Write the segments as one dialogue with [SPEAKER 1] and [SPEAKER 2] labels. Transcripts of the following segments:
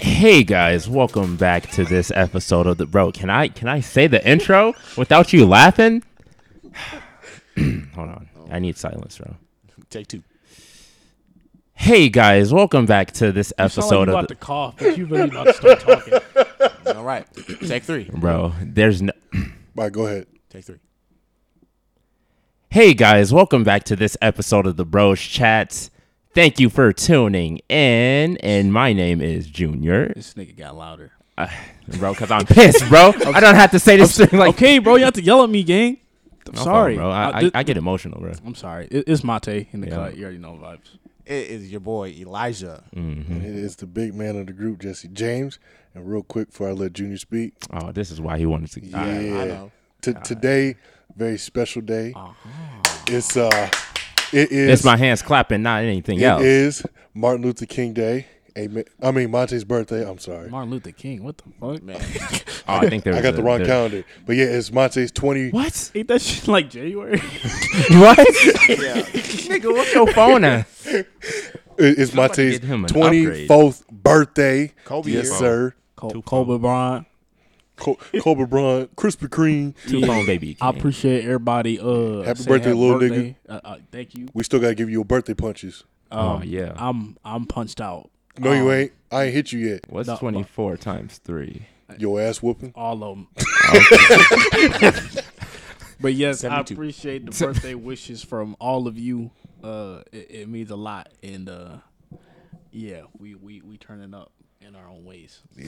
[SPEAKER 1] Hey guys, welcome back to this episode of the bro. Can I can I say the intro without you laughing? Hold on, I need silence, bro.
[SPEAKER 2] Take two.
[SPEAKER 1] Hey guys, welcome back to this
[SPEAKER 3] Sound like
[SPEAKER 1] episode
[SPEAKER 3] you
[SPEAKER 1] of
[SPEAKER 3] about
[SPEAKER 1] the
[SPEAKER 3] to cough, but you really about to start talking.
[SPEAKER 2] All right. Take three.
[SPEAKER 1] bro. There's no.
[SPEAKER 4] All right, go ahead.
[SPEAKER 2] Take three.
[SPEAKER 1] Hey guys, welcome back to this episode of the Bros Chats. Thank you for tuning in, and my name is Junior,
[SPEAKER 2] This nigga got louder.
[SPEAKER 1] bro. Because I'm pissed, bro. I don't have to say this thing like.
[SPEAKER 3] okay, bro, you have to yell at me, gang. I'm
[SPEAKER 1] My fault,
[SPEAKER 3] sorry, Uh,
[SPEAKER 1] bro. I, I,
[SPEAKER 3] did-
[SPEAKER 1] I get emotional, bro.
[SPEAKER 3] I'm sorry. It, it's Mate in the
[SPEAKER 1] Yeah.
[SPEAKER 3] cut. You already know vibes.
[SPEAKER 2] It is your boy Elijah.
[SPEAKER 4] Mm.
[SPEAKER 1] Mm-hmm.
[SPEAKER 4] And It is the big man of the group, Jesse James. And real quick, before I let Junior speak,
[SPEAKER 1] Oh, this is why he wanted to.
[SPEAKER 4] yeah,
[SPEAKER 2] know.
[SPEAKER 4] T- today, very special day. It's uh, it is
[SPEAKER 1] Oh. It's my hands clapping, not anything
[SPEAKER 4] it
[SPEAKER 1] else.
[SPEAKER 4] is Martin Luther King Day. Amen. I mean Monte's birthday. I'm sorry,
[SPEAKER 3] Martin Luther King, what the fuck?
[SPEAKER 2] Man.
[SPEAKER 1] Oh, I think there
[SPEAKER 4] I
[SPEAKER 1] was
[SPEAKER 4] got
[SPEAKER 1] a-
[SPEAKER 4] the wrong
[SPEAKER 1] there-
[SPEAKER 4] calendar. But yeah, it's Monte's 20.
[SPEAKER 1] What?
[SPEAKER 3] Ain't that shit like January?
[SPEAKER 1] What? Nigga, what's your phone at?
[SPEAKER 4] it- It's Monte's
[SPEAKER 1] get him an
[SPEAKER 4] 24th birthday.
[SPEAKER 2] Kobe
[SPEAKER 4] yes,
[SPEAKER 2] year.
[SPEAKER 4] sir.
[SPEAKER 3] Col- Kobe Bryant.
[SPEAKER 4] Col- Kobe Bryant, Krispy Kreme.
[SPEAKER 1] Two
[SPEAKER 3] Yeah.
[SPEAKER 1] phone baby.
[SPEAKER 3] I
[SPEAKER 1] King.
[SPEAKER 3] appreciate everybody. Uh,
[SPEAKER 4] Happy
[SPEAKER 3] saying
[SPEAKER 4] birthday, little
[SPEAKER 3] birthday. Uh, uh, thank you.
[SPEAKER 4] We still gotta give you your birthday punches.
[SPEAKER 1] Oh,
[SPEAKER 3] Um,
[SPEAKER 1] yeah.
[SPEAKER 3] I'm I'm punched out
[SPEAKER 4] No,
[SPEAKER 1] Oh.
[SPEAKER 4] you ain't. I ain't hit you yet.
[SPEAKER 1] What's
[SPEAKER 3] No,
[SPEAKER 1] 24 times 3?
[SPEAKER 4] Your ass whooping.
[SPEAKER 3] all of them. but yes, I
[SPEAKER 2] 72.
[SPEAKER 3] appreciate the birthday wishes from all of you. Uh, it, it means a lot, and uh, yeah, we we we turning up in our own ways.
[SPEAKER 4] On-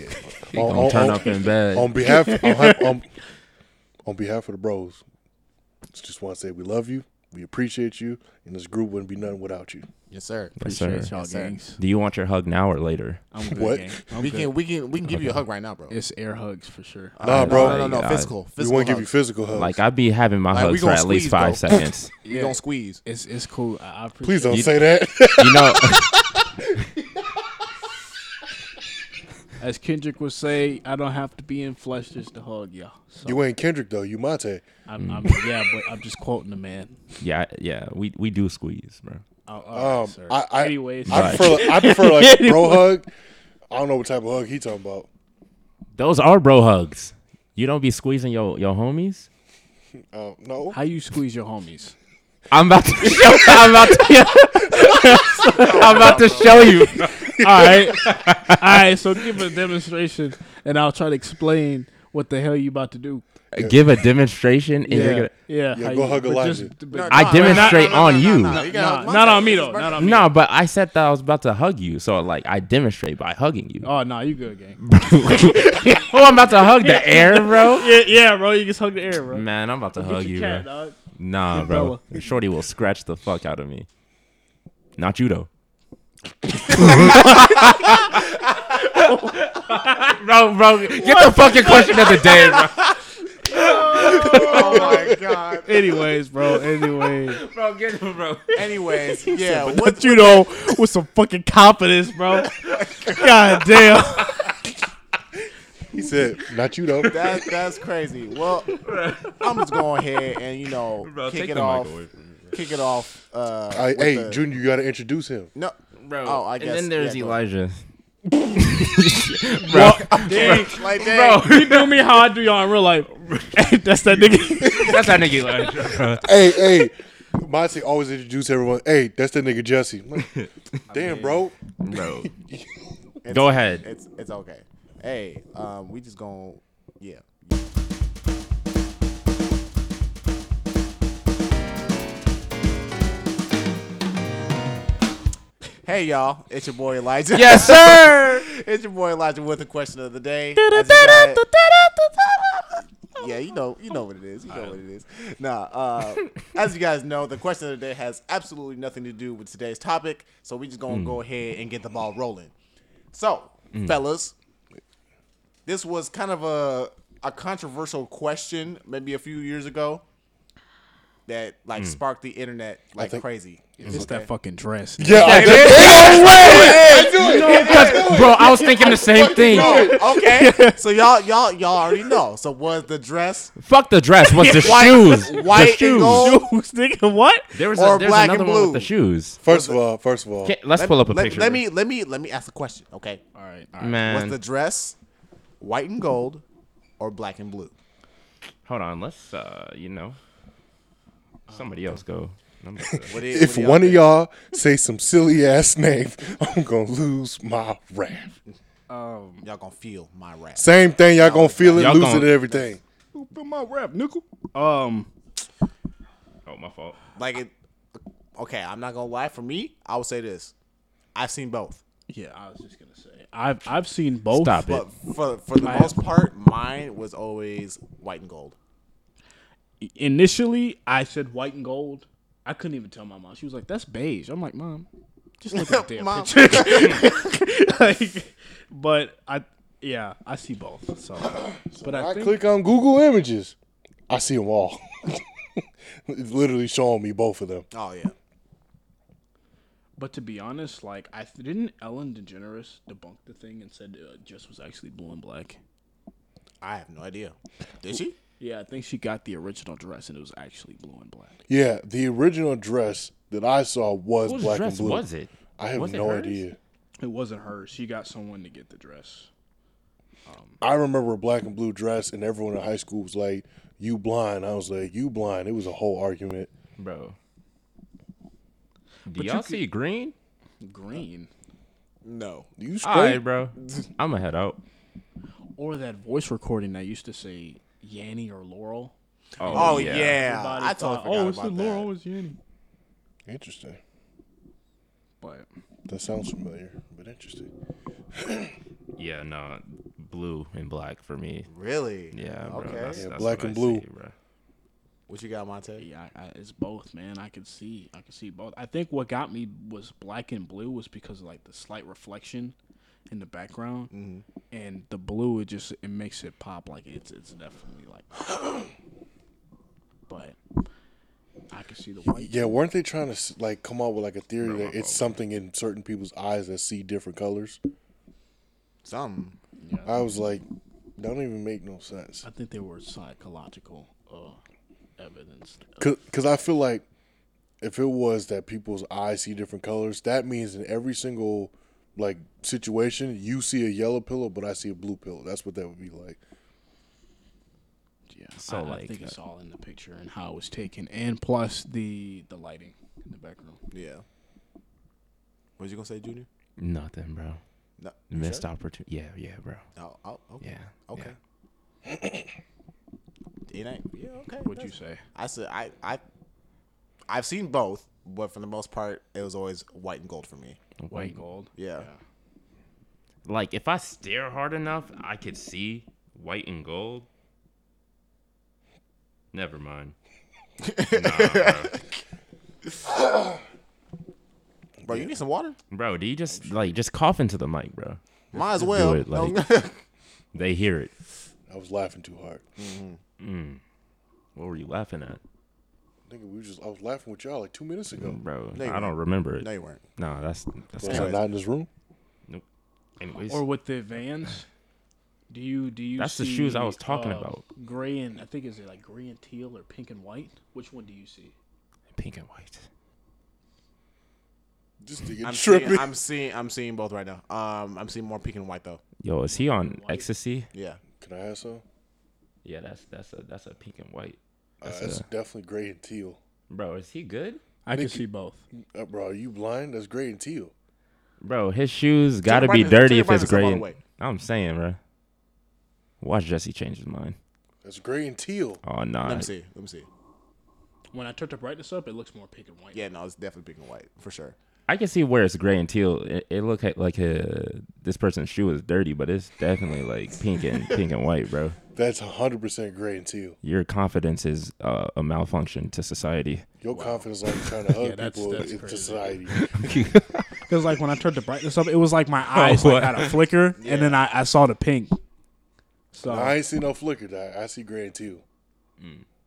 [SPEAKER 1] Don't
[SPEAKER 4] on-
[SPEAKER 1] turn
[SPEAKER 4] on-
[SPEAKER 1] up in bed.
[SPEAKER 4] on behalf on, hy- on, on behalf of the bros, just want to say we love you, we appreciate you, and this group wouldn't be nothing without you.
[SPEAKER 2] Yes, sir.
[SPEAKER 1] Yes, sir.
[SPEAKER 3] Appreciate y'all,
[SPEAKER 2] Yes, sir.
[SPEAKER 3] gangs.
[SPEAKER 1] Do you want your hug now or later?
[SPEAKER 3] I'm good,
[SPEAKER 4] What?
[SPEAKER 3] gang. I'm
[SPEAKER 2] we
[SPEAKER 3] good.
[SPEAKER 2] can we can we can give you a hug right now, bro.
[SPEAKER 3] It's air hugs for sure.
[SPEAKER 4] Nah, bro.
[SPEAKER 2] No, no, no, no.
[SPEAKER 1] Like, uh,
[SPEAKER 2] Physical.
[SPEAKER 4] we
[SPEAKER 2] Physical.
[SPEAKER 4] want to give you
[SPEAKER 2] hugs.
[SPEAKER 4] physical hugs.
[SPEAKER 1] Like, I'd be having my
[SPEAKER 2] Like, we
[SPEAKER 1] hugs for
[SPEAKER 2] gonna
[SPEAKER 1] at least
[SPEAKER 2] squeeze,
[SPEAKER 1] five
[SPEAKER 2] bro.
[SPEAKER 1] seconds.
[SPEAKER 2] You don't squeeze.
[SPEAKER 3] It's it's cool. I, I appreciate.
[SPEAKER 4] Please don't
[SPEAKER 1] You-
[SPEAKER 4] say that.
[SPEAKER 1] You know,
[SPEAKER 3] As Kendrick would say, I don't have to be in flesh just to hug y'all. So
[SPEAKER 4] you ain't Kendrick though. You Monte.
[SPEAKER 3] I'm,
[SPEAKER 1] Mm.
[SPEAKER 3] I'm, yeah, but I'm just quoting the man.
[SPEAKER 1] yeah, yeah, we, we do squeeze, bro.
[SPEAKER 3] Oh, all right,
[SPEAKER 4] Um,
[SPEAKER 3] sir.
[SPEAKER 4] I, I,
[SPEAKER 3] Anyways,
[SPEAKER 4] I prefer, I prefer like bro hug. I don't know what type of hug he talking about.
[SPEAKER 1] Those are bro hugs. You don't be squeezing your, your homies?
[SPEAKER 4] Um, no,
[SPEAKER 3] how you squeeze your homies?
[SPEAKER 1] I'm about to show, I'm about to, I'm about to show you.
[SPEAKER 3] All right. All right. So give a demonstration, and I'll try to explain what the hell you about to do.
[SPEAKER 1] Give a demonstration and you're
[SPEAKER 3] Yeah.
[SPEAKER 1] gonna.
[SPEAKER 3] Yeah.
[SPEAKER 4] Yeah,
[SPEAKER 3] how
[SPEAKER 4] go
[SPEAKER 3] you-
[SPEAKER 4] hug
[SPEAKER 3] but
[SPEAKER 4] Elijah.
[SPEAKER 3] just- but-
[SPEAKER 1] I demonstrate on you.
[SPEAKER 2] you
[SPEAKER 3] Nah,
[SPEAKER 2] gotta-
[SPEAKER 3] not on me though. Not on me.
[SPEAKER 1] No, but I said that I was about to hug you, so like I demonstrate by hugging you.
[SPEAKER 3] Oh no, you good, gang.
[SPEAKER 1] Oh, I'm about to hug the air, bro.
[SPEAKER 3] yeah, yeah, bro. You just hug the air, bro.
[SPEAKER 1] Man, I'm about to hug
[SPEAKER 3] Get
[SPEAKER 1] you,
[SPEAKER 3] your cat,
[SPEAKER 1] bro.
[SPEAKER 3] dog.
[SPEAKER 1] Nah, bro. Shorty will scratch the fuck out of me. Not you though. bro, bro, get the fucking question of the day, bro.
[SPEAKER 2] Oh my god.
[SPEAKER 3] Anyways, bro. Anyways,
[SPEAKER 1] Bro, get him, bro.
[SPEAKER 2] Anyways, yeah. What?
[SPEAKER 3] but you know, with some fucking confidence, bro. God damn.
[SPEAKER 4] he said not you though.
[SPEAKER 2] That, that's crazy. Well, I'm just going ahead and you know kick it off. Kick it off. Uh,
[SPEAKER 4] I,
[SPEAKER 2] with
[SPEAKER 4] hey,
[SPEAKER 2] the-
[SPEAKER 4] Junior, you got to introduce him.
[SPEAKER 2] No,
[SPEAKER 1] Bro.
[SPEAKER 2] Oh, I guess.
[SPEAKER 1] And then there's
[SPEAKER 2] yeah, go ahead.
[SPEAKER 1] Elijah.
[SPEAKER 2] Dang, like
[SPEAKER 3] Bro,
[SPEAKER 2] dang.
[SPEAKER 3] you do me how I do y'all in real life. Hey, that's that nigga.
[SPEAKER 1] That's that nigga Elijah. bro.
[SPEAKER 4] hey, hey. Monte always introduce everyone. Hey, that's that nigga Jesse. I'm like, Damn, bro.
[SPEAKER 1] Bro.
[SPEAKER 2] It's-
[SPEAKER 1] Go ahead.
[SPEAKER 2] It's it's okay. Hey, um, we just gonna yeah. Hey y'all, it's your boy Elijah.
[SPEAKER 1] Yes, sir.
[SPEAKER 2] it's your boy Elijah with the question of the day. As you guys- yeah, you know, you know what it is. You know what it is. Nah, uh, as you guys know, the question of the day has absolutely nothing to do with today's topic, so we just
[SPEAKER 1] Mm.
[SPEAKER 2] gonna go ahead and get the ball rolling. So, fellas, this was kind of a a controversial question maybe a few years ago that like
[SPEAKER 1] Mm.
[SPEAKER 2] sparked the internet like
[SPEAKER 4] think-
[SPEAKER 2] crazy.
[SPEAKER 3] It's that fucking dress.
[SPEAKER 4] Yeah, I-
[SPEAKER 1] Bro, I was thinking the same thing.
[SPEAKER 2] No, okay. So y'all, y'all, y'all already know. So was the dress
[SPEAKER 1] Fuck the dress. What's the
[SPEAKER 2] White-
[SPEAKER 1] shoes?
[SPEAKER 2] white
[SPEAKER 1] the
[SPEAKER 2] and
[SPEAKER 1] shoes.
[SPEAKER 2] gold?
[SPEAKER 3] Who's thinking what?
[SPEAKER 1] There was
[SPEAKER 2] Or
[SPEAKER 1] a, there's
[SPEAKER 2] black
[SPEAKER 1] another
[SPEAKER 2] and
[SPEAKER 1] one with the
[SPEAKER 2] blue?
[SPEAKER 1] shoes.
[SPEAKER 4] First of all, first of all,
[SPEAKER 1] Can't- let's
[SPEAKER 2] Let-
[SPEAKER 1] pull up a
[SPEAKER 2] let-
[SPEAKER 1] picture.
[SPEAKER 2] Let me let me let me ask the question. Okay,
[SPEAKER 3] All right. All right.
[SPEAKER 2] was
[SPEAKER 1] man.
[SPEAKER 2] the dress white and gold or black and blue?
[SPEAKER 1] Hold on. Let's uh, you know, somebody else go. I'm about to-
[SPEAKER 2] What do- what
[SPEAKER 4] if
[SPEAKER 2] do
[SPEAKER 4] one of
[SPEAKER 2] think?
[SPEAKER 4] y'all say some silly ass name, I'm gonna lose my wrath.
[SPEAKER 3] Um,
[SPEAKER 2] y'all gonna feel my wrath.
[SPEAKER 4] Same thing, y'all gonna feel it,
[SPEAKER 1] Y'all
[SPEAKER 4] lose
[SPEAKER 1] gonna-
[SPEAKER 4] it, and everything.
[SPEAKER 3] my rap, nickel. Um,
[SPEAKER 1] oh, my fault.
[SPEAKER 2] Like it. Okay, I'm not gonna lie. For me, I would say this: I've seen both,
[SPEAKER 3] yeah, I was just gonna say, I've I've seen both.
[SPEAKER 1] Stop it.
[SPEAKER 2] but for for the most part, mine was always white and gold.
[SPEAKER 3] Initially, I said white and gold. I couldn't even tell my mom. She was like, "That's beige." I'm like, "Mom, just look at the damn
[SPEAKER 2] Mom.
[SPEAKER 3] picture." like, but I, yeah, I see both. So, but I,
[SPEAKER 4] I
[SPEAKER 3] think
[SPEAKER 4] click on Google Images, I see them all. it's literally showing me both of them.
[SPEAKER 2] Oh yeah.
[SPEAKER 3] But to be honest, like I th- didn't Ellen DeGeneres debunk the thing and said uh, just was actually blue and black.
[SPEAKER 2] I have no idea. Did she?
[SPEAKER 3] Yeah, I think she got the original dress and it was actually blue and black.
[SPEAKER 4] Yeah, the original dress that I saw was
[SPEAKER 1] Whose
[SPEAKER 4] black
[SPEAKER 1] dress
[SPEAKER 4] and blue.
[SPEAKER 1] was it?
[SPEAKER 4] I have
[SPEAKER 1] Was it
[SPEAKER 4] no
[SPEAKER 1] hers?
[SPEAKER 4] idea.
[SPEAKER 3] It wasn't her. She got someone to get the dress.
[SPEAKER 4] I remember a black and blue dress, and everyone in high school was like, "You blind?" I was like, "You blind?" It was a whole argument.
[SPEAKER 1] bro. Do
[SPEAKER 3] you
[SPEAKER 1] y'all
[SPEAKER 3] could-
[SPEAKER 1] see green?
[SPEAKER 3] Green.
[SPEAKER 2] No.
[SPEAKER 4] You
[SPEAKER 1] All
[SPEAKER 4] straight?
[SPEAKER 1] right, bro. I'm gonna head out.
[SPEAKER 3] Or that voice recording that used to say Yanny or Laurel.
[SPEAKER 2] Oh, yeah.
[SPEAKER 3] Everybody
[SPEAKER 2] I totally
[SPEAKER 3] thought,
[SPEAKER 2] forgot
[SPEAKER 3] oh,
[SPEAKER 2] oh,
[SPEAKER 3] it's the
[SPEAKER 2] about
[SPEAKER 3] Laurel,
[SPEAKER 2] that.
[SPEAKER 3] it's Yanny.
[SPEAKER 4] Interesting.
[SPEAKER 3] But
[SPEAKER 4] That sounds familiar, but interesting.
[SPEAKER 1] Yeah, no, blue and black for me.
[SPEAKER 2] Really?
[SPEAKER 1] Yeah, bro.
[SPEAKER 2] Okay.
[SPEAKER 1] That's,
[SPEAKER 4] Yeah,
[SPEAKER 1] that's
[SPEAKER 4] black
[SPEAKER 1] what I
[SPEAKER 4] and blue.
[SPEAKER 1] see, bro.
[SPEAKER 2] What you got, Monte?
[SPEAKER 3] yeah, I, I, it's both, man. I could see, I could see both. I think what got me was black and blue was because of, like the slight reflection in the background,
[SPEAKER 2] Mm-hmm.
[SPEAKER 3] and the blue it just it makes it pop like it's it's definitely like. but I could see the white.
[SPEAKER 4] Yeah, weren't they trying to s- like come up with like a theory that it's something in certain people's eyes that see different colors?
[SPEAKER 2] Something.
[SPEAKER 4] I was like, don't even make no sense.
[SPEAKER 3] I think they were psychological uh, evidence.
[SPEAKER 4] Because I feel like if it was that people's eyes see different colors, that means in every single like situation, you see a yellow pillow, but I see a blue pillow. That's what that would be like.
[SPEAKER 3] Yeah,
[SPEAKER 1] So,
[SPEAKER 3] I, I
[SPEAKER 1] like,
[SPEAKER 3] think
[SPEAKER 1] uh,
[SPEAKER 3] it's all in the picture and how it was taken, and plus the the lighting in the background.
[SPEAKER 2] Yeah. What you gonna say, Junior?
[SPEAKER 1] Nothing, bro.
[SPEAKER 2] No. you
[SPEAKER 1] Missed
[SPEAKER 2] sure?
[SPEAKER 1] opportunity. Yeah, yeah, bro.
[SPEAKER 2] Oh, oh, okay.
[SPEAKER 1] Yeah.
[SPEAKER 2] Okay. It ain't. Yeah. Okay.
[SPEAKER 3] What'd you
[SPEAKER 2] that's-
[SPEAKER 3] say?
[SPEAKER 2] I said I I I've seen both, but for the most part, it was always white and gold for me.
[SPEAKER 1] Yeah.
[SPEAKER 3] White gold.
[SPEAKER 2] Yeah.
[SPEAKER 1] Like if I stare hard enough, I could see white and gold. Never mind. nah, bro.
[SPEAKER 2] Bro, you need some water?
[SPEAKER 1] bro, do you just like just cough into the mic, bro?
[SPEAKER 2] Might as well.
[SPEAKER 1] it, like-
[SPEAKER 2] No-
[SPEAKER 1] They hear it.
[SPEAKER 4] I was laughing too hard.
[SPEAKER 1] What were you laughing at,
[SPEAKER 4] Nigga, we was just I was laughing with y'all like two minutes ago.
[SPEAKER 1] bro?
[SPEAKER 2] you
[SPEAKER 1] I don't remember it.
[SPEAKER 2] no, you weren't.
[SPEAKER 1] No, that's that's
[SPEAKER 4] Was I not in this room?
[SPEAKER 1] nope. Anyways,
[SPEAKER 3] Or with the Vans. Do you do you?
[SPEAKER 1] That's the shoes I
[SPEAKER 3] see,
[SPEAKER 1] was talking
[SPEAKER 3] uh,
[SPEAKER 1] about.
[SPEAKER 3] Gray and I think is it like gray and teal or pink and white? Which one do you see?
[SPEAKER 1] pink and white.
[SPEAKER 4] Just to get
[SPEAKER 2] I'm
[SPEAKER 4] tripping.
[SPEAKER 2] seeing, I'm seeing I'm seeing both right now. Um, I'm seeing more pink and white though.
[SPEAKER 1] Yo, is he on ecstasy?
[SPEAKER 2] Yeah.
[SPEAKER 4] Can I have some?
[SPEAKER 1] Yeah, that's that's a that's a pink and white.
[SPEAKER 4] Uh, that's definitely gray and teal.
[SPEAKER 1] Bro, is he good?
[SPEAKER 3] I can see both.
[SPEAKER 4] Uh, bro, are you blind? That's gray and teal.
[SPEAKER 1] Bro, his shoes got to
[SPEAKER 2] your
[SPEAKER 1] be
[SPEAKER 2] brightness- turn
[SPEAKER 1] dirty
[SPEAKER 2] your
[SPEAKER 1] if it's
[SPEAKER 2] brightness up all
[SPEAKER 1] gray.
[SPEAKER 2] the
[SPEAKER 1] and-
[SPEAKER 2] way.
[SPEAKER 1] I'm saying, bro. Watch Jesse change his mind.
[SPEAKER 4] That's gray and teal.
[SPEAKER 1] Oh nah.
[SPEAKER 2] Let me see. Let me see.
[SPEAKER 3] When I turn the brightness up, it looks more pink and white.
[SPEAKER 2] Yeah, no, it's definitely pink and white for sure.
[SPEAKER 1] I can see where it's gray and teal. It, it look like, like uh, this person's shoe is dirty, but it's definitely like pink and pink and white, bro.
[SPEAKER 4] That's 100% gray and teal.
[SPEAKER 1] Your confidence is uh, a malfunction to society.
[SPEAKER 4] Your confidence like trying to hug
[SPEAKER 3] that's-
[SPEAKER 4] people
[SPEAKER 3] that's
[SPEAKER 4] in
[SPEAKER 3] crazy.
[SPEAKER 4] society.
[SPEAKER 3] Because like when I turned the brightness up, it was like my
[SPEAKER 1] Oh,
[SPEAKER 3] eyes like, had a flicker, and then I, I saw the pink. So
[SPEAKER 4] I ain't see no flicker. I, I see gray and teal.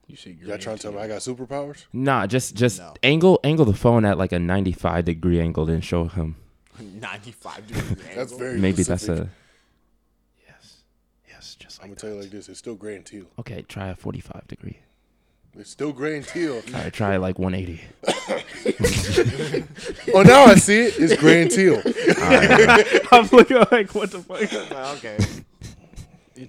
[SPEAKER 3] you see gray.
[SPEAKER 4] Y'all trying to tell me I got superpowers?
[SPEAKER 1] Nah, just just
[SPEAKER 2] No.
[SPEAKER 1] angle angle the phone at like a 95 degree angle, then show him.
[SPEAKER 2] Ninety-five degrees.
[SPEAKER 4] That's very
[SPEAKER 1] Maybe
[SPEAKER 4] specific.
[SPEAKER 1] that's a
[SPEAKER 5] Yes. Yes, just
[SPEAKER 4] I'm
[SPEAKER 5] like
[SPEAKER 4] gonna tell you like this: it's still gray and teal.
[SPEAKER 1] okay. Try a forty-five degree.
[SPEAKER 4] It's still gray and teal.
[SPEAKER 1] All right, try like one eighty.
[SPEAKER 4] oh, now I see it. It's gray and teal.
[SPEAKER 3] I'm looking like, what the fuck?
[SPEAKER 2] okay.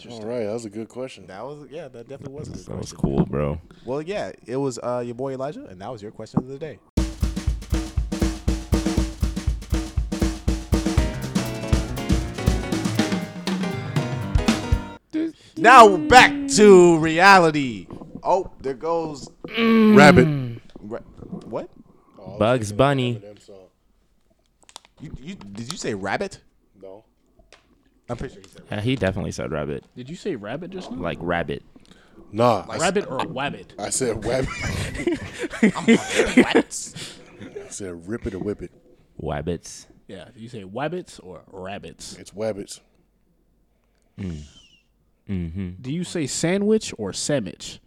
[SPEAKER 4] All right, that was a good question.
[SPEAKER 2] That was yeah. That definitely was. a good
[SPEAKER 1] That was
[SPEAKER 2] question.
[SPEAKER 1] cool, bro.
[SPEAKER 2] Well, yeah, it was uh, your boy Elijah, and that was your question of the day. Now we're back to reality. Oh, there goes.
[SPEAKER 3] Mm.
[SPEAKER 4] Rabbit.
[SPEAKER 2] Ra- what?
[SPEAKER 4] Oh,
[SPEAKER 1] Bugs Bunny.
[SPEAKER 4] Eminem song.
[SPEAKER 2] You, you did you say rabbit?
[SPEAKER 4] No.
[SPEAKER 2] I'm pretty sure you said. Rabbit.
[SPEAKER 1] Yeah, he definitely said rabbit,
[SPEAKER 3] Did you say rabbit just now?
[SPEAKER 1] like rabbit.
[SPEAKER 4] Nah. I, s-
[SPEAKER 3] rabbit or wabbit?
[SPEAKER 4] I said rabbit. I said rip it or whip it.
[SPEAKER 1] Wabbits.
[SPEAKER 3] Yeah, do you say wabbits or rabbits?
[SPEAKER 4] It's wabbits.
[SPEAKER 3] Do you say sandwich or sandwich?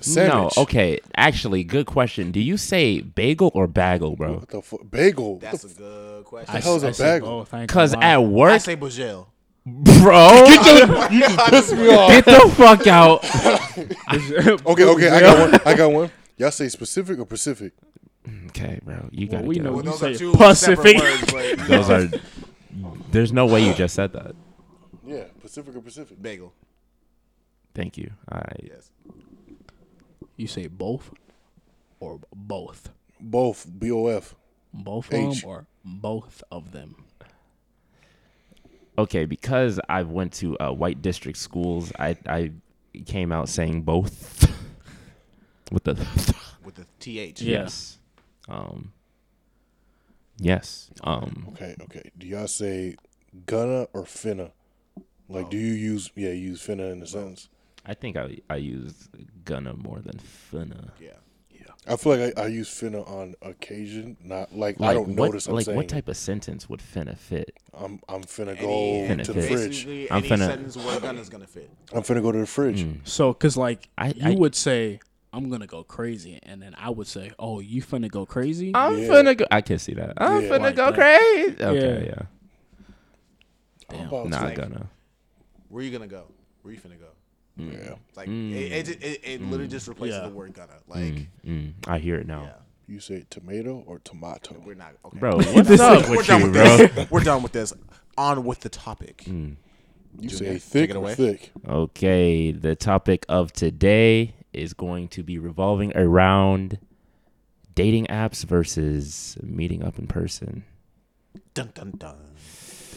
[SPEAKER 4] Sandwich.
[SPEAKER 1] No, okay. Actually, good question. Do you say bagel or bagel, bro?
[SPEAKER 4] What the fuck? Bagel. What
[SPEAKER 2] That's
[SPEAKER 4] the
[SPEAKER 2] a good question.
[SPEAKER 3] I,
[SPEAKER 2] I,
[SPEAKER 4] hell's a
[SPEAKER 3] I say
[SPEAKER 4] bagel?
[SPEAKER 3] both, I ain't
[SPEAKER 1] Cause
[SPEAKER 3] gonna lie.
[SPEAKER 1] at work,
[SPEAKER 2] I say Bajel.
[SPEAKER 1] bro, get the,
[SPEAKER 4] fuck? Piss me off.
[SPEAKER 1] fuck out.
[SPEAKER 4] Okay, okay. I got one. I got one. Y'all say specific or Pacific?
[SPEAKER 1] Okay, bro, you
[SPEAKER 3] Well,
[SPEAKER 1] gotta
[SPEAKER 3] we
[SPEAKER 1] get
[SPEAKER 3] know
[SPEAKER 1] out.
[SPEAKER 3] you say
[SPEAKER 2] separate
[SPEAKER 3] Pacific.
[SPEAKER 2] words, but
[SPEAKER 1] Those are. There's no way you just said that.
[SPEAKER 4] Yeah, Pacific or Pacific.
[SPEAKER 2] bagel.
[SPEAKER 1] Thank you. I
[SPEAKER 2] Yes.
[SPEAKER 3] You say both or both?
[SPEAKER 4] Both. B O F.
[SPEAKER 3] Both
[SPEAKER 1] Um,
[SPEAKER 3] of
[SPEAKER 4] H.
[SPEAKER 3] them or both of them?
[SPEAKER 1] okay because I went to uh, white district schools. I I came out saying both with the
[SPEAKER 2] With the th.
[SPEAKER 3] Yeah.
[SPEAKER 1] yes, um, yes, um,
[SPEAKER 4] Okay, okay. Do y'all say gonna or finna? Like,
[SPEAKER 2] Oh.
[SPEAKER 4] do you use yeah you use finna in a sentence?
[SPEAKER 1] I think I I use gonna more than finna.
[SPEAKER 2] Yeah.
[SPEAKER 4] I feel like I, I use finna on occasion, not like, I
[SPEAKER 1] Like,
[SPEAKER 4] don't
[SPEAKER 1] what,
[SPEAKER 4] notice. I'm
[SPEAKER 1] like
[SPEAKER 4] saying
[SPEAKER 1] what type of sentence would finna fit?
[SPEAKER 4] I'm I'm finna go
[SPEAKER 2] Any-
[SPEAKER 1] Finna
[SPEAKER 4] to the
[SPEAKER 1] fit.
[SPEAKER 4] fridge.
[SPEAKER 2] Basically,
[SPEAKER 1] I'm
[SPEAKER 2] any
[SPEAKER 1] finna-
[SPEAKER 2] sentence where gunna's gonna fit.
[SPEAKER 4] I'm finna go to the fridge.
[SPEAKER 1] Mm,
[SPEAKER 3] So, cause like
[SPEAKER 1] I-
[SPEAKER 3] you
[SPEAKER 1] I-
[SPEAKER 3] would say, I'm gonna go crazy, and then I would say, Oh, you finna go crazy?
[SPEAKER 1] I'm
[SPEAKER 4] Yeah.
[SPEAKER 1] finna go. I can see that. I'm
[SPEAKER 4] Yeah.
[SPEAKER 1] finna
[SPEAKER 3] Like
[SPEAKER 1] go
[SPEAKER 3] that.
[SPEAKER 1] crazy. Okay, yeah.
[SPEAKER 4] How about
[SPEAKER 1] Not
[SPEAKER 4] like-
[SPEAKER 1] gonna.
[SPEAKER 2] Where you gonna go? Where you finna go?
[SPEAKER 4] yeah,
[SPEAKER 2] Like it, it, ju- it, it literally just replaces
[SPEAKER 3] Yeah.
[SPEAKER 2] the word gonna. Like
[SPEAKER 1] Mm, I hear it now,
[SPEAKER 2] yeah,
[SPEAKER 4] you say tomato or tomato.
[SPEAKER 2] we're not okay.
[SPEAKER 1] bro. What's up
[SPEAKER 2] we're
[SPEAKER 1] with
[SPEAKER 2] done
[SPEAKER 1] you,
[SPEAKER 2] with
[SPEAKER 1] bro? Mm.
[SPEAKER 2] this. We're done with this. On with the topic.
[SPEAKER 4] You
[SPEAKER 2] Junior,
[SPEAKER 4] say
[SPEAKER 2] take
[SPEAKER 4] thick
[SPEAKER 2] it
[SPEAKER 4] or
[SPEAKER 2] away.
[SPEAKER 4] thick.
[SPEAKER 1] Okay, the topic of today is going to be revolving around dating apps versus meeting up in person.
[SPEAKER 2] Dun dun dun.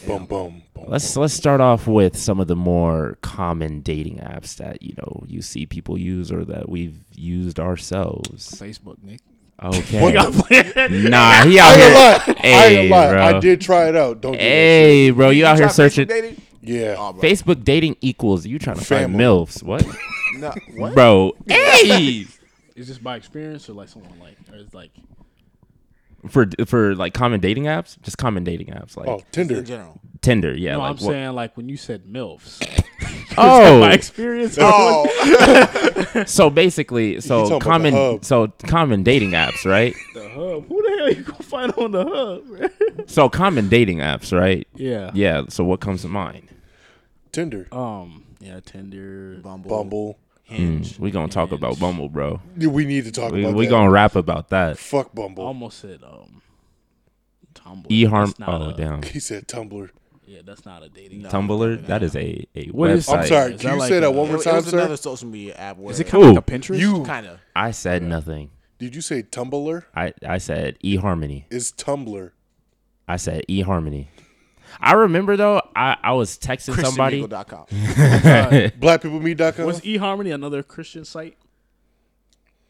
[SPEAKER 4] Boom, boom, boom.
[SPEAKER 1] Let's let's start off with some of the more common dating apps that you know you see people use or that we've used ourselves.
[SPEAKER 3] Facebook, Nick.
[SPEAKER 1] Okay,
[SPEAKER 3] That's
[SPEAKER 1] nah, he out
[SPEAKER 4] I ain't
[SPEAKER 1] here.
[SPEAKER 4] gonna lie. I
[SPEAKER 1] Hey,
[SPEAKER 4] ain't gonna lie. I
[SPEAKER 1] bro.
[SPEAKER 4] did try it out. Don't do that shit.
[SPEAKER 1] Hey, bro, you out here searching?
[SPEAKER 2] Dating?
[SPEAKER 4] Yeah.
[SPEAKER 2] Oh, bro.
[SPEAKER 1] Facebook dating equals you trying to find
[SPEAKER 4] Family.
[SPEAKER 1] milfs. What,
[SPEAKER 2] No, what?
[SPEAKER 1] bro? Hey,
[SPEAKER 3] Is this by experience or like someone like, or is like,
[SPEAKER 1] for for like common dating apps, just common dating apps like
[SPEAKER 4] oh,
[SPEAKER 2] In
[SPEAKER 4] Tinder.
[SPEAKER 2] general.
[SPEAKER 1] Tinder. Yeah,
[SPEAKER 3] no,
[SPEAKER 1] like
[SPEAKER 3] I'm
[SPEAKER 1] what-
[SPEAKER 3] saying like when you said MILFs. by
[SPEAKER 1] Oh,
[SPEAKER 3] experience?
[SPEAKER 2] Oh,
[SPEAKER 1] so basically,
[SPEAKER 4] talking
[SPEAKER 1] so
[SPEAKER 4] about the
[SPEAKER 1] common,
[SPEAKER 4] hub.
[SPEAKER 1] so common dating apps, right?
[SPEAKER 3] the hub. Who the hell you gonna find on the hub, man?
[SPEAKER 1] so common dating apps, right?
[SPEAKER 3] Yeah.
[SPEAKER 1] Yeah. So what comes to mind?
[SPEAKER 4] Tinder.
[SPEAKER 3] Um. Yeah. Tinder.
[SPEAKER 2] Bumble.
[SPEAKER 4] Bumble.
[SPEAKER 2] Hinge.
[SPEAKER 1] Mm, We gonna talk about Bumble, bro.
[SPEAKER 4] Yeah, We need to talk
[SPEAKER 1] We,
[SPEAKER 4] about
[SPEAKER 1] we
[SPEAKER 4] that.
[SPEAKER 1] gonna rap about that.
[SPEAKER 4] Fuck Bumble.
[SPEAKER 3] Almost said um. Tumblr.
[SPEAKER 1] E harm.
[SPEAKER 3] That's not
[SPEAKER 1] Oh
[SPEAKER 3] a-
[SPEAKER 1] damn.
[SPEAKER 4] He said Tumblr.
[SPEAKER 3] Yeah, that's not a dating. app.
[SPEAKER 1] Tumblr. That is a a
[SPEAKER 3] What is-
[SPEAKER 1] website.
[SPEAKER 4] I'm sorry.
[SPEAKER 3] Is
[SPEAKER 4] Can
[SPEAKER 3] that
[SPEAKER 4] you
[SPEAKER 3] like
[SPEAKER 4] say
[SPEAKER 3] a-
[SPEAKER 4] that one
[SPEAKER 2] It,
[SPEAKER 4] more
[SPEAKER 2] was- it
[SPEAKER 4] time,
[SPEAKER 2] was another
[SPEAKER 4] sir?
[SPEAKER 2] social media app. Where
[SPEAKER 3] Is it kind of
[SPEAKER 1] Ooh.
[SPEAKER 3] like a Pinterest?
[SPEAKER 4] You
[SPEAKER 2] kind of?
[SPEAKER 1] I said nothing.
[SPEAKER 4] did you say Tumblr?
[SPEAKER 1] I I said eHarmony.
[SPEAKER 4] It's Tumblr.
[SPEAKER 1] I said eHarmony. I remember though. I I was texting somebody.
[SPEAKER 2] ChristianMeagle.com.
[SPEAKER 4] BlackpeopleMeet.com.
[SPEAKER 3] Was eHarmony another Christian site?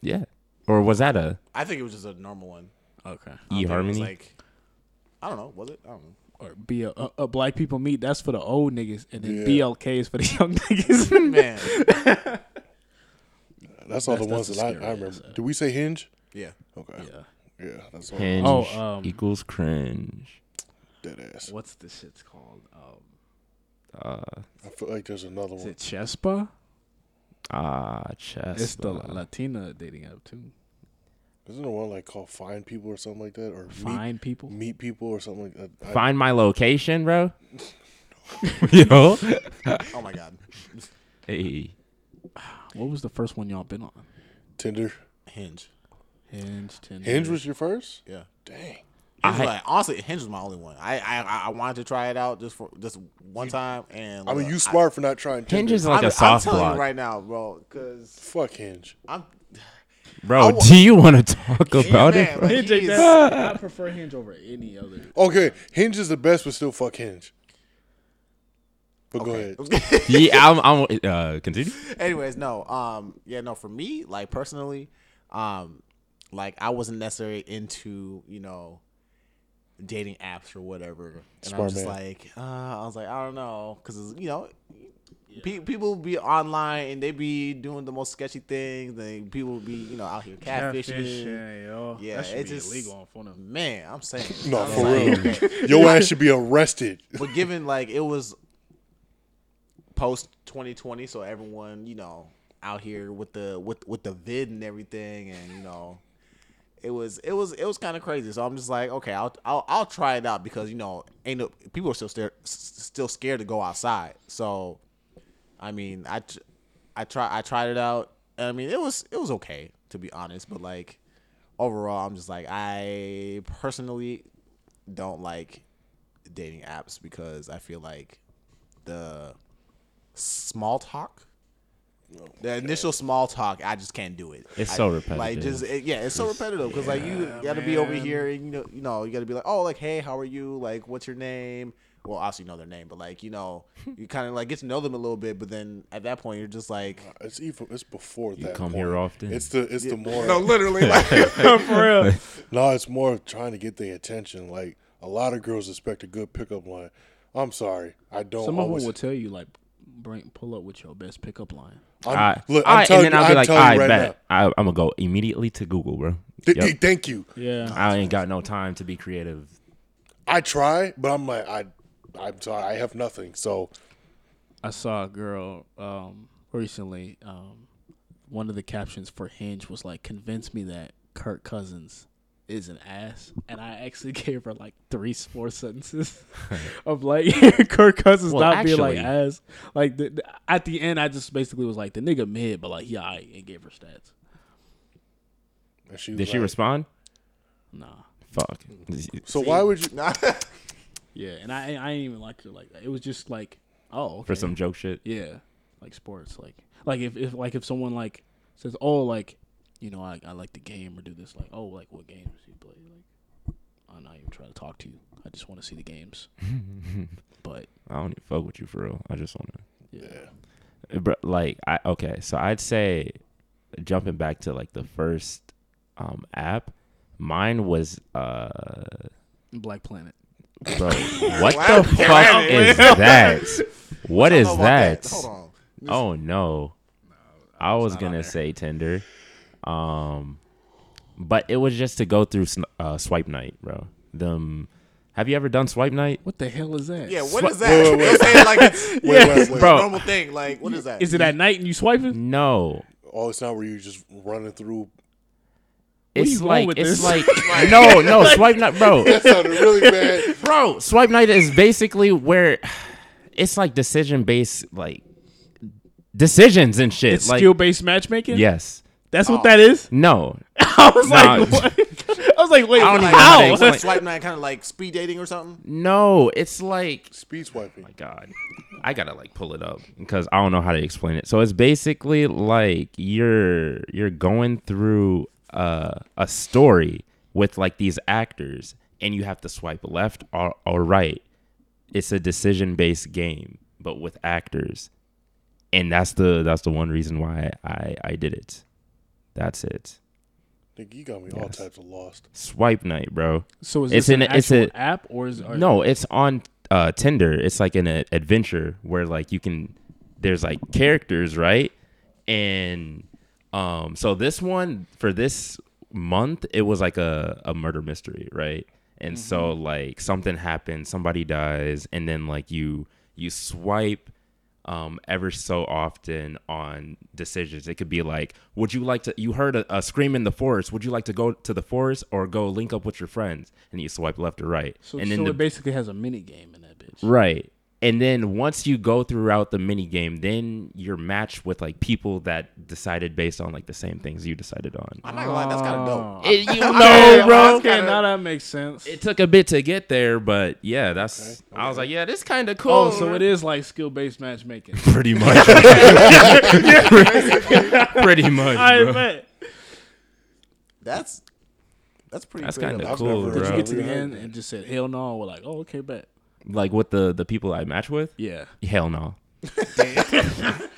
[SPEAKER 1] Yeah. Or was that a
[SPEAKER 2] I think it was just a normal one.
[SPEAKER 3] Okay.
[SPEAKER 2] I don't think it was
[SPEAKER 1] eHarmony?
[SPEAKER 2] Like, I don't know. Was it? I don't know.
[SPEAKER 3] Or be a, a, a black people meet. That's for the old niggas, and then
[SPEAKER 4] Yeah.
[SPEAKER 3] BLK is for the young niggas.
[SPEAKER 2] Man.
[SPEAKER 4] that's all the
[SPEAKER 3] That's-
[SPEAKER 4] ones
[SPEAKER 3] that's
[SPEAKER 4] that I,
[SPEAKER 3] a
[SPEAKER 4] I
[SPEAKER 3] scary
[SPEAKER 4] remember. Did we say Hinge?
[SPEAKER 2] Yeah.
[SPEAKER 4] Okay.
[SPEAKER 3] yeah.
[SPEAKER 4] Yeah, that's all.
[SPEAKER 1] Hinge
[SPEAKER 3] Oh, um,
[SPEAKER 1] equals cringe.
[SPEAKER 4] Dead ass.
[SPEAKER 3] What's the shit's called? Um,
[SPEAKER 4] I feel like there's another
[SPEAKER 3] is
[SPEAKER 4] one.
[SPEAKER 3] it Chespa?
[SPEAKER 1] Ah, chest.
[SPEAKER 3] It's the Latina dating app too.
[SPEAKER 4] Isn't there one like called Find People or something like that? Or
[SPEAKER 3] Find people.
[SPEAKER 4] meet, meet People or something like that? I-
[SPEAKER 1] Find my location, bro. Yo.
[SPEAKER 2] Oh my god.
[SPEAKER 1] Hey.
[SPEAKER 3] What was the first one y'all been on?
[SPEAKER 4] Tinder.
[SPEAKER 2] Hinge.
[SPEAKER 3] Hinge, Tinder.
[SPEAKER 4] Hinge was your first?
[SPEAKER 2] Yeah.
[SPEAKER 4] Dang.
[SPEAKER 2] Hinge
[SPEAKER 1] I-
[SPEAKER 2] was like, honestly, Hinge was my only one. I, I I- I wanted to try it out just for just one time, and
[SPEAKER 4] I mean,
[SPEAKER 2] look,
[SPEAKER 4] you smart for not trying Tinder.
[SPEAKER 1] Hinge is
[SPEAKER 2] I,
[SPEAKER 1] like
[SPEAKER 2] am
[SPEAKER 1] a soft
[SPEAKER 2] telling
[SPEAKER 1] block.
[SPEAKER 2] you right now, bro, because
[SPEAKER 4] Fuck Hinge.
[SPEAKER 2] I'm
[SPEAKER 1] Bro, do you want to talk about
[SPEAKER 2] man,
[SPEAKER 1] it?
[SPEAKER 2] like,
[SPEAKER 1] bro?
[SPEAKER 3] Hinge
[SPEAKER 2] he
[SPEAKER 3] ain't
[SPEAKER 2] is-
[SPEAKER 3] that. I prefer Hinge over any other.
[SPEAKER 4] Okay, Hinge is the best, but still fuck Hinge. But go ahead.
[SPEAKER 1] yeah, I'm, I'm uh, continue.
[SPEAKER 2] Anyways, no. Um, yeah, no. For me, like personally, um, like I wasn't necessarily into you know dating apps or whatever. And I'm
[SPEAKER 4] Smart
[SPEAKER 2] just
[SPEAKER 4] man.
[SPEAKER 2] like, uh, I was like, I don't know, because you know, pe- people be online and they be doing the most sketchy things, and people be you know out here catfishing. Yeah,
[SPEAKER 3] that should
[SPEAKER 2] it
[SPEAKER 3] be
[SPEAKER 2] just-
[SPEAKER 3] illegal on phone. of-
[SPEAKER 2] Man, I'm saying,
[SPEAKER 4] No,
[SPEAKER 2] I'm
[SPEAKER 4] for
[SPEAKER 2] like,
[SPEAKER 4] real.
[SPEAKER 2] okay.
[SPEAKER 4] Your ass should be arrested.
[SPEAKER 2] But given like it was post 2020, so everyone you know out here with the with with the vid and everything, and you know it was it was it was kind of crazy. So I'm just like, okay, I'll I'll, I'll try it out because you know ain't no, people are still scared still scared to go outside. So I mean, I tr- I try I tried it out. and I mean, it was it was okay to be honest, but like overall, I'm just like I personally don't like dating apps because I feel like the small talk. The initial small talk, I just can't do it.
[SPEAKER 1] It's
[SPEAKER 2] I-
[SPEAKER 1] so
[SPEAKER 2] Like
[SPEAKER 1] repetitive.
[SPEAKER 2] just it, yeah, it's so repetitive because like you got to be over here, and you know, you know, you got to be like, oh, like hey, how are you? Like, what's your name? Well, obviously you know their name, but like you know, you kind of like get to know them a little bit, but then at that point you're just like,
[SPEAKER 4] It's even. It's before that.
[SPEAKER 1] come
[SPEAKER 4] point.
[SPEAKER 1] here often?
[SPEAKER 4] It's the. It's the more.
[SPEAKER 2] no, literally, like,
[SPEAKER 3] For real.
[SPEAKER 4] No, it's more of trying to get their attention. Like a lot of girls expect a good pickup line. I'm sorry, I don't.
[SPEAKER 3] Some of them
[SPEAKER 4] always,
[SPEAKER 3] will tell you like, bring pull up with your best pickup line.
[SPEAKER 4] I'm,
[SPEAKER 1] I,
[SPEAKER 4] look,
[SPEAKER 1] I-
[SPEAKER 4] I'm telling
[SPEAKER 1] and then
[SPEAKER 4] you,
[SPEAKER 1] I'll be
[SPEAKER 4] I'm
[SPEAKER 1] like,
[SPEAKER 4] telling
[SPEAKER 1] I
[SPEAKER 4] you right
[SPEAKER 1] bet. I, I'm gonna go immediately to Google, bro.
[SPEAKER 4] now. Th-
[SPEAKER 1] Yep.
[SPEAKER 4] th- Thank you.
[SPEAKER 3] Yeah.
[SPEAKER 1] I ain't got no time to be creative.
[SPEAKER 4] I try, but I'm like, I, I'm sorry, I have nothing. So
[SPEAKER 3] I saw a girl um, recently. Um, one of the captions for Hinge was like, "Convince me that Kirk Cousins is an ass," and I actually gave her like three, four sentences of like Kirk Cousins
[SPEAKER 1] Well,
[SPEAKER 3] not being like
[SPEAKER 1] actually-
[SPEAKER 3] ass. Like the, the- at the end, I just basically was like, "The nigga mid," but like, yeah, I and gave her stats.
[SPEAKER 4] and she was
[SPEAKER 1] Did she
[SPEAKER 4] like-
[SPEAKER 1] respond?
[SPEAKER 3] Nah.
[SPEAKER 1] Fuck.
[SPEAKER 4] So why would you?
[SPEAKER 3] Yeah, and I I didn't even like her like that. It was just like, oh, okay.
[SPEAKER 1] For some joke shit.
[SPEAKER 3] Yeah, like sports, like like if, if like if someone like says, oh, like you know, I, I like the game or do this, like oh, like what games you play? Like I'm not even trying to talk to you. I just want to see the games. but
[SPEAKER 1] I don't even fuck with you for real. I just wanna.
[SPEAKER 3] yeah,
[SPEAKER 1] Bro, like I okay, so I'd say jumping back to like the first um app, mine was uh
[SPEAKER 3] Black Planet.
[SPEAKER 1] bro, what the fuck is that? What is
[SPEAKER 2] oh, my
[SPEAKER 1] that?
[SPEAKER 2] bad. Hold on.
[SPEAKER 1] Oh no. I was gonna say Tinder, um, but it was just to go through sn- uh, swipe night, bro. Them, have you ever done swipe night?
[SPEAKER 3] What the hell is that?
[SPEAKER 2] Yeah,
[SPEAKER 3] Is
[SPEAKER 2] what is that? You're saying like it's, wait,
[SPEAKER 4] wait, wait.
[SPEAKER 1] Bro.
[SPEAKER 2] normal thing. Like, what is that?
[SPEAKER 3] it at night and you swiping?
[SPEAKER 1] No,
[SPEAKER 4] Oh, it's not where you just running through.
[SPEAKER 3] are
[SPEAKER 1] it's
[SPEAKER 3] you going
[SPEAKER 1] like
[SPEAKER 3] with
[SPEAKER 1] it's
[SPEAKER 3] this?
[SPEAKER 1] like no, no swipe night, bro.
[SPEAKER 4] That sounded really bad.
[SPEAKER 1] bro swipe night is basically where it's like decision based like decisions and shit
[SPEAKER 3] It's
[SPEAKER 1] like
[SPEAKER 3] skill based matchmaking.
[SPEAKER 1] yes
[SPEAKER 3] that's what that is.
[SPEAKER 1] no
[SPEAKER 3] I was like,
[SPEAKER 1] Nah.
[SPEAKER 3] what? I was like, wait,
[SPEAKER 1] I don't even know how to
[SPEAKER 3] how?
[SPEAKER 1] explain-
[SPEAKER 2] Swipe nine, kind of like speed dating or something.
[SPEAKER 1] no it's like
[SPEAKER 4] Speed swiping.
[SPEAKER 1] god i gotta like pull it up because i don't know how to explain it so it's basically like you're you're going through uh, a story with like these actors and you have to swipe left or, or right it's a decision based game but with actors and that's the that's the one reason why i i did it that's it
[SPEAKER 4] Nigga, you got me all types of lost.
[SPEAKER 1] swipe night bro
[SPEAKER 3] So is
[SPEAKER 1] It's
[SPEAKER 3] this an,
[SPEAKER 1] an- it's
[SPEAKER 3] actual
[SPEAKER 1] a-
[SPEAKER 3] app or is or-
[SPEAKER 1] No, it's on uh, Tinder. It's like an a- adventure where like you can there's like characters, right? And um so this one for this month it was like a, a murder mystery, right? And so
[SPEAKER 3] Mm-hmm.
[SPEAKER 1] like something happens, somebody dies, and then like you you swipe um, ever so often on decisions. It could be like, would you like to, you heard a, a scream in the forest. Would you like to go to the forest or go link up with your friends? And you swipe left or right.
[SPEAKER 3] So,
[SPEAKER 1] and
[SPEAKER 3] so
[SPEAKER 1] then the
[SPEAKER 3] it basically has a mini game in that bitch.
[SPEAKER 1] Right. And then once you go throughout the mini game, then you're matched with like people that decided based on like the same things you decided on.
[SPEAKER 2] I'm not gonna lie, that's kind of dope.
[SPEAKER 1] It, you
[SPEAKER 3] Okay,
[SPEAKER 1] know, bro.
[SPEAKER 3] Okay, now that makes sense.
[SPEAKER 1] It took a bit to get there, but yeah, that's. I was like, yeah, this kind of cool.
[SPEAKER 3] oh, so it is like skill based matchmaking.
[SPEAKER 1] pretty much. pretty much,
[SPEAKER 3] I
[SPEAKER 1] bro.
[SPEAKER 3] bet.
[SPEAKER 2] That's that's pretty.
[SPEAKER 1] That's
[SPEAKER 2] creative.
[SPEAKER 1] kind of
[SPEAKER 4] I've
[SPEAKER 1] cool,
[SPEAKER 4] never- Did
[SPEAKER 1] bro.
[SPEAKER 3] Did you get to the
[SPEAKER 4] Yeah.
[SPEAKER 3] end and just said hell no? We're like, oh okay, bet.
[SPEAKER 1] like with the the people I match with?
[SPEAKER 3] Yeah.
[SPEAKER 1] Hell no.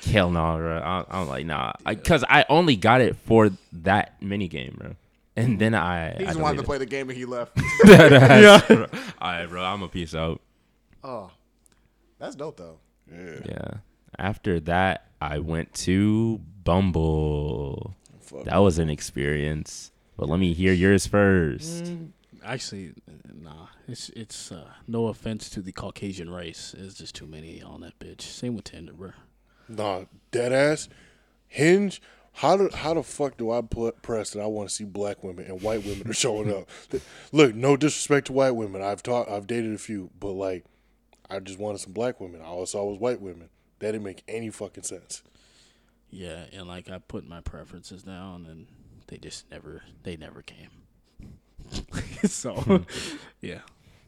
[SPEAKER 1] Hell no, bro. I, I'm like, nah. Because I, only got it for that mini game, bro. And then I.
[SPEAKER 2] He
[SPEAKER 1] I
[SPEAKER 2] just wanted to
[SPEAKER 1] deleted
[SPEAKER 2] play the game and he left.
[SPEAKER 1] Deadass, bro. All right, bro. I'm a piece out.
[SPEAKER 2] oh, that's dope though.
[SPEAKER 1] Yeah. After that, I went to Bumble.
[SPEAKER 4] Fuck.
[SPEAKER 1] That was an experience. But let me hear yours first.
[SPEAKER 4] Mm.
[SPEAKER 3] Actually, nah. It's it's uh, no offense to the Caucasian race. There's just too many on that bitch. Same with Tinder, bro.
[SPEAKER 4] Nah, dead ass. Hinge. How do how the fuck do I pl- press that I want to see black women and white women are showing up? Th- Look, no disrespect to white women. I've taught, I've dated a few, but like, I just wanted some black women. All I saw was white women. That didn't make any fucking sense.
[SPEAKER 3] Yeah, and like I put my preferences down, and they just never they never came. so, yeah.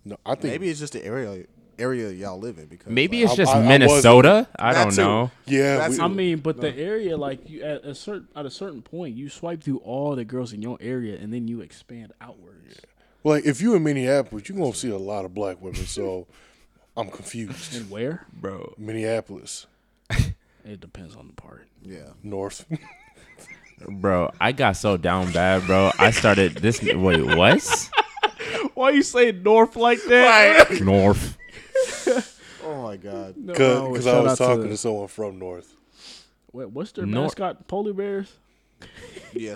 [SPEAKER 4] No, I think
[SPEAKER 2] Maybe it's just the area area y'all live in because
[SPEAKER 1] Maybe
[SPEAKER 2] like,
[SPEAKER 1] it's just
[SPEAKER 4] I- I wasn't-
[SPEAKER 1] Minnesota. I,
[SPEAKER 2] That
[SPEAKER 1] don't
[SPEAKER 2] too.
[SPEAKER 1] know.
[SPEAKER 4] yeah,
[SPEAKER 2] That's-
[SPEAKER 4] we-
[SPEAKER 3] I mean, but the area, like you, at a certain at a certain point, you swipe through all the girls in your area, and then you expand outwards.
[SPEAKER 4] like if you in Minneapolis, you are gonna see a lot of black women. So I'm confused.
[SPEAKER 3] And where?
[SPEAKER 1] Bro.
[SPEAKER 4] Minneapolis,
[SPEAKER 3] It depends on the part.
[SPEAKER 2] yeah.
[SPEAKER 4] North.
[SPEAKER 1] Bro, I got so down bad, bro. I started this. Wait, what?
[SPEAKER 3] Why you say north like that?
[SPEAKER 1] North.
[SPEAKER 2] Oh my god.
[SPEAKER 4] Because I was talking to, someone from North.
[SPEAKER 3] Wait, what's their
[SPEAKER 1] Nor-
[SPEAKER 3] mascot? Polar bears?
[SPEAKER 2] Yeah.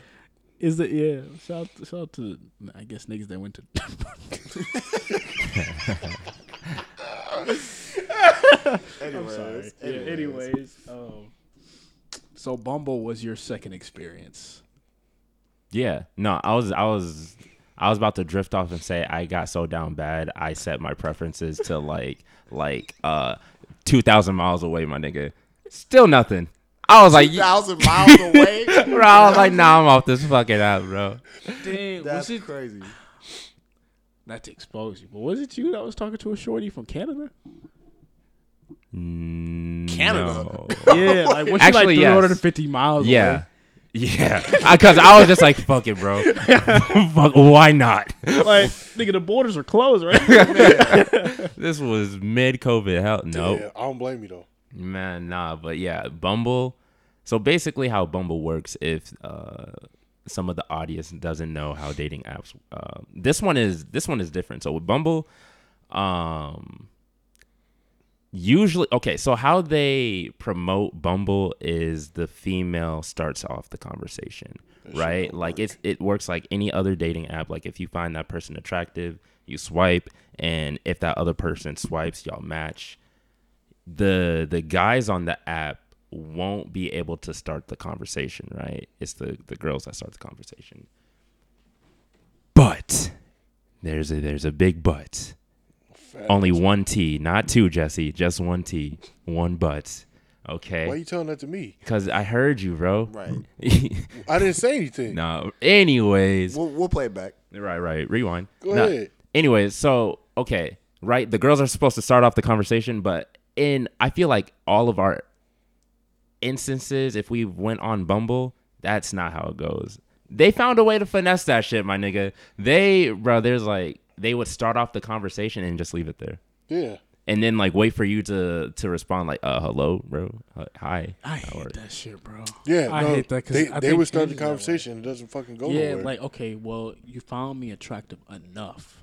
[SPEAKER 3] Is it? Yeah. Shout out, shout out to I guess niggas that went to.
[SPEAKER 2] Anyways,
[SPEAKER 3] yeah. Anyways, um, so Bumble was your second experience.
[SPEAKER 1] Yeah. No, I was I was I was about to drift off and say I got so down bad I set my preferences to like like uh two thousand miles away, my nigga. Still nothing. I was like yeah,
[SPEAKER 2] thousand miles away.
[SPEAKER 1] bro, I was like, nah, I'm off this fucking app, bro.
[SPEAKER 3] Dang,
[SPEAKER 2] That's
[SPEAKER 3] was it
[SPEAKER 2] crazy.
[SPEAKER 3] not to expose you, but was it you that was talking to a shorty from Canada?
[SPEAKER 1] Canada.
[SPEAKER 3] Yeah, like what's
[SPEAKER 1] Actually,
[SPEAKER 3] like
[SPEAKER 1] yes.
[SPEAKER 3] 350 miles away?
[SPEAKER 1] Yeah. Yeah. I, Cause I was just like, fuck it, bro. fuck, why not?
[SPEAKER 3] like, nigga, the borders are closed, right?
[SPEAKER 1] This was mid COVID. Hell no.
[SPEAKER 4] Yeah, I don't blame you though.
[SPEAKER 1] Man, nah, but yeah, Bumble. So basically, how Bumble works, if uh, some of the audience doesn't know how dating apps, uh, this one is this one is different. So with Bumble, um, usually, okay, so how they promote Bumble is the female starts off the conversation, right? Like it's it works like any other dating app. Like if you find that person attractive, you swipe, and if that other person swipes, y'all match the the guys on the app won't be able to start the conversation, right? It's the the girls that start the conversation. But there's a there's a big but. Only one T, not two, Jesse. Just one T, one but.
[SPEAKER 4] Why
[SPEAKER 1] Okay,
[SPEAKER 4] you telling that to me?
[SPEAKER 1] because I heard you, bro.
[SPEAKER 2] Right.
[SPEAKER 4] I didn't say anything.
[SPEAKER 1] no. Anyways,
[SPEAKER 2] We'll, we'll play it back.
[SPEAKER 1] Right, right. Rewind.
[SPEAKER 4] Go
[SPEAKER 1] No.
[SPEAKER 4] ahead.
[SPEAKER 1] Anyways, so okay, right. The girls are supposed to start off the conversation, but in I feel like all of our instances, if we went on Bumble, that's not how it goes. They found a way to finesse that shit, my nigga. They, bro, there's like they would start off the conversation and just leave it there,
[SPEAKER 4] Yeah.
[SPEAKER 1] and then like wait for you to to respond like, uh, hello, bro, Uh, hi.
[SPEAKER 3] I hate that shit, bro.
[SPEAKER 4] Yeah,
[SPEAKER 3] I
[SPEAKER 4] no,
[SPEAKER 3] hate that because
[SPEAKER 4] they, they would start the conversation. It doesn't fucking go
[SPEAKER 3] Yeah,
[SPEAKER 4] nowhere.
[SPEAKER 3] like okay, well, you found me attractive enough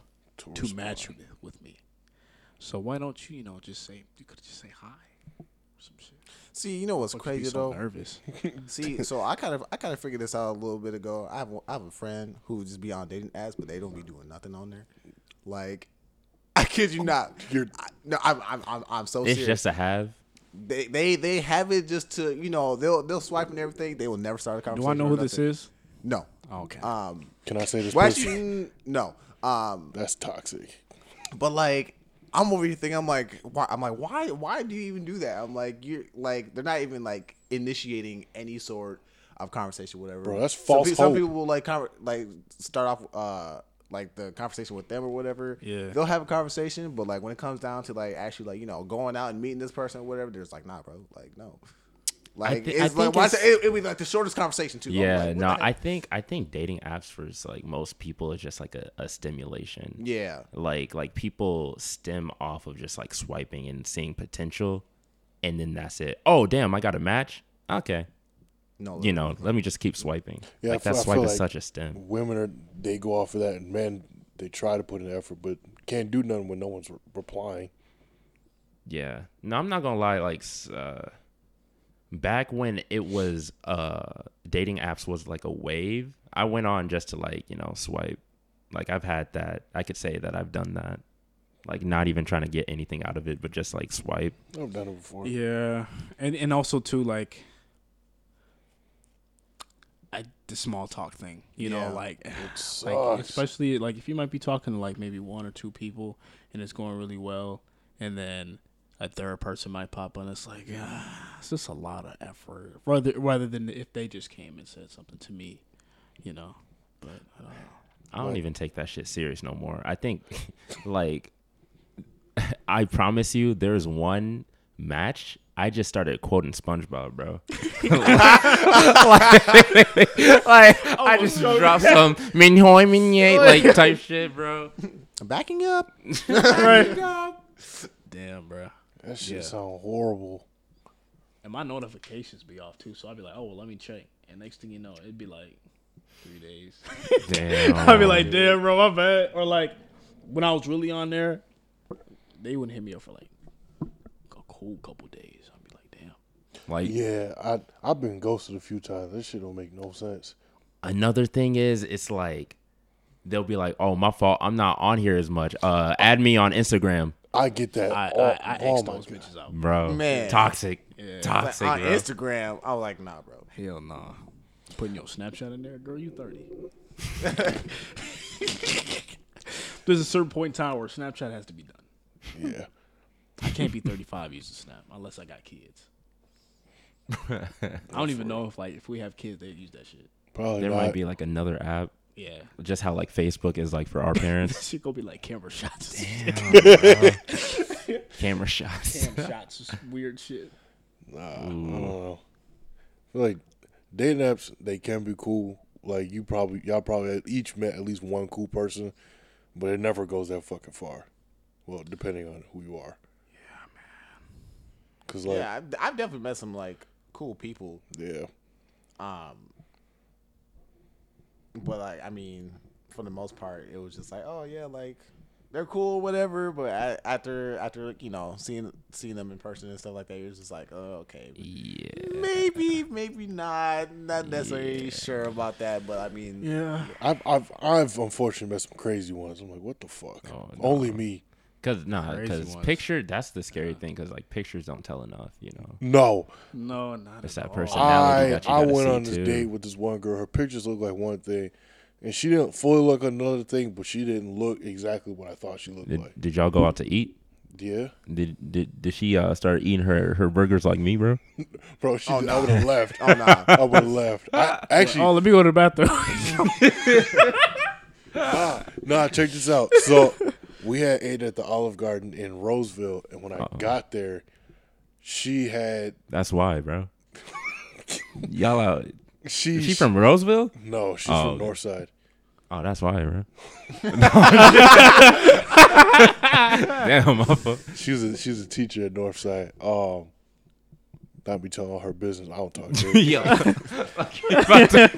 [SPEAKER 3] to, match with, with me. So why don't you, you know, just say you could just say hi. or Some shit.
[SPEAKER 2] See, you know what's
[SPEAKER 3] Fuck, you be
[SPEAKER 2] crazy
[SPEAKER 3] so
[SPEAKER 2] though?
[SPEAKER 3] nervous.
[SPEAKER 2] See, so I kind of I kind of figured this out a little bit ago. I have I have a friend who just be on dating apps, but they don't be doing nothing on there. Like, I kid you not.
[SPEAKER 4] You're-
[SPEAKER 2] I, no, I'm I'm I'm, I'm so
[SPEAKER 1] It's
[SPEAKER 2] serious.
[SPEAKER 1] just a have.
[SPEAKER 2] They they they have it just to you know they'll they'll swipe and everything. They will never start a
[SPEAKER 3] Do
[SPEAKER 2] conversation.
[SPEAKER 3] I know who
[SPEAKER 2] or
[SPEAKER 3] this
[SPEAKER 2] nothing.
[SPEAKER 3] is? Oh,
[SPEAKER 2] No.
[SPEAKER 3] Okay.
[SPEAKER 2] Um.
[SPEAKER 4] Can I say this?
[SPEAKER 2] Well,
[SPEAKER 4] pussy?
[SPEAKER 2] actually, n- no. Um.
[SPEAKER 4] That's toxic.
[SPEAKER 2] But like, I'm over here thinking I'm like, why? I'm like, why? Why do you even do that? I'm like, you're like, they're not even like initiating any sort of conversation, whatever.
[SPEAKER 4] Bro, that's
[SPEAKER 2] Some
[SPEAKER 4] false
[SPEAKER 2] pe- Some,
[SPEAKER 4] hope.
[SPEAKER 2] people will like, conver- like, start off, uh, like the conversation with them or whatever.
[SPEAKER 3] Yeah.
[SPEAKER 2] they'll have a conversation, but like when it comes down to like actually like you know going out and meeting this person or whatever, they're just like, nah, bro, like no. Like
[SPEAKER 1] thi- I
[SPEAKER 2] it's like
[SPEAKER 1] think
[SPEAKER 2] why
[SPEAKER 1] it's-
[SPEAKER 2] it, it be like the shortest conversation too. I'm
[SPEAKER 1] Yeah,
[SPEAKER 2] like, what
[SPEAKER 1] no,
[SPEAKER 2] the heck?
[SPEAKER 1] I think I think dating apps for like most people is just like a, a stimulation.
[SPEAKER 2] yeah,
[SPEAKER 1] Like like people stem off of just like swiping and seeing potential and then that's it. Oh damn, I got a match? Okay.
[SPEAKER 2] no,
[SPEAKER 1] You know, let me just keep swiping.
[SPEAKER 4] Yeah, I
[SPEAKER 1] like
[SPEAKER 4] feel-
[SPEAKER 1] that
[SPEAKER 4] I
[SPEAKER 1] swipe
[SPEAKER 4] feel
[SPEAKER 1] is
[SPEAKER 4] like-
[SPEAKER 1] such a stem.
[SPEAKER 4] Women are they go off of that, and men they try to put in effort, but can't do nothing when no one's re- replying.
[SPEAKER 1] Yeah. No, I'm not gonna lie, like s- uh back when it was uh dating apps was like a wave, I went on just to like, you know, swipe. Like I've had that. I could say that I've done that. Like not even trying to get anything out of it, but just like swipe.
[SPEAKER 4] I've done it before.
[SPEAKER 3] Yeah, and and also too like, I the small talk thing. You
[SPEAKER 2] Yeah.
[SPEAKER 3] know, like, like
[SPEAKER 4] sucks.
[SPEAKER 3] especially like if you might be talking to like maybe one or two people and it's going really well, and then a third person might pop on. It's like ah, it's just a lot of effort. Rather rather than if they just came and said something to me, you know. But I don't know.
[SPEAKER 1] I don't
[SPEAKER 4] Right.
[SPEAKER 1] even take that shit serious no more. I think, like, I promise you, there's one match. I just started quoting SpongeBob, bro. like, like, I just dropped some minhoy minye like type shit, bro.
[SPEAKER 2] backing up.
[SPEAKER 3] Damn, bro.
[SPEAKER 4] That shit sound horrible.
[SPEAKER 3] And my notifications be off too, so I'd be like, oh well, let me check. And next thing you know, it'd be like three days.
[SPEAKER 1] Damn.
[SPEAKER 3] I'd
[SPEAKER 4] Oh,
[SPEAKER 3] be like, damn, bro, my bad. Or like, when I was really on there, they wouldn't hit me up for like a cool couple days. I'd be like, damn.
[SPEAKER 1] like
[SPEAKER 4] Yeah, I I've been ghosted a few times. This shit don't make no sense.
[SPEAKER 1] another thing is, it's like they'll be like, oh, my fault. I'm not on here as much. Uh, add me on Instagram,
[SPEAKER 4] I get that.
[SPEAKER 3] I
[SPEAKER 4] all,
[SPEAKER 3] I, I
[SPEAKER 4] all
[SPEAKER 3] X'd
[SPEAKER 4] Oh, my
[SPEAKER 3] those
[SPEAKER 4] God.
[SPEAKER 3] bitches out.
[SPEAKER 1] bro.
[SPEAKER 2] Man.
[SPEAKER 1] toxic,
[SPEAKER 2] Like,
[SPEAKER 1] toxic.
[SPEAKER 2] on
[SPEAKER 1] bro.
[SPEAKER 2] Instagram, I was like, nah, bro.
[SPEAKER 3] Hell nah. Putting your Snapchat in there, girl, you thirty. There's a certain point in time where Snapchat has to be done.
[SPEAKER 4] Yeah,
[SPEAKER 3] I can't be 35 using Snap unless I got kids. I don't even know if like if we have kids, they use that shit.
[SPEAKER 4] probably
[SPEAKER 1] there
[SPEAKER 4] not.
[SPEAKER 1] might be like another app
[SPEAKER 3] Yeah.
[SPEAKER 1] just how like Facebook is like for our parents.
[SPEAKER 3] She gonna be like camera shots,
[SPEAKER 1] Camera shots.
[SPEAKER 3] camera shots, just weird shit.
[SPEAKER 4] Nah, I don't know. I feel like dating apps, they can be cool. Like you probably y'all probably each met at least one cool person, but it never goes that fucking far. Well, depending on who you are. Yeah, man. Cause like
[SPEAKER 2] yeah, I've, I've definitely met some like cool people.
[SPEAKER 4] yeah,
[SPEAKER 2] Um, but like, I mean, for the most part, it was just like, oh yeah, like they're cool, whatever. But a after after you know seeing seeing them in person and stuff like that, it was just like, oh okay,
[SPEAKER 1] Yeah.
[SPEAKER 2] maybe maybe not, not necessarily sure about that. But I mean,
[SPEAKER 3] Yeah.
[SPEAKER 4] I've I've I've unfortunately met some crazy ones. I'm like, what the fuck?
[SPEAKER 1] Oh, no.
[SPEAKER 4] Only me.
[SPEAKER 1] Cause nah,
[SPEAKER 3] Crazy
[SPEAKER 1] cause
[SPEAKER 3] ones.
[SPEAKER 1] picture that's the scary thing. Cause like pictures don't tell enough, you know.
[SPEAKER 4] No,
[SPEAKER 3] No, not
[SPEAKER 1] It's
[SPEAKER 3] at
[SPEAKER 1] that
[SPEAKER 3] all.
[SPEAKER 1] person. Personality
[SPEAKER 4] I
[SPEAKER 1] that you
[SPEAKER 4] I
[SPEAKER 1] gotta
[SPEAKER 4] went
[SPEAKER 1] see,
[SPEAKER 4] on this
[SPEAKER 1] too.
[SPEAKER 4] date with this one girl. Her pictures looked like one thing, and she didn't fully look another thing, but she didn't look exactly what I thought she looked
[SPEAKER 1] Did,
[SPEAKER 4] like.
[SPEAKER 1] did y'all go out to eat?
[SPEAKER 4] Yeah,
[SPEAKER 1] Did did, did she uh, start eating her, her burgers like me, bro?
[SPEAKER 4] bro, she I would have left.
[SPEAKER 2] oh nah.
[SPEAKER 4] I would have left. I, actually,
[SPEAKER 3] Oh, let me go to the bathroom.
[SPEAKER 4] nah. Check this out. So we had ate at the Olive Garden in Roseville, and when I got there, she had
[SPEAKER 1] That's why, bro. y'all out?
[SPEAKER 4] she
[SPEAKER 1] Is she from Roseville?
[SPEAKER 4] no, she's
[SPEAKER 1] Oh,
[SPEAKER 4] from Northside.
[SPEAKER 1] Oh, that's why, bro. Damn, my fault.
[SPEAKER 4] She's a she's a teacher at Northside. Um, not be telling all her business. I don't talk to her.
[SPEAKER 1] Yo, Like, you're about to-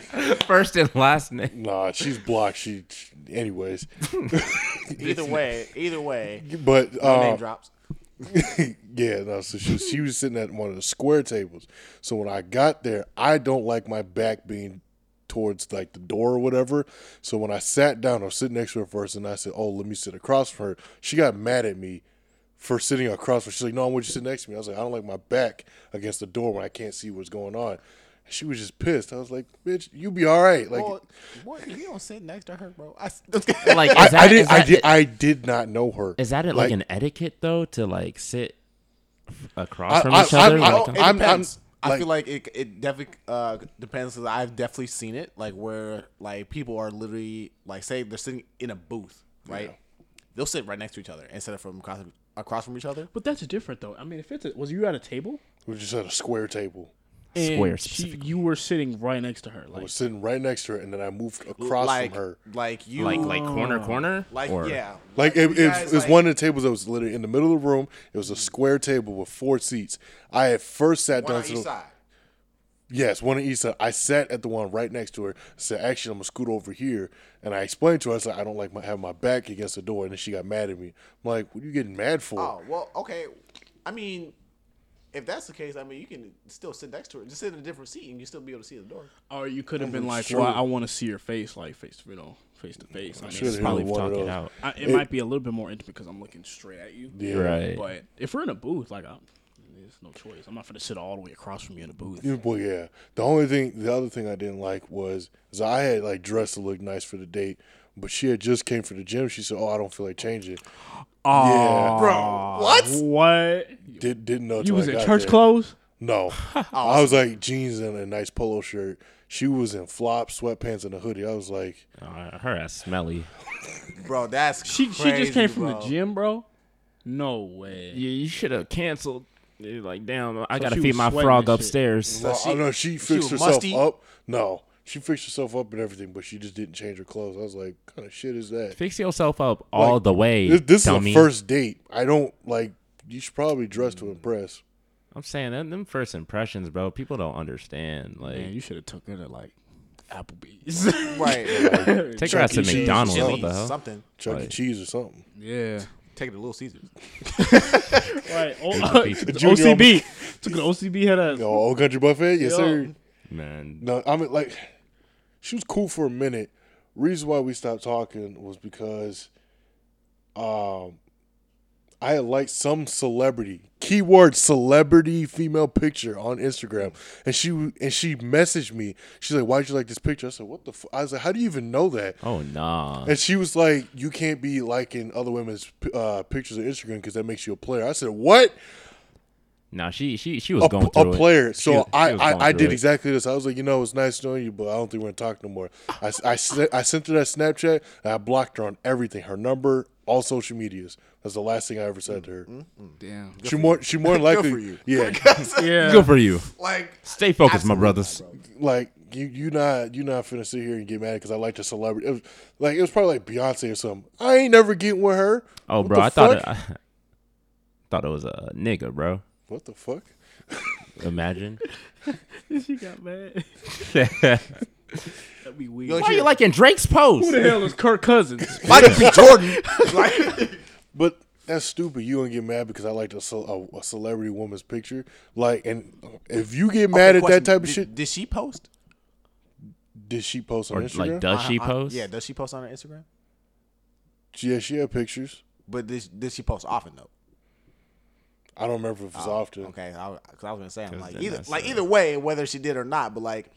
[SPEAKER 1] first and last name.
[SPEAKER 4] Nah, she's blocked. She, she- anyways,
[SPEAKER 2] either way, either way,
[SPEAKER 4] but
[SPEAKER 2] no name
[SPEAKER 4] uh,
[SPEAKER 2] drops.
[SPEAKER 4] yeah, no. So she she was sitting at one of the square tables. So when I got there, I don't like my back being towards like the door or whatever. So when I sat down, I was sitting next to her first, and I said, "Oh, let me sit across from her." She got mad at me for sitting across from her. She's like, No, I want you to sit next to me. I was like, I don't like my back against the door when I can't see what's going on. And She was just pissed. I was like, "Bitch, you be all right." Like,
[SPEAKER 2] Boy, boy, you don't sit next to her, bro. I,
[SPEAKER 1] Like, is
[SPEAKER 4] I,
[SPEAKER 1] that,
[SPEAKER 4] I did,
[SPEAKER 1] is that,
[SPEAKER 4] I did, I did not know her.
[SPEAKER 1] is that like,
[SPEAKER 4] Like-
[SPEAKER 1] an etiquette though to like sit f- across
[SPEAKER 4] I-
[SPEAKER 1] from
[SPEAKER 4] I-
[SPEAKER 1] each
[SPEAKER 4] I-
[SPEAKER 1] other?
[SPEAKER 4] I-
[SPEAKER 1] like,
[SPEAKER 2] Well,
[SPEAKER 1] on-
[SPEAKER 2] it
[SPEAKER 4] I'm-
[SPEAKER 2] depends.
[SPEAKER 4] I'm,
[SPEAKER 2] I feel
[SPEAKER 4] like-
[SPEAKER 2] like it, it definitely uh, depends because I've definitely seen it, like where like people are literally like say they're sitting in a booth, right? They'll sit right next to each other instead of from across, across from each other.
[SPEAKER 3] But that's different though. I mean, if it's a, was you at a table?
[SPEAKER 4] We just had a square table.
[SPEAKER 3] And
[SPEAKER 1] Square
[SPEAKER 3] She,
[SPEAKER 1] specifically.
[SPEAKER 3] you were sitting right next to her.
[SPEAKER 4] I
[SPEAKER 3] Like
[SPEAKER 4] was sitting right next to her, and then I moved across
[SPEAKER 2] like,
[SPEAKER 4] from her.
[SPEAKER 2] like you,
[SPEAKER 1] like like corner corner
[SPEAKER 2] like
[SPEAKER 1] or
[SPEAKER 2] yeah,
[SPEAKER 4] Like it,
[SPEAKER 2] you
[SPEAKER 4] it,
[SPEAKER 2] guys,
[SPEAKER 4] it was
[SPEAKER 2] like-
[SPEAKER 4] one of the tables that was literally in the middle of the room. It was a square table with four seats. I had first sat
[SPEAKER 2] one
[SPEAKER 4] down
[SPEAKER 2] on
[SPEAKER 4] to
[SPEAKER 2] each
[SPEAKER 4] the-
[SPEAKER 2] side.
[SPEAKER 4] yes, one on each side. I sat at the one right next to her. I said, "Actually, I'm gonna scoot over here." And I explained to her, "I said I don't like my, having my back against the door." And then she got mad at me. I'm like, "What are you getting mad for?"
[SPEAKER 2] Oh well, okay. I mean, if that's the case, I mean you can still sit next to her, just sit in a different seat, and you still be able to see the door.
[SPEAKER 3] Or oh, you could have been like,
[SPEAKER 4] true.
[SPEAKER 3] "Well, I want to see your face, like face, to you know, face to face." I mean,
[SPEAKER 4] Should've
[SPEAKER 3] it's
[SPEAKER 4] hit
[SPEAKER 1] probably
[SPEAKER 4] her with one of
[SPEAKER 1] talk it
[SPEAKER 4] those.
[SPEAKER 1] out.
[SPEAKER 3] I, it, might be a little bit more intimate because I'm looking straight at you.
[SPEAKER 4] Yeah.
[SPEAKER 1] right.
[SPEAKER 3] But if we're in a booth, like, I'm, there's no choice. I'm not gonna sit all the way across from you in a booth.
[SPEAKER 4] Yeah, Well, yeah. The only thing, the other thing I didn't like was, is I had like dressed to look nice for the date, but she had just came from the gym. She said, "Oh, I don't feel like changing."
[SPEAKER 3] Aw,
[SPEAKER 2] Bro, what?
[SPEAKER 3] What?
[SPEAKER 4] Did didn't know.
[SPEAKER 3] You
[SPEAKER 4] till
[SPEAKER 3] was
[SPEAKER 4] I
[SPEAKER 3] in
[SPEAKER 4] got
[SPEAKER 3] church
[SPEAKER 4] there.
[SPEAKER 3] clothes?
[SPEAKER 4] No, I was like jeans and a nice polo shirt. She was in flop sweatpants and a hoodie. I was like,
[SPEAKER 1] Uh, her ass smelly.
[SPEAKER 2] Bro, that's
[SPEAKER 3] She she
[SPEAKER 2] crazy,
[SPEAKER 3] just came from the
[SPEAKER 2] bro.
[SPEAKER 3] gym, bro. No way.
[SPEAKER 1] You, you should have canceled. You're like, damn, I gotta
[SPEAKER 3] she
[SPEAKER 1] feed
[SPEAKER 3] was
[SPEAKER 1] my
[SPEAKER 3] sweating
[SPEAKER 1] frog
[SPEAKER 3] and shit.
[SPEAKER 1] upstairs.
[SPEAKER 4] no,
[SPEAKER 2] she-
[SPEAKER 4] I know she
[SPEAKER 2] she
[SPEAKER 4] fixed
[SPEAKER 2] was
[SPEAKER 4] herself
[SPEAKER 2] musty?
[SPEAKER 4] up. No, she fixed herself up and everything, but she just didn't change her clothes. I was like, what kind of shit is that?
[SPEAKER 1] Fix yourself up all the way.
[SPEAKER 4] This, this is
[SPEAKER 1] dummy.
[SPEAKER 4] a first date. I don't like. You should probably dress to impress.
[SPEAKER 1] I'm saying them, them first impressions, bro. People don't understand. Like,
[SPEAKER 3] Man, you should have took her to like Applebee's.
[SPEAKER 2] right?
[SPEAKER 1] take her out to
[SPEAKER 4] Chuck E. Cheese.
[SPEAKER 1] McDonald's. What
[SPEAKER 2] Chili,
[SPEAKER 1] the hell?
[SPEAKER 2] something.
[SPEAKER 4] Chuck E.
[SPEAKER 1] Right.
[SPEAKER 4] Cheese or something.
[SPEAKER 3] yeah.
[SPEAKER 2] Take it to Little Caesars.
[SPEAKER 3] Right. O-
[SPEAKER 1] pizza.
[SPEAKER 4] Junior
[SPEAKER 3] OCB. Took an OCB head ass.
[SPEAKER 4] No, Old Country Buffet? Yes,
[SPEAKER 3] Yo.
[SPEAKER 4] sir.
[SPEAKER 1] Man,
[SPEAKER 4] No, I mean, like, she was cool for a minute. Reason why we stopped talking was because um, I had liked some celebrity, keyword celebrity female picture on Instagram. And she w- and she messaged me. She's like, Why'd you like this picture? I said, What the fu-? I was like, How do you even know that?
[SPEAKER 1] oh nah.
[SPEAKER 4] And she was like, "You can't be liking other women's uh, pictures on Instagram because that makes you a player." I said, "What?
[SPEAKER 1] Nah, she she she was
[SPEAKER 4] a,
[SPEAKER 1] going
[SPEAKER 4] p- a
[SPEAKER 1] through it.
[SPEAKER 4] player. So
[SPEAKER 1] She was- she
[SPEAKER 4] I,
[SPEAKER 1] was going
[SPEAKER 4] I, I
[SPEAKER 1] through
[SPEAKER 4] did
[SPEAKER 1] it.
[SPEAKER 4] exactly this. I was like, you know, it's nice knowing you, but I don't think we're gonna talk no more. I, s- I, s- I sent her that Snapchat and I blocked her on everything, her number, all social medias. That's the last thing I ever said to her.
[SPEAKER 3] Damn.
[SPEAKER 4] She more she more than
[SPEAKER 2] Mm-hmm. for
[SPEAKER 4] likely
[SPEAKER 2] you.
[SPEAKER 4] yeah
[SPEAKER 3] Yeah.
[SPEAKER 1] Good for you.
[SPEAKER 2] Like
[SPEAKER 1] Stay focused, my brothers.
[SPEAKER 4] like you you not you not finna sit here and get mad because I liked a celebrity. It was, like it was probably like Beyonce or something. I ain't never getting with her.
[SPEAKER 1] Oh,
[SPEAKER 4] What
[SPEAKER 1] bro,
[SPEAKER 4] the
[SPEAKER 1] I thought
[SPEAKER 4] fuck?
[SPEAKER 1] it, I thought it was a nigga, bro.
[SPEAKER 4] what the fuck?
[SPEAKER 1] Imagine.
[SPEAKER 3] she got mad. That'd be weird.
[SPEAKER 2] Yo,
[SPEAKER 1] Why are
[SPEAKER 2] she-
[SPEAKER 1] you liking Drake's post?
[SPEAKER 3] Who the hell is Kirk Cousins?
[SPEAKER 2] Michael B. Jordan. Like,
[SPEAKER 4] But that's stupid. You don't get mad because I liked a, cel- a, a celebrity woman's picture. Like, and if you get mad at
[SPEAKER 2] Question,
[SPEAKER 4] that type of
[SPEAKER 2] did-
[SPEAKER 4] shit,
[SPEAKER 2] Did she post?
[SPEAKER 4] Did she post on
[SPEAKER 1] Or
[SPEAKER 4] Instagram?
[SPEAKER 1] like, does she
[SPEAKER 2] Uh, uh,
[SPEAKER 1] post?
[SPEAKER 2] yeah, does she post on her Instagram?
[SPEAKER 4] yeah, she had pictures.
[SPEAKER 2] But did, did she post often though?
[SPEAKER 4] I don't remember if it was
[SPEAKER 1] Oh,
[SPEAKER 4] often.
[SPEAKER 2] Okay, because I, was- 'cause I was gonna say I'm like
[SPEAKER 1] then
[SPEAKER 2] either
[SPEAKER 1] that's,
[SPEAKER 2] like
[SPEAKER 1] uh,
[SPEAKER 2] either way, whether she did or not. But like,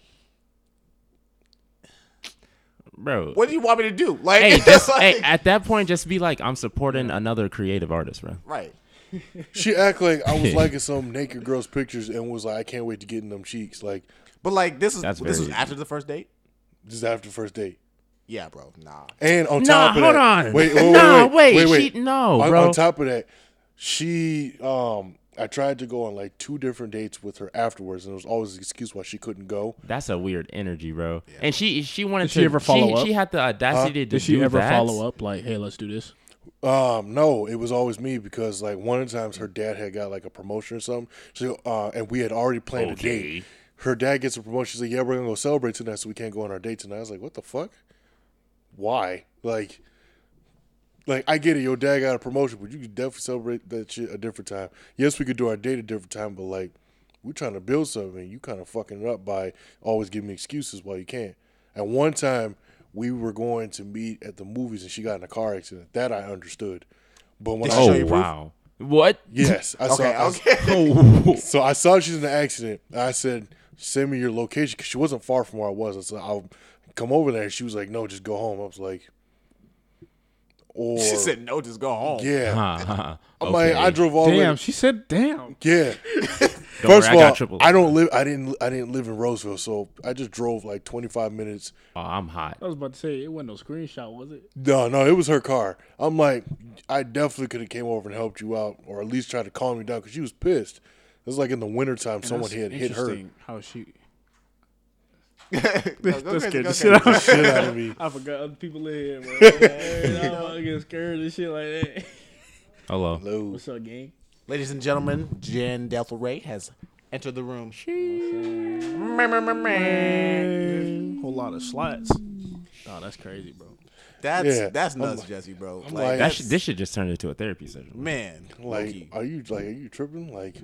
[SPEAKER 1] bro.
[SPEAKER 2] what do you want me to do? Like,
[SPEAKER 1] Hey,
[SPEAKER 2] it's
[SPEAKER 1] just
[SPEAKER 2] like-
[SPEAKER 1] hey, at that point, just be like, I'm supporting another creative artist, bro.
[SPEAKER 2] right?
[SPEAKER 4] She act like I was liking some naked girl's pictures and was like, I can't wait to get in them cheeks. Like
[SPEAKER 2] But like, this is
[SPEAKER 1] That's
[SPEAKER 2] this was
[SPEAKER 1] very-
[SPEAKER 2] after the first date.
[SPEAKER 4] just after the first date.
[SPEAKER 2] Yeah, bro. Nah.
[SPEAKER 4] And on
[SPEAKER 1] Nah,
[SPEAKER 4] top of
[SPEAKER 1] hold
[SPEAKER 4] that,
[SPEAKER 1] on.
[SPEAKER 4] wait, wait, wait,
[SPEAKER 1] Nah,
[SPEAKER 4] wait,
[SPEAKER 1] wait,
[SPEAKER 4] wait, wait.
[SPEAKER 1] she- no,
[SPEAKER 4] on,
[SPEAKER 1] bro.
[SPEAKER 4] on top of that, she um, I tried to go on like two different dates with her afterwards, and there was always an excuse why she couldn't go.
[SPEAKER 1] That's a weird energy, bro. And she she wanted
[SPEAKER 3] Did
[SPEAKER 1] to.
[SPEAKER 3] she ever follow
[SPEAKER 1] she,
[SPEAKER 3] up?
[SPEAKER 1] She had the audacity to
[SPEAKER 3] Did she
[SPEAKER 1] do
[SPEAKER 3] ever
[SPEAKER 1] that.
[SPEAKER 3] follow up? Like, hey, let's do this.
[SPEAKER 4] Um, no, it was always me because like one of the times her dad had got like a promotion or something. So uh, and we had already planned a date. Her dad gets a promotion. She's like, "Yeah, we're gonna go celebrate tonight, so we can't go on our date tonight." I was like, "What the fuck? Why? Like, like I get it. Your dad got a promotion, but you could definitely celebrate that shit a different time. Yes, we could do our date a different time, but like, we're trying to build something. You kind of fucking it up by always giving me excuses while you can't. At one time, we were going to meet at the movies, and she got in a car accident. That I understood. But when
[SPEAKER 2] Did
[SPEAKER 4] I
[SPEAKER 2] she show
[SPEAKER 1] Oh
[SPEAKER 2] you proof?
[SPEAKER 1] wow. What?
[SPEAKER 4] Yes, I
[SPEAKER 2] Okay,
[SPEAKER 4] saw.
[SPEAKER 2] okay.
[SPEAKER 4] I, so I saw she's in an accident. I said, "Send me your location," because she wasn't far from where I was. I said, "I'll come over there." She was like, "No, just go home." I was like, "Or
[SPEAKER 2] She said, no, just go home.
[SPEAKER 4] yeah."
[SPEAKER 1] Uh,
[SPEAKER 4] I'm like, I drove all the way.
[SPEAKER 3] Damn, she said damn.
[SPEAKER 4] Yeah.
[SPEAKER 1] Don't
[SPEAKER 4] First
[SPEAKER 1] worry, I
[SPEAKER 4] of
[SPEAKER 1] got
[SPEAKER 4] all,
[SPEAKER 1] triple.
[SPEAKER 4] I don't live. I didn't. I didn't live in Roseville, so I just drove like 25 minutes.
[SPEAKER 1] oh, I'm hot.
[SPEAKER 3] I was about to say it wasn't no screenshot, was it?
[SPEAKER 4] No, no, it was her car. I'm like, I definitely could have came over and helped you out, or at least tried to calm you down because she was pissed. It was like in the wintertime, someone
[SPEAKER 3] That's
[SPEAKER 4] had hit her
[SPEAKER 3] interesting How she?
[SPEAKER 2] No, go
[SPEAKER 3] That
[SPEAKER 2] crazy,
[SPEAKER 3] scared
[SPEAKER 2] go
[SPEAKER 3] the shit out.
[SPEAKER 2] crazy.
[SPEAKER 3] of me.
[SPEAKER 4] shit out of me.
[SPEAKER 3] I forgot other people in here. Bro. Man, I'm fucking scared and shit like that.
[SPEAKER 1] Hello.
[SPEAKER 4] Hello.
[SPEAKER 3] What's up, gang?
[SPEAKER 2] Ladies and gentlemen, Jen Delta Ray has entered the room.
[SPEAKER 3] Whole lot of slots. Oh, that's crazy, bro.
[SPEAKER 2] That's
[SPEAKER 4] Yeah.
[SPEAKER 2] that's
[SPEAKER 4] I'm
[SPEAKER 2] nuts,
[SPEAKER 4] like-
[SPEAKER 2] Jesse, bro. Like,
[SPEAKER 4] like-
[SPEAKER 1] That
[SPEAKER 2] that's,
[SPEAKER 1] sh- this should just turn into a therapy session.
[SPEAKER 2] man,
[SPEAKER 4] Like,
[SPEAKER 2] low-key.
[SPEAKER 4] are you like, are you tripping? Like,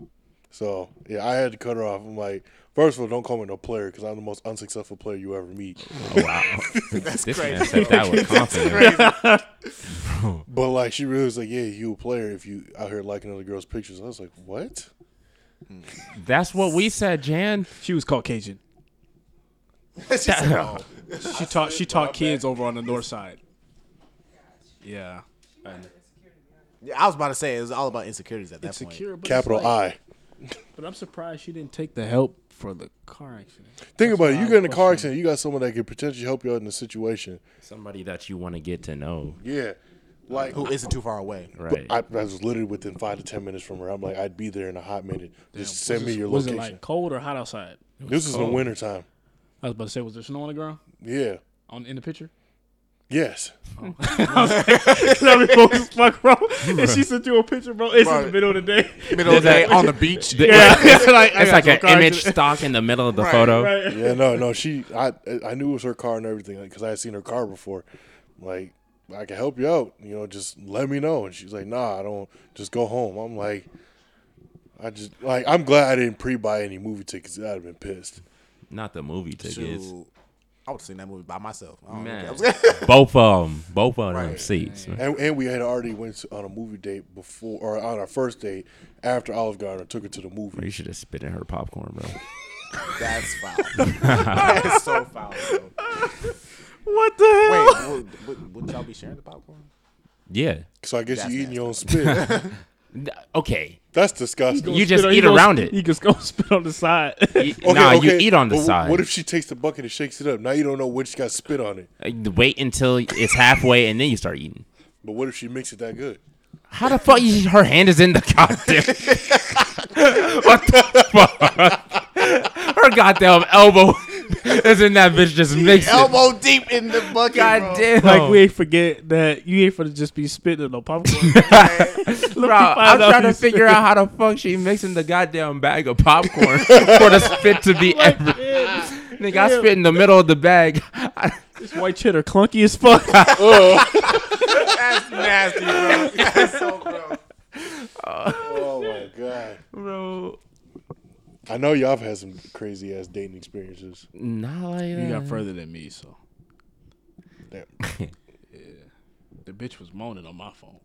[SPEAKER 4] so yeah, I had to cut her off. I'm like, first of all, don't call me no player because I'm the most unsuccessful player you ever meet.
[SPEAKER 1] Oh, wow. That's this man
[SPEAKER 2] crazy.
[SPEAKER 1] said that with confidence.
[SPEAKER 4] But like, she really was like, yeah, you a player if you out here liking other girls' pictures. I was like, what?
[SPEAKER 1] That's what we said, Jan.
[SPEAKER 3] She was Caucasian.
[SPEAKER 2] That's just wrong.
[SPEAKER 3] She taught she taught kids over on the north side. Yeah.
[SPEAKER 2] Yeah, I was about to say it was all about insecurities at that
[SPEAKER 3] Secure, but
[SPEAKER 4] Capital
[SPEAKER 3] it's like-
[SPEAKER 4] I.
[SPEAKER 3] But I'm surprised she didn't take the help for the car accident.
[SPEAKER 4] Think about it. You get in a car accident, you got someone that could potentially help you out in the situation.
[SPEAKER 1] Somebody that you want to get to know,
[SPEAKER 4] Yeah. Like,
[SPEAKER 2] point. Who isn't too far away?
[SPEAKER 1] right?
[SPEAKER 4] I, I was literally within five to 10 minutes from her. I'm like, I'd be there in a hot minute. Just send me your
[SPEAKER 3] was
[SPEAKER 4] location.
[SPEAKER 3] it like cold or hot outside?
[SPEAKER 4] this is in the wintertime.
[SPEAKER 3] I was about to say, was there snow on the ground
[SPEAKER 4] Yeah.
[SPEAKER 3] on in the picture?
[SPEAKER 4] Yes.
[SPEAKER 3] That'd be close as fuck, bro. And she sent you a picture, bro. It's in the middle of the day.
[SPEAKER 2] Middle of the
[SPEAKER 1] There's
[SPEAKER 2] day
[SPEAKER 1] a-
[SPEAKER 2] on the beach.
[SPEAKER 3] Yeah, it's like, I
[SPEAKER 1] it's
[SPEAKER 3] got
[SPEAKER 1] like
[SPEAKER 3] to a
[SPEAKER 1] an
[SPEAKER 3] car
[SPEAKER 1] image
[SPEAKER 3] accident.
[SPEAKER 1] stock in the middle of the photo.
[SPEAKER 3] Right.
[SPEAKER 4] Yeah, no, no. She, I I knew it was her car and everything because I had seen her car before. Like, I can help you out. You know, just let me know. And she's like, nah, I don't. Just go home. I'm like, I just, like, I'm glad I didn't pre buy any movie tickets. I'd have been pissed.
[SPEAKER 1] Not the movie tickets.
[SPEAKER 2] Shoot. I would have seen that movie by myself. I don't
[SPEAKER 1] Man.
[SPEAKER 2] know.
[SPEAKER 1] both of them. Both of them
[SPEAKER 2] Right.
[SPEAKER 1] seats. man.
[SPEAKER 4] And, and we had already went to- on a movie date before, or on our first date after Olive Garden. I took her to the
[SPEAKER 1] Bro,
[SPEAKER 4] movie.
[SPEAKER 1] you should have spit in her popcorn, bro.
[SPEAKER 2] That's foul. That's so foul. Bro.
[SPEAKER 3] What the hell?
[SPEAKER 2] Wait, would, would, wouldn't y'all be sharing the popcorn?
[SPEAKER 1] Yeah.
[SPEAKER 4] So I guess
[SPEAKER 2] That's
[SPEAKER 4] you eating your own spit.
[SPEAKER 1] N- Okay.
[SPEAKER 4] That's disgusting.
[SPEAKER 1] You just
[SPEAKER 3] Spit on-
[SPEAKER 1] eat
[SPEAKER 3] you go-
[SPEAKER 1] around it.
[SPEAKER 3] You just go spit on the side.
[SPEAKER 1] You- nah, you eat on the
[SPEAKER 4] but wh-
[SPEAKER 1] side.
[SPEAKER 4] What if she takes the bucket and shakes it up? Now you don't know which got spit on it.
[SPEAKER 1] Uh, Wait until it's halfway and then you start eating.
[SPEAKER 4] But what if she makes it that good?
[SPEAKER 1] How the fuck? You, her hand is in the goddamn. what the fuck? Her goddamn elbow is in that bitch. Just mixed. it.
[SPEAKER 2] Elbow deep in the bucket. bro.
[SPEAKER 1] Goddamn.
[SPEAKER 3] Like we ain't forget that you ain't finna just be spitting no popcorn.
[SPEAKER 1] Bro, I'm
[SPEAKER 3] out
[SPEAKER 1] trying to
[SPEAKER 3] you spit.
[SPEAKER 1] figure out how the fuck she mixing the goddamn bag of popcorn for the spit to be every. Nigga, I spit in the middle of the bag. I-
[SPEAKER 3] This white cheddar clunky as fuck.
[SPEAKER 2] That's nasty, bro. That's so gross.
[SPEAKER 4] Oh my god!
[SPEAKER 1] bro,
[SPEAKER 4] I know y'all have had some crazy ass dating experiences.
[SPEAKER 1] not like
[SPEAKER 3] You
[SPEAKER 1] that.
[SPEAKER 3] got further than me, so
[SPEAKER 4] Damn.
[SPEAKER 3] the bitch was moaning on my phone.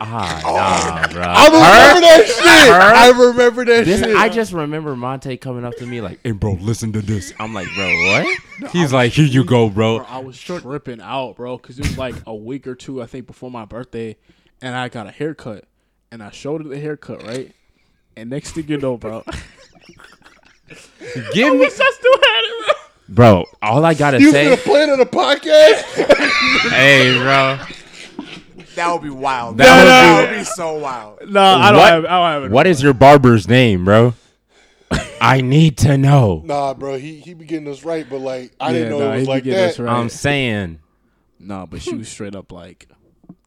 [SPEAKER 1] Ah, nah, bro.
[SPEAKER 4] I remember that shit. I remember that
[SPEAKER 1] This-
[SPEAKER 4] shit.
[SPEAKER 1] I just remember Monte coming up to me like, "Hey, bro, listen to this." I'm like, "Bro, what?" He's like, "Here you go, bro."
[SPEAKER 3] I was tripping out, bro, because it was like a week or two, I think, before my birthday, and I got a haircut, and I showed her the haircut, right? And next thing you know, bro, I
[SPEAKER 1] Give me,
[SPEAKER 3] still had it, bro.
[SPEAKER 1] bro. All I gotta
[SPEAKER 4] you
[SPEAKER 1] say,
[SPEAKER 4] should played on the podcast.
[SPEAKER 1] hey, bro.
[SPEAKER 2] That would be wild.
[SPEAKER 1] That
[SPEAKER 2] That,
[SPEAKER 1] would
[SPEAKER 2] would, be so wild.
[SPEAKER 3] No, I don't
[SPEAKER 1] What?
[SPEAKER 3] have. I don't have it.
[SPEAKER 1] What is your barber's name, bro? I need to know.
[SPEAKER 4] nah, bro, he he be getting us right, but like I
[SPEAKER 3] Yeah,
[SPEAKER 4] didn't know
[SPEAKER 3] nah,
[SPEAKER 4] it
[SPEAKER 3] he
[SPEAKER 4] was
[SPEAKER 3] be
[SPEAKER 4] like
[SPEAKER 3] getting
[SPEAKER 4] that.
[SPEAKER 3] us right.
[SPEAKER 1] I'm saying.
[SPEAKER 3] No, Um, but she was straight up like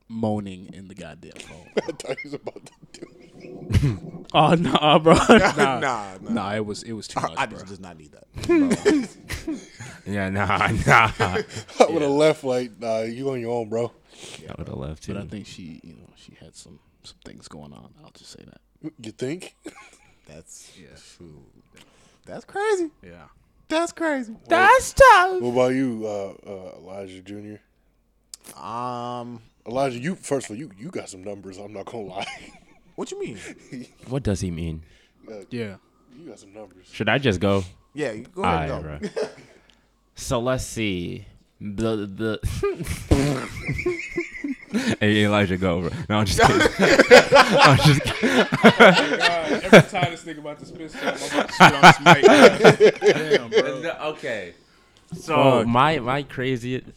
[SPEAKER 3] moaning in the goddamn phone.
[SPEAKER 4] I thought he was about to do. it.
[SPEAKER 3] oh no, bro. nah,
[SPEAKER 2] Nah, nah.
[SPEAKER 3] nah, it was it was too much,
[SPEAKER 2] I
[SPEAKER 3] bro.
[SPEAKER 2] just does not need that.
[SPEAKER 1] Yeah, nah, nah. I
[SPEAKER 4] I would have left like, nah, you on your own, bro.
[SPEAKER 1] would have loved
[SPEAKER 3] But I
[SPEAKER 1] to.
[SPEAKER 3] think she, you know, she had some some things going on. I'll just say that.
[SPEAKER 4] You think?
[SPEAKER 2] That's shoot. That's crazy.
[SPEAKER 3] Yeah.
[SPEAKER 2] That's crazy.
[SPEAKER 1] That's tough.
[SPEAKER 4] What about you, uh, uh, Elijah Junior?
[SPEAKER 2] Um,
[SPEAKER 4] Elijah, you first of all, you you got some numbers. I'm not gonna lie.
[SPEAKER 2] What you mean?
[SPEAKER 1] What does he mean?
[SPEAKER 3] Yeah.
[SPEAKER 4] You got some numbers.
[SPEAKER 1] Should I just go?
[SPEAKER 2] Yeah, you go
[SPEAKER 1] All
[SPEAKER 2] ahead.
[SPEAKER 1] right,
[SPEAKER 2] and go.
[SPEAKER 1] bro. So let's see. The the. hey Elijah, go. Bro. No, I'm just kidding. I'm just kidding.
[SPEAKER 3] Oh every time this nigga about to spit something, I'm about to spit on Damn, bro.
[SPEAKER 1] okay. So my my craziest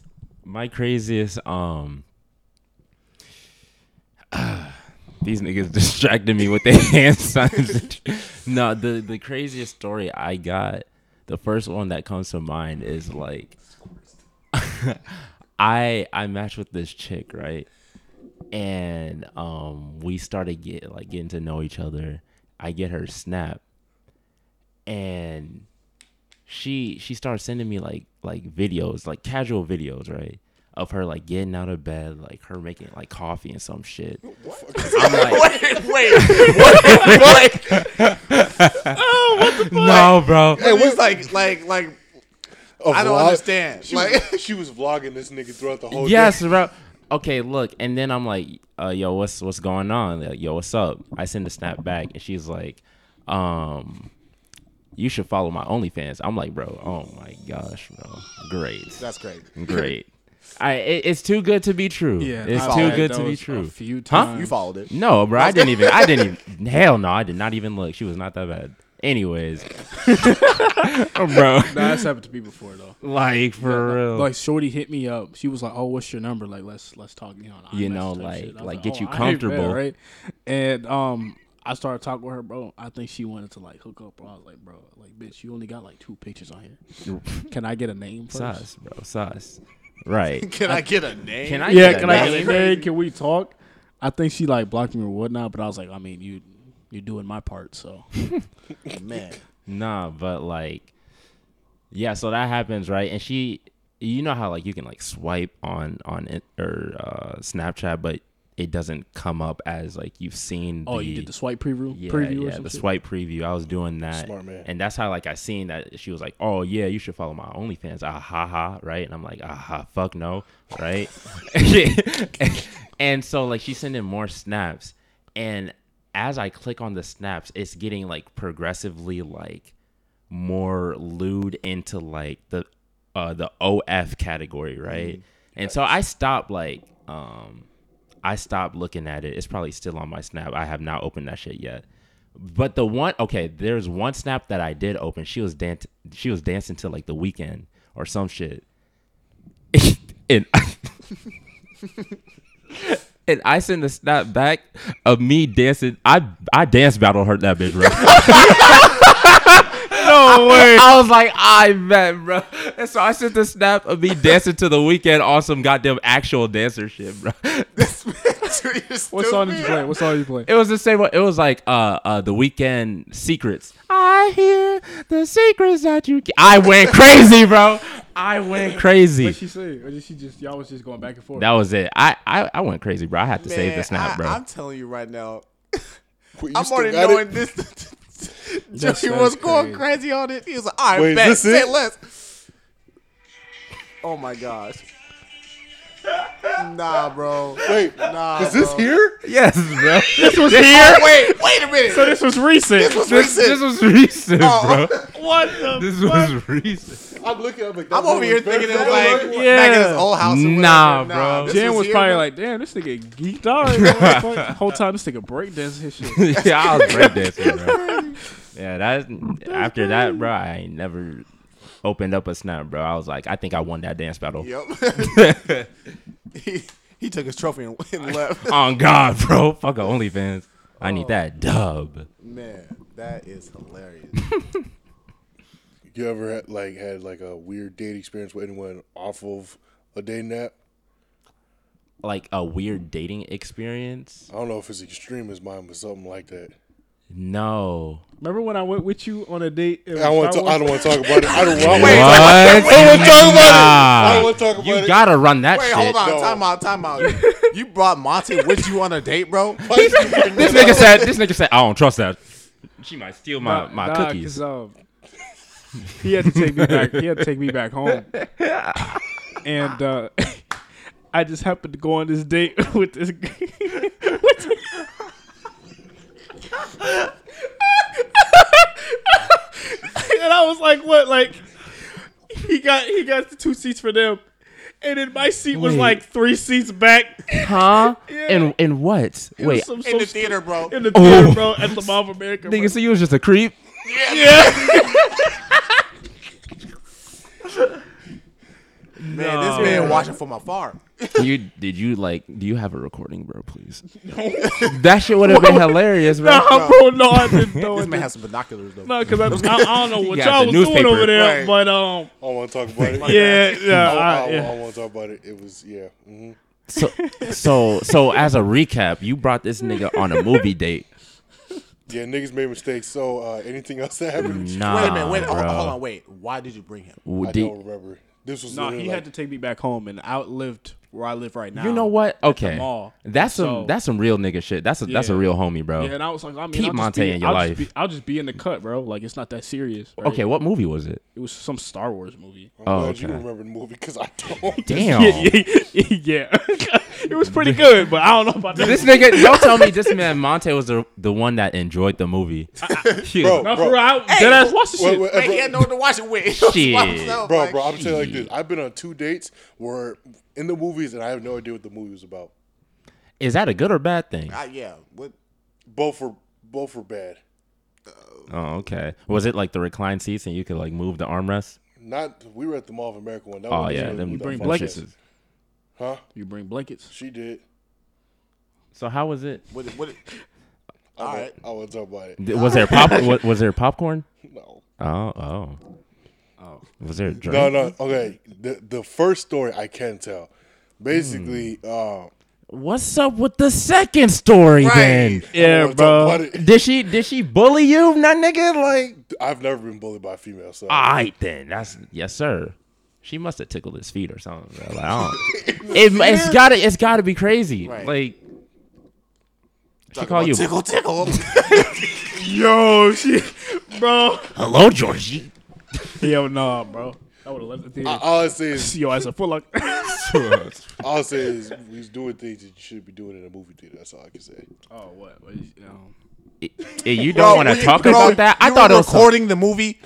[SPEAKER 1] my craziest um these niggas distracted me with their hand signs. no, the the craziest story I got, the first one that comes to mind is like I I matched with this chick, right? And um we started get like getting to know each other. I get her snap and she she started sending me like like videos, like casual videos, right? Of her like getting out of bed, like her making like coffee and some shit. I'm like,
[SPEAKER 2] wait, wait.
[SPEAKER 1] no, bro.
[SPEAKER 2] It was like, like, like.
[SPEAKER 4] A
[SPEAKER 2] I don't
[SPEAKER 4] vlog-
[SPEAKER 2] understand.
[SPEAKER 4] She,
[SPEAKER 2] Like-
[SPEAKER 4] was, she was vlogging this nigga throughout the
[SPEAKER 3] Oh,
[SPEAKER 4] whole
[SPEAKER 1] yes,
[SPEAKER 4] day.
[SPEAKER 1] bro. Okay, look, and then I'm like, uh, yo, what's what's going on? Like, yo, what's up? I send a snap back, and she's like, um, you should follow my OnlyFans. I'm like, bro, oh my gosh, bro, great,
[SPEAKER 2] That's great.
[SPEAKER 1] great. I it, it's too good to be true.
[SPEAKER 3] Yeah,
[SPEAKER 1] it's
[SPEAKER 3] I
[SPEAKER 1] too
[SPEAKER 3] saw
[SPEAKER 1] good to be
[SPEAKER 3] those A
[SPEAKER 1] true.
[SPEAKER 3] few
[SPEAKER 1] Huh?
[SPEAKER 3] times.
[SPEAKER 2] You followed it.
[SPEAKER 1] No, bro, I didn't even. I didn't even. Hell no, I did not even look. She was not that bad. Anyways, bro,
[SPEAKER 3] Nah, that's happened to me before though.
[SPEAKER 1] like for real.
[SPEAKER 3] Like Shorty hit me up. She was like, "Oh, what's your number? Like, let's let's talk." You know, on
[SPEAKER 1] You
[SPEAKER 3] iMessage
[SPEAKER 1] know,
[SPEAKER 3] type
[SPEAKER 1] like-
[SPEAKER 3] shit. I was
[SPEAKER 1] like, get you
[SPEAKER 3] "Oh, I ain't bad,"
[SPEAKER 1] comfortable.
[SPEAKER 3] right? And um, I started talking with her, bro. I think she wanted to like hook up, bro. I was like, bro, like, bitch, you only got like two pictures on here. Can I get a name first?
[SPEAKER 1] sauce, bro, sauce. Right?
[SPEAKER 2] Can I get a name?
[SPEAKER 1] Can I?
[SPEAKER 3] Yeah,
[SPEAKER 1] get
[SPEAKER 3] can
[SPEAKER 1] a
[SPEAKER 3] I
[SPEAKER 1] name?
[SPEAKER 3] get a name? Can we talk? I think she like blocked me or whatnot, but I was like, I mean, you you're doing my part, so
[SPEAKER 2] man?
[SPEAKER 1] Nah, but like, yeah. So that happens, right? And she, you know how like you can like swipe on on it or uh, Snapchat, but it doesn't come up as like you've seen.
[SPEAKER 3] oh,
[SPEAKER 1] the,
[SPEAKER 3] you did the swipe preview,
[SPEAKER 1] yeah,
[SPEAKER 3] preview or
[SPEAKER 1] yeah, the
[SPEAKER 3] something.
[SPEAKER 1] swipe preview. I was doing that,
[SPEAKER 4] Smart man.
[SPEAKER 1] and that's how like I seen that she was like, "Oh yeah, you should follow my OnlyFans." Ah ha ha, right? And I'm like, "Ah ha, fuck no, right?" and so like she's sending more snaps, and as I click on the snaps, it's getting like progressively like more lewd into like the uh the OF category,
[SPEAKER 4] Mm-hmm.
[SPEAKER 1] right? And so I stopped like um I stopped looking at it. It's probably still on my snap. I have not opened that shit yet. But the one okay, there's one snap that I did open. She was dan- she was dancing to like the weekend or some shit. and I- and I sent a snap back of me dancing. I I dance battle hurt that bitch, bro. No way. I was like, I bet, bro. And so I sent the snap of me dancing to the weekend on some goddamn actual dancer shit, bro.
[SPEAKER 3] What song did you play? What song did you play?
[SPEAKER 1] It was the same one. It was like uh uh the weekend secrets. I hear the secrets that you ke- I went crazy, bro. I went
[SPEAKER 3] What
[SPEAKER 1] crazy.
[SPEAKER 3] she say? Or did she just y'all was just going back and forth?
[SPEAKER 1] That was it. I I, I went crazy, bro. I had to save the
[SPEAKER 2] Man,
[SPEAKER 1] snap,
[SPEAKER 2] I-
[SPEAKER 1] bro.
[SPEAKER 2] I'm telling you right now.
[SPEAKER 4] Wait, you
[SPEAKER 2] I'm
[SPEAKER 4] still
[SPEAKER 2] already
[SPEAKER 4] got
[SPEAKER 2] knowing
[SPEAKER 4] it?
[SPEAKER 2] this.
[SPEAKER 3] That's-
[SPEAKER 2] Joey was
[SPEAKER 3] that's
[SPEAKER 2] going
[SPEAKER 3] crazy.
[SPEAKER 2] crazy on it. He was like, "All right,
[SPEAKER 4] Wait, is
[SPEAKER 2] bet,
[SPEAKER 4] this
[SPEAKER 2] say
[SPEAKER 4] it?
[SPEAKER 2] less." Oh my gosh. Nah, bro.
[SPEAKER 4] Wait,
[SPEAKER 2] Nah,
[SPEAKER 4] is this
[SPEAKER 2] bro. Oh,
[SPEAKER 4] here?
[SPEAKER 1] yes, bro.
[SPEAKER 3] this was here.
[SPEAKER 2] Wait, wait a minute.
[SPEAKER 3] So this was recent.
[SPEAKER 2] this was
[SPEAKER 1] This,
[SPEAKER 2] recent.
[SPEAKER 1] this was recent,
[SPEAKER 2] Oh.
[SPEAKER 1] bro.
[SPEAKER 3] what the
[SPEAKER 1] This was recent.
[SPEAKER 4] I'm looking. I'm like,
[SPEAKER 2] I'm over here thinking it's like
[SPEAKER 3] Yeah.
[SPEAKER 2] back in his old house. or
[SPEAKER 1] Nah,
[SPEAKER 2] whatever.
[SPEAKER 1] bro.
[SPEAKER 2] this
[SPEAKER 3] Jan was
[SPEAKER 2] here,
[SPEAKER 3] probably
[SPEAKER 2] bro.
[SPEAKER 3] like, damn, this nigga geeked out. Right? whole time this nigga breakdancing his shit.
[SPEAKER 1] yeah, I was breakdancing, bro. Yeah, that after that, bro, I ain't never opened up a snap, bro. I was like, I think I won that dance battle.
[SPEAKER 2] Yep. he, he took his trophy and, and left.
[SPEAKER 1] On God, bro. Fuck a OnlyFans. I need that dub.
[SPEAKER 2] Man, that is hilarious.
[SPEAKER 4] You ever had, like had like a weird date experience with anyone off of a dating app?
[SPEAKER 1] Like a weird dating experience?
[SPEAKER 4] I don't know if it's extreme as mine, but something like that.
[SPEAKER 1] No.
[SPEAKER 3] Remember when I went with you on a date?
[SPEAKER 4] I don't want to. I don't want to talk about it. I don't want.
[SPEAKER 1] What?
[SPEAKER 4] I don't want to talk about it. I don't want to talk about
[SPEAKER 1] You
[SPEAKER 4] it.
[SPEAKER 1] gotta run that
[SPEAKER 2] Wait,
[SPEAKER 1] shit.
[SPEAKER 2] hold on.
[SPEAKER 4] No.
[SPEAKER 2] Time out. Time out. You- You brought Monty with you on a date, bro?
[SPEAKER 1] This nigga said. This nigga said. I don't trust that. She might steal my my cookies.
[SPEAKER 3] Um, he had to take me back. He had to take me back home, and uh, I just happened to go on this date with this. with and I was like, what? Like he got he got the two seats for them. And then my seat was
[SPEAKER 1] Wait.
[SPEAKER 3] like three seats back.
[SPEAKER 1] Huh?
[SPEAKER 3] uh, Yeah.
[SPEAKER 1] And and what?
[SPEAKER 3] It was
[SPEAKER 1] Wait.
[SPEAKER 3] some-
[SPEAKER 2] in
[SPEAKER 3] some
[SPEAKER 2] the
[SPEAKER 3] stu-
[SPEAKER 2] theater, bro.
[SPEAKER 3] In the theater,
[SPEAKER 1] Oh.
[SPEAKER 3] bro, at the Mall of America. bro.
[SPEAKER 1] Nigga, so you was just a creep.
[SPEAKER 2] Man, this man watching from afar.
[SPEAKER 1] you did you like? Do you have a recording, bro? Please. that shit would have been hilarious, bro.
[SPEAKER 3] Nah, bro, no, I didn't know
[SPEAKER 2] This
[SPEAKER 3] it.
[SPEAKER 2] man has some binoculars though.
[SPEAKER 3] No, because I, I, I don't know what
[SPEAKER 1] Yeah,
[SPEAKER 3] y'all
[SPEAKER 1] the
[SPEAKER 3] was doing
[SPEAKER 1] newspaper.
[SPEAKER 3] over there,
[SPEAKER 2] Right.
[SPEAKER 3] but um,
[SPEAKER 4] I don't want to talk about it.
[SPEAKER 3] yeah, yeah,
[SPEAKER 4] I,
[SPEAKER 1] Oh,
[SPEAKER 3] I-
[SPEAKER 4] I,
[SPEAKER 3] yeah.
[SPEAKER 4] want to talk about it. It was yeah. hmm
[SPEAKER 1] So, so, so as a recap, you brought this nigga on a movie date.
[SPEAKER 4] Yeah, niggas made mistakes. So uh, anything else that happened?
[SPEAKER 1] Nah,
[SPEAKER 2] Wait a minute, wait,
[SPEAKER 1] bro.
[SPEAKER 2] hold, hold on, wait. Why did you bring him?
[SPEAKER 1] W-
[SPEAKER 4] I
[SPEAKER 1] Mm-hmm. did-
[SPEAKER 4] don't remember. This
[SPEAKER 1] oh.
[SPEAKER 4] was
[SPEAKER 3] No,
[SPEAKER 4] literally
[SPEAKER 3] he
[SPEAKER 4] like,
[SPEAKER 3] had to take me back home and outlived where I live right now.
[SPEAKER 1] you know what? Okay,
[SPEAKER 3] mall.
[SPEAKER 1] that's some
[SPEAKER 3] So-
[SPEAKER 1] that's some real nigga shit. That's a that's a
[SPEAKER 3] Yeah.
[SPEAKER 1] real homie, bro.
[SPEAKER 3] Yeah, and I was like, I mean,
[SPEAKER 1] Pete
[SPEAKER 3] I'll just
[SPEAKER 1] Monte
[SPEAKER 3] be,
[SPEAKER 1] in your
[SPEAKER 3] I'll
[SPEAKER 1] life.
[SPEAKER 3] Just be, I'll just be in the cut, bro. Like it's not that serious. right?
[SPEAKER 1] okay, what movie was it?
[SPEAKER 3] it was some Star Wars movie.
[SPEAKER 4] I'm
[SPEAKER 1] Oh,
[SPEAKER 4] glad
[SPEAKER 1] okay.
[SPEAKER 4] you remember the movie because I don't.
[SPEAKER 1] Damn.
[SPEAKER 3] yeah, yeah. it was pretty good, but I don't know about that.
[SPEAKER 1] This nigga, don't tell me this man Monte was the, the one that enjoyed the movie. Shit.
[SPEAKER 4] Bro,
[SPEAKER 3] Not
[SPEAKER 4] bro.
[SPEAKER 3] for real. I, dead ass watch the
[SPEAKER 4] Wait,
[SPEAKER 3] shit.
[SPEAKER 4] wait,
[SPEAKER 2] Man,
[SPEAKER 4] bro.
[SPEAKER 2] he had no one to watch it with. He was by
[SPEAKER 1] Shit.
[SPEAKER 2] himself,
[SPEAKER 4] Bro,
[SPEAKER 2] like,
[SPEAKER 4] bro, I'm telling you like this. I've been on two dates where in the movies and I have no idea what the movie was about.
[SPEAKER 1] Is that a good or bad thing?
[SPEAKER 2] I, yeah, what?
[SPEAKER 4] Both were both were bad.
[SPEAKER 1] Oh, okay. Was it like the reclined seats and you could like move the armrests?
[SPEAKER 4] Not we were at the Mall of America one. That
[SPEAKER 1] Oh
[SPEAKER 4] one
[SPEAKER 1] yeah,
[SPEAKER 4] was
[SPEAKER 1] them,
[SPEAKER 4] with
[SPEAKER 1] bring
[SPEAKER 4] that
[SPEAKER 3] blankets.
[SPEAKER 4] fucking- Huh?
[SPEAKER 3] You bring blankets.
[SPEAKER 4] She did.
[SPEAKER 1] So how was it?
[SPEAKER 2] What? What?
[SPEAKER 4] I
[SPEAKER 2] All
[SPEAKER 4] won't-
[SPEAKER 2] right.
[SPEAKER 4] I won't talk about it.
[SPEAKER 1] Th- Was there pop? wa- was there popcorn?
[SPEAKER 4] No.
[SPEAKER 1] Oh, oh,
[SPEAKER 3] Oh.
[SPEAKER 1] Was there a drink?
[SPEAKER 4] No, no. Okay. The the first story I can tell.
[SPEAKER 1] Hmm.
[SPEAKER 4] Basically, uh,
[SPEAKER 1] What's up with the second story
[SPEAKER 2] Right.
[SPEAKER 4] I
[SPEAKER 3] Yeah,
[SPEAKER 4] won't talk
[SPEAKER 3] bro.
[SPEAKER 4] about
[SPEAKER 1] then?
[SPEAKER 4] it.
[SPEAKER 1] Did she did she bully you, that nigga? Like,
[SPEAKER 4] I've never been bullied by a female, so
[SPEAKER 1] all right then. That's yes, sir. She must have tickled his feet or something. Bro. Like, I don't, it, it's gotta it's gotta be crazy.
[SPEAKER 2] Right.
[SPEAKER 1] Like, she
[SPEAKER 2] Talking
[SPEAKER 1] call
[SPEAKER 2] about
[SPEAKER 1] you
[SPEAKER 2] tickle, tickle.
[SPEAKER 1] Oh,
[SPEAKER 3] Yo, shit, bro.
[SPEAKER 1] hello, Georgie.
[SPEAKER 3] Yo, nah, bro. I would have left the theater.
[SPEAKER 1] Uh.
[SPEAKER 4] I- all I say is
[SPEAKER 3] See your ass a footlock.
[SPEAKER 4] all I say is he's doing things that you should be doing in a movie theater. That's all I can say.
[SPEAKER 3] oh, what? What is- um,
[SPEAKER 1] Eh, you don't want to talk about that. I thought it was some-
[SPEAKER 2] recording the movie.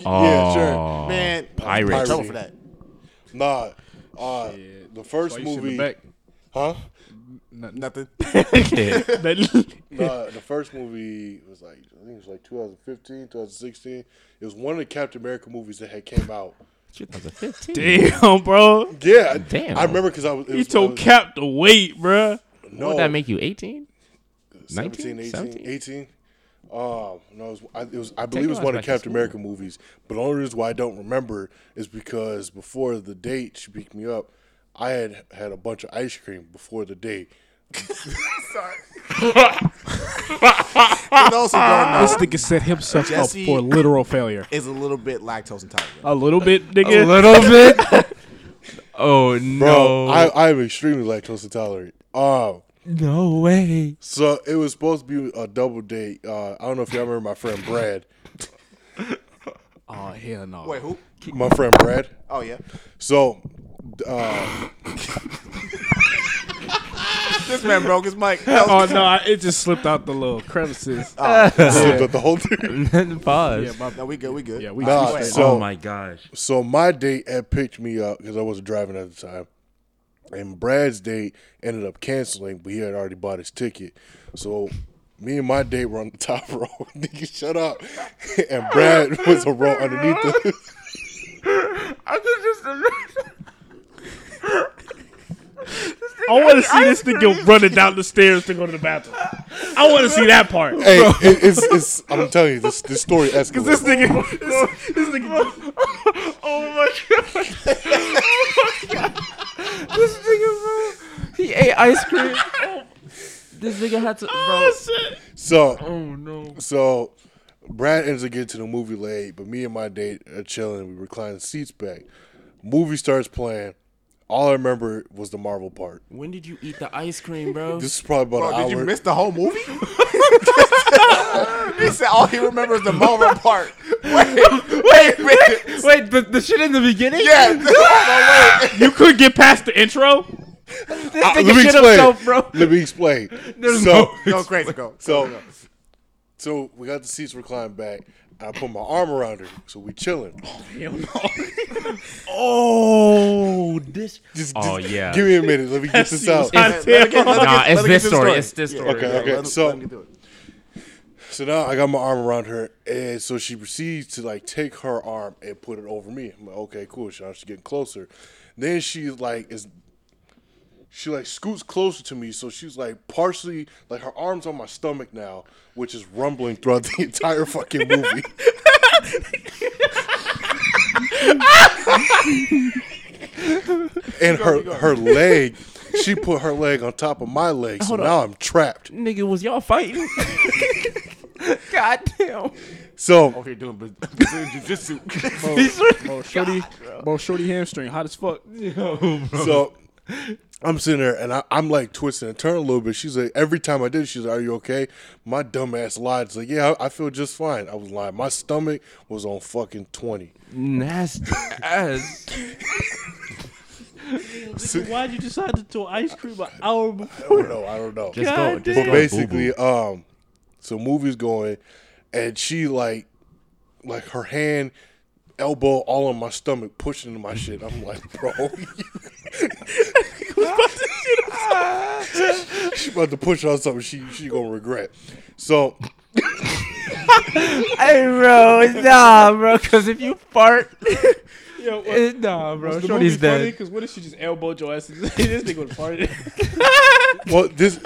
[SPEAKER 4] Yeah, sure.
[SPEAKER 1] Oh,
[SPEAKER 2] Man,
[SPEAKER 1] Pirates.
[SPEAKER 2] trouble for that.
[SPEAKER 4] Nah. Uh, the first
[SPEAKER 3] why you sit in the
[SPEAKER 4] movie,
[SPEAKER 3] back?
[SPEAKER 4] huh?
[SPEAKER 2] Nothing.
[SPEAKER 3] That-
[SPEAKER 4] Nah, the first movie was like I think it was like 2015, 2016. It was one of the Captain America movies that had came out.
[SPEAKER 1] 2015.
[SPEAKER 3] Damn, bro.
[SPEAKER 4] Yeah, I-
[SPEAKER 1] Damn.
[SPEAKER 4] I remember because I was. It
[SPEAKER 3] He
[SPEAKER 4] was, I
[SPEAKER 3] told
[SPEAKER 4] was-
[SPEAKER 3] Cap to wait, bruh.
[SPEAKER 4] no,
[SPEAKER 1] Would that make you 18?
[SPEAKER 4] 17, 18,
[SPEAKER 1] 17?
[SPEAKER 4] 18. Um, no, it was, I, it was, I believe it was
[SPEAKER 1] your
[SPEAKER 4] one
[SPEAKER 1] ass back
[SPEAKER 4] of the
[SPEAKER 1] to
[SPEAKER 4] Captain
[SPEAKER 1] school.
[SPEAKER 4] America movies. But the only reason why I don't remember is because before the date she picked me up, I had had a bunch of ice cream before the date.
[SPEAKER 2] and also, don't know,
[SPEAKER 3] This nigga set himself
[SPEAKER 2] Jesse-
[SPEAKER 3] up for literal failure.
[SPEAKER 2] is a little bit lactose intolerant.
[SPEAKER 3] A little bit, nigga.
[SPEAKER 1] little bit. oh
[SPEAKER 4] Bro,
[SPEAKER 1] no!
[SPEAKER 4] I, I'm extremely lactose intolerant. Um,
[SPEAKER 1] no way.
[SPEAKER 4] so it was supposed to be a double date. Uh, I don't know if y'all remember my friend Brad.
[SPEAKER 3] oh hell no.
[SPEAKER 2] Wait, who?
[SPEAKER 4] My friend Brad.
[SPEAKER 2] Oh yeah.
[SPEAKER 4] So, uh,
[SPEAKER 2] This man broke his mic.
[SPEAKER 3] Oh no, I, it just slipped out the little crevices.
[SPEAKER 4] slipped up the whole thing.
[SPEAKER 1] Pause.
[SPEAKER 3] yeah, my,
[SPEAKER 2] no, we good. We good.
[SPEAKER 3] yeah, we.
[SPEAKER 4] Nah,
[SPEAKER 3] we-
[SPEAKER 4] so-
[SPEAKER 1] oh my gosh.
[SPEAKER 4] So my date had picked me up because I wasn't driving at the time, and Brad's date ended up canceling, but he had already bought his ticket. So me and my date were on the top row. Nigga, shut up! And Brad was a row underneath us.
[SPEAKER 1] I could just imagine.
[SPEAKER 3] I want to see this nigga running down the stairs to go to the bathroom. I want to see that part.
[SPEAKER 4] Hey, it, it's, it's, I'm telling you, this this story escalated.
[SPEAKER 3] This nigga, this, this nigga,
[SPEAKER 1] Oh my god. Oh this nigga, bro. He ate ice cream. This nigga had to. Bro.
[SPEAKER 4] so
[SPEAKER 1] Oh no.
[SPEAKER 4] So Brad ends up getting to the movie late, but me and my date are chilling. We recline the seats back. Movie starts playing. All I remember was the Marvel part.
[SPEAKER 1] When did you eat the ice cream, bro?
[SPEAKER 4] This is probably about
[SPEAKER 2] Bro,
[SPEAKER 4] an
[SPEAKER 2] did
[SPEAKER 4] hour.
[SPEAKER 2] you miss the whole movie? he said all he remembers is the Marvel part. Wait, wait a minute.
[SPEAKER 1] Wait, the, the shit in the beginning?
[SPEAKER 2] Yeah, hold on, wait.
[SPEAKER 3] you could get past the intro.
[SPEAKER 1] This
[SPEAKER 4] Uh,
[SPEAKER 1] nigga
[SPEAKER 4] let me
[SPEAKER 1] shit
[SPEAKER 4] explain.
[SPEAKER 1] himself, bro.
[SPEAKER 4] Let me explain.
[SPEAKER 1] There's
[SPEAKER 4] so,
[SPEAKER 1] no-
[SPEAKER 2] Go crazy, go.
[SPEAKER 4] so So we got the seats reclined back. I put my arm around her, so we chilling.
[SPEAKER 3] Hell no.
[SPEAKER 1] Oh, this.
[SPEAKER 4] Just,
[SPEAKER 1] Oh,
[SPEAKER 4] just
[SPEAKER 1] yeah.
[SPEAKER 4] Give me a minute. Let me get this out.
[SPEAKER 2] Let- let her get- let her
[SPEAKER 1] Nah,
[SPEAKER 2] get-
[SPEAKER 1] it's
[SPEAKER 2] let her get
[SPEAKER 1] this story. It's this story.
[SPEAKER 4] Okay, okay.
[SPEAKER 2] let her-
[SPEAKER 4] So-
[SPEAKER 2] let her get to it.
[SPEAKER 4] So now I got my arm around her, and so she proceeds to like take her arm and put it over me. I'm like, okay, cool. She- Now she's getting closer. Then she like is, she like scoots closer to me, so she's like partially like her arms on my stomach now, which is rumbling throughout the entire fucking movie. and her her leg, she put her leg on top of my leg, so now I'm trapped.
[SPEAKER 1] Nigga, was y'all fighting? God damn.
[SPEAKER 4] So
[SPEAKER 2] Over here doing Brazilian jiu-jitsu.
[SPEAKER 3] Bro, shorty, bro, shorty hamstring, hot as fuck.
[SPEAKER 4] So I'm sitting there and I, I'm like twisting and turning a little bit. She's like, every time I did, she's like, "Are you okay?" My dumb ass lied. It's like, "Yeah, I, I feel just fine." I was lying. My stomach was on fucking twenty.
[SPEAKER 1] Nasty ass.
[SPEAKER 3] Why'd you decide to throw ice cream an hour before?
[SPEAKER 4] I don't know. I don't know.
[SPEAKER 1] Just go.
[SPEAKER 3] God
[SPEAKER 1] Just
[SPEAKER 4] but
[SPEAKER 1] go
[SPEAKER 4] basically, um, so movie's going, and she like, like her hand, elbow, all on my stomach, pushing into my shit. I'm like, bro, she about to push on something she she gonna regret. So.
[SPEAKER 1] Hey, bro. Nah, bro. Because if you fart, eh, nah, bro. Shorty's dead.
[SPEAKER 3] Because what if she just elbowed your ass? and just- this nigga would party.
[SPEAKER 4] Well, this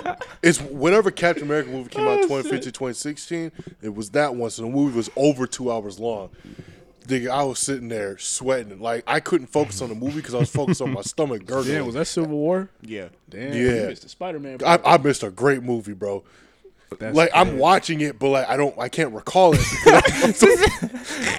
[SPEAKER 4] it's whenever Captain America movie came out, 2015, 2016, it was that one. So the movie was over two hours long. Nigga, I was sitting there sweating. Like, I couldn't focus on the movie because I was focused on my stomach gurgling.
[SPEAKER 3] Damn, was that Civil War?
[SPEAKER 2] Yeah.
[SPEAKER 3] Damn,
[SPEAKER 4] Yeah.
[SPEAKER 3] you missed the Spider Man.
[SPEAKER 4] I, I missed a great movie, bro. like, I'm watching it, but, like, I don't, I can't recall it. because I'm so,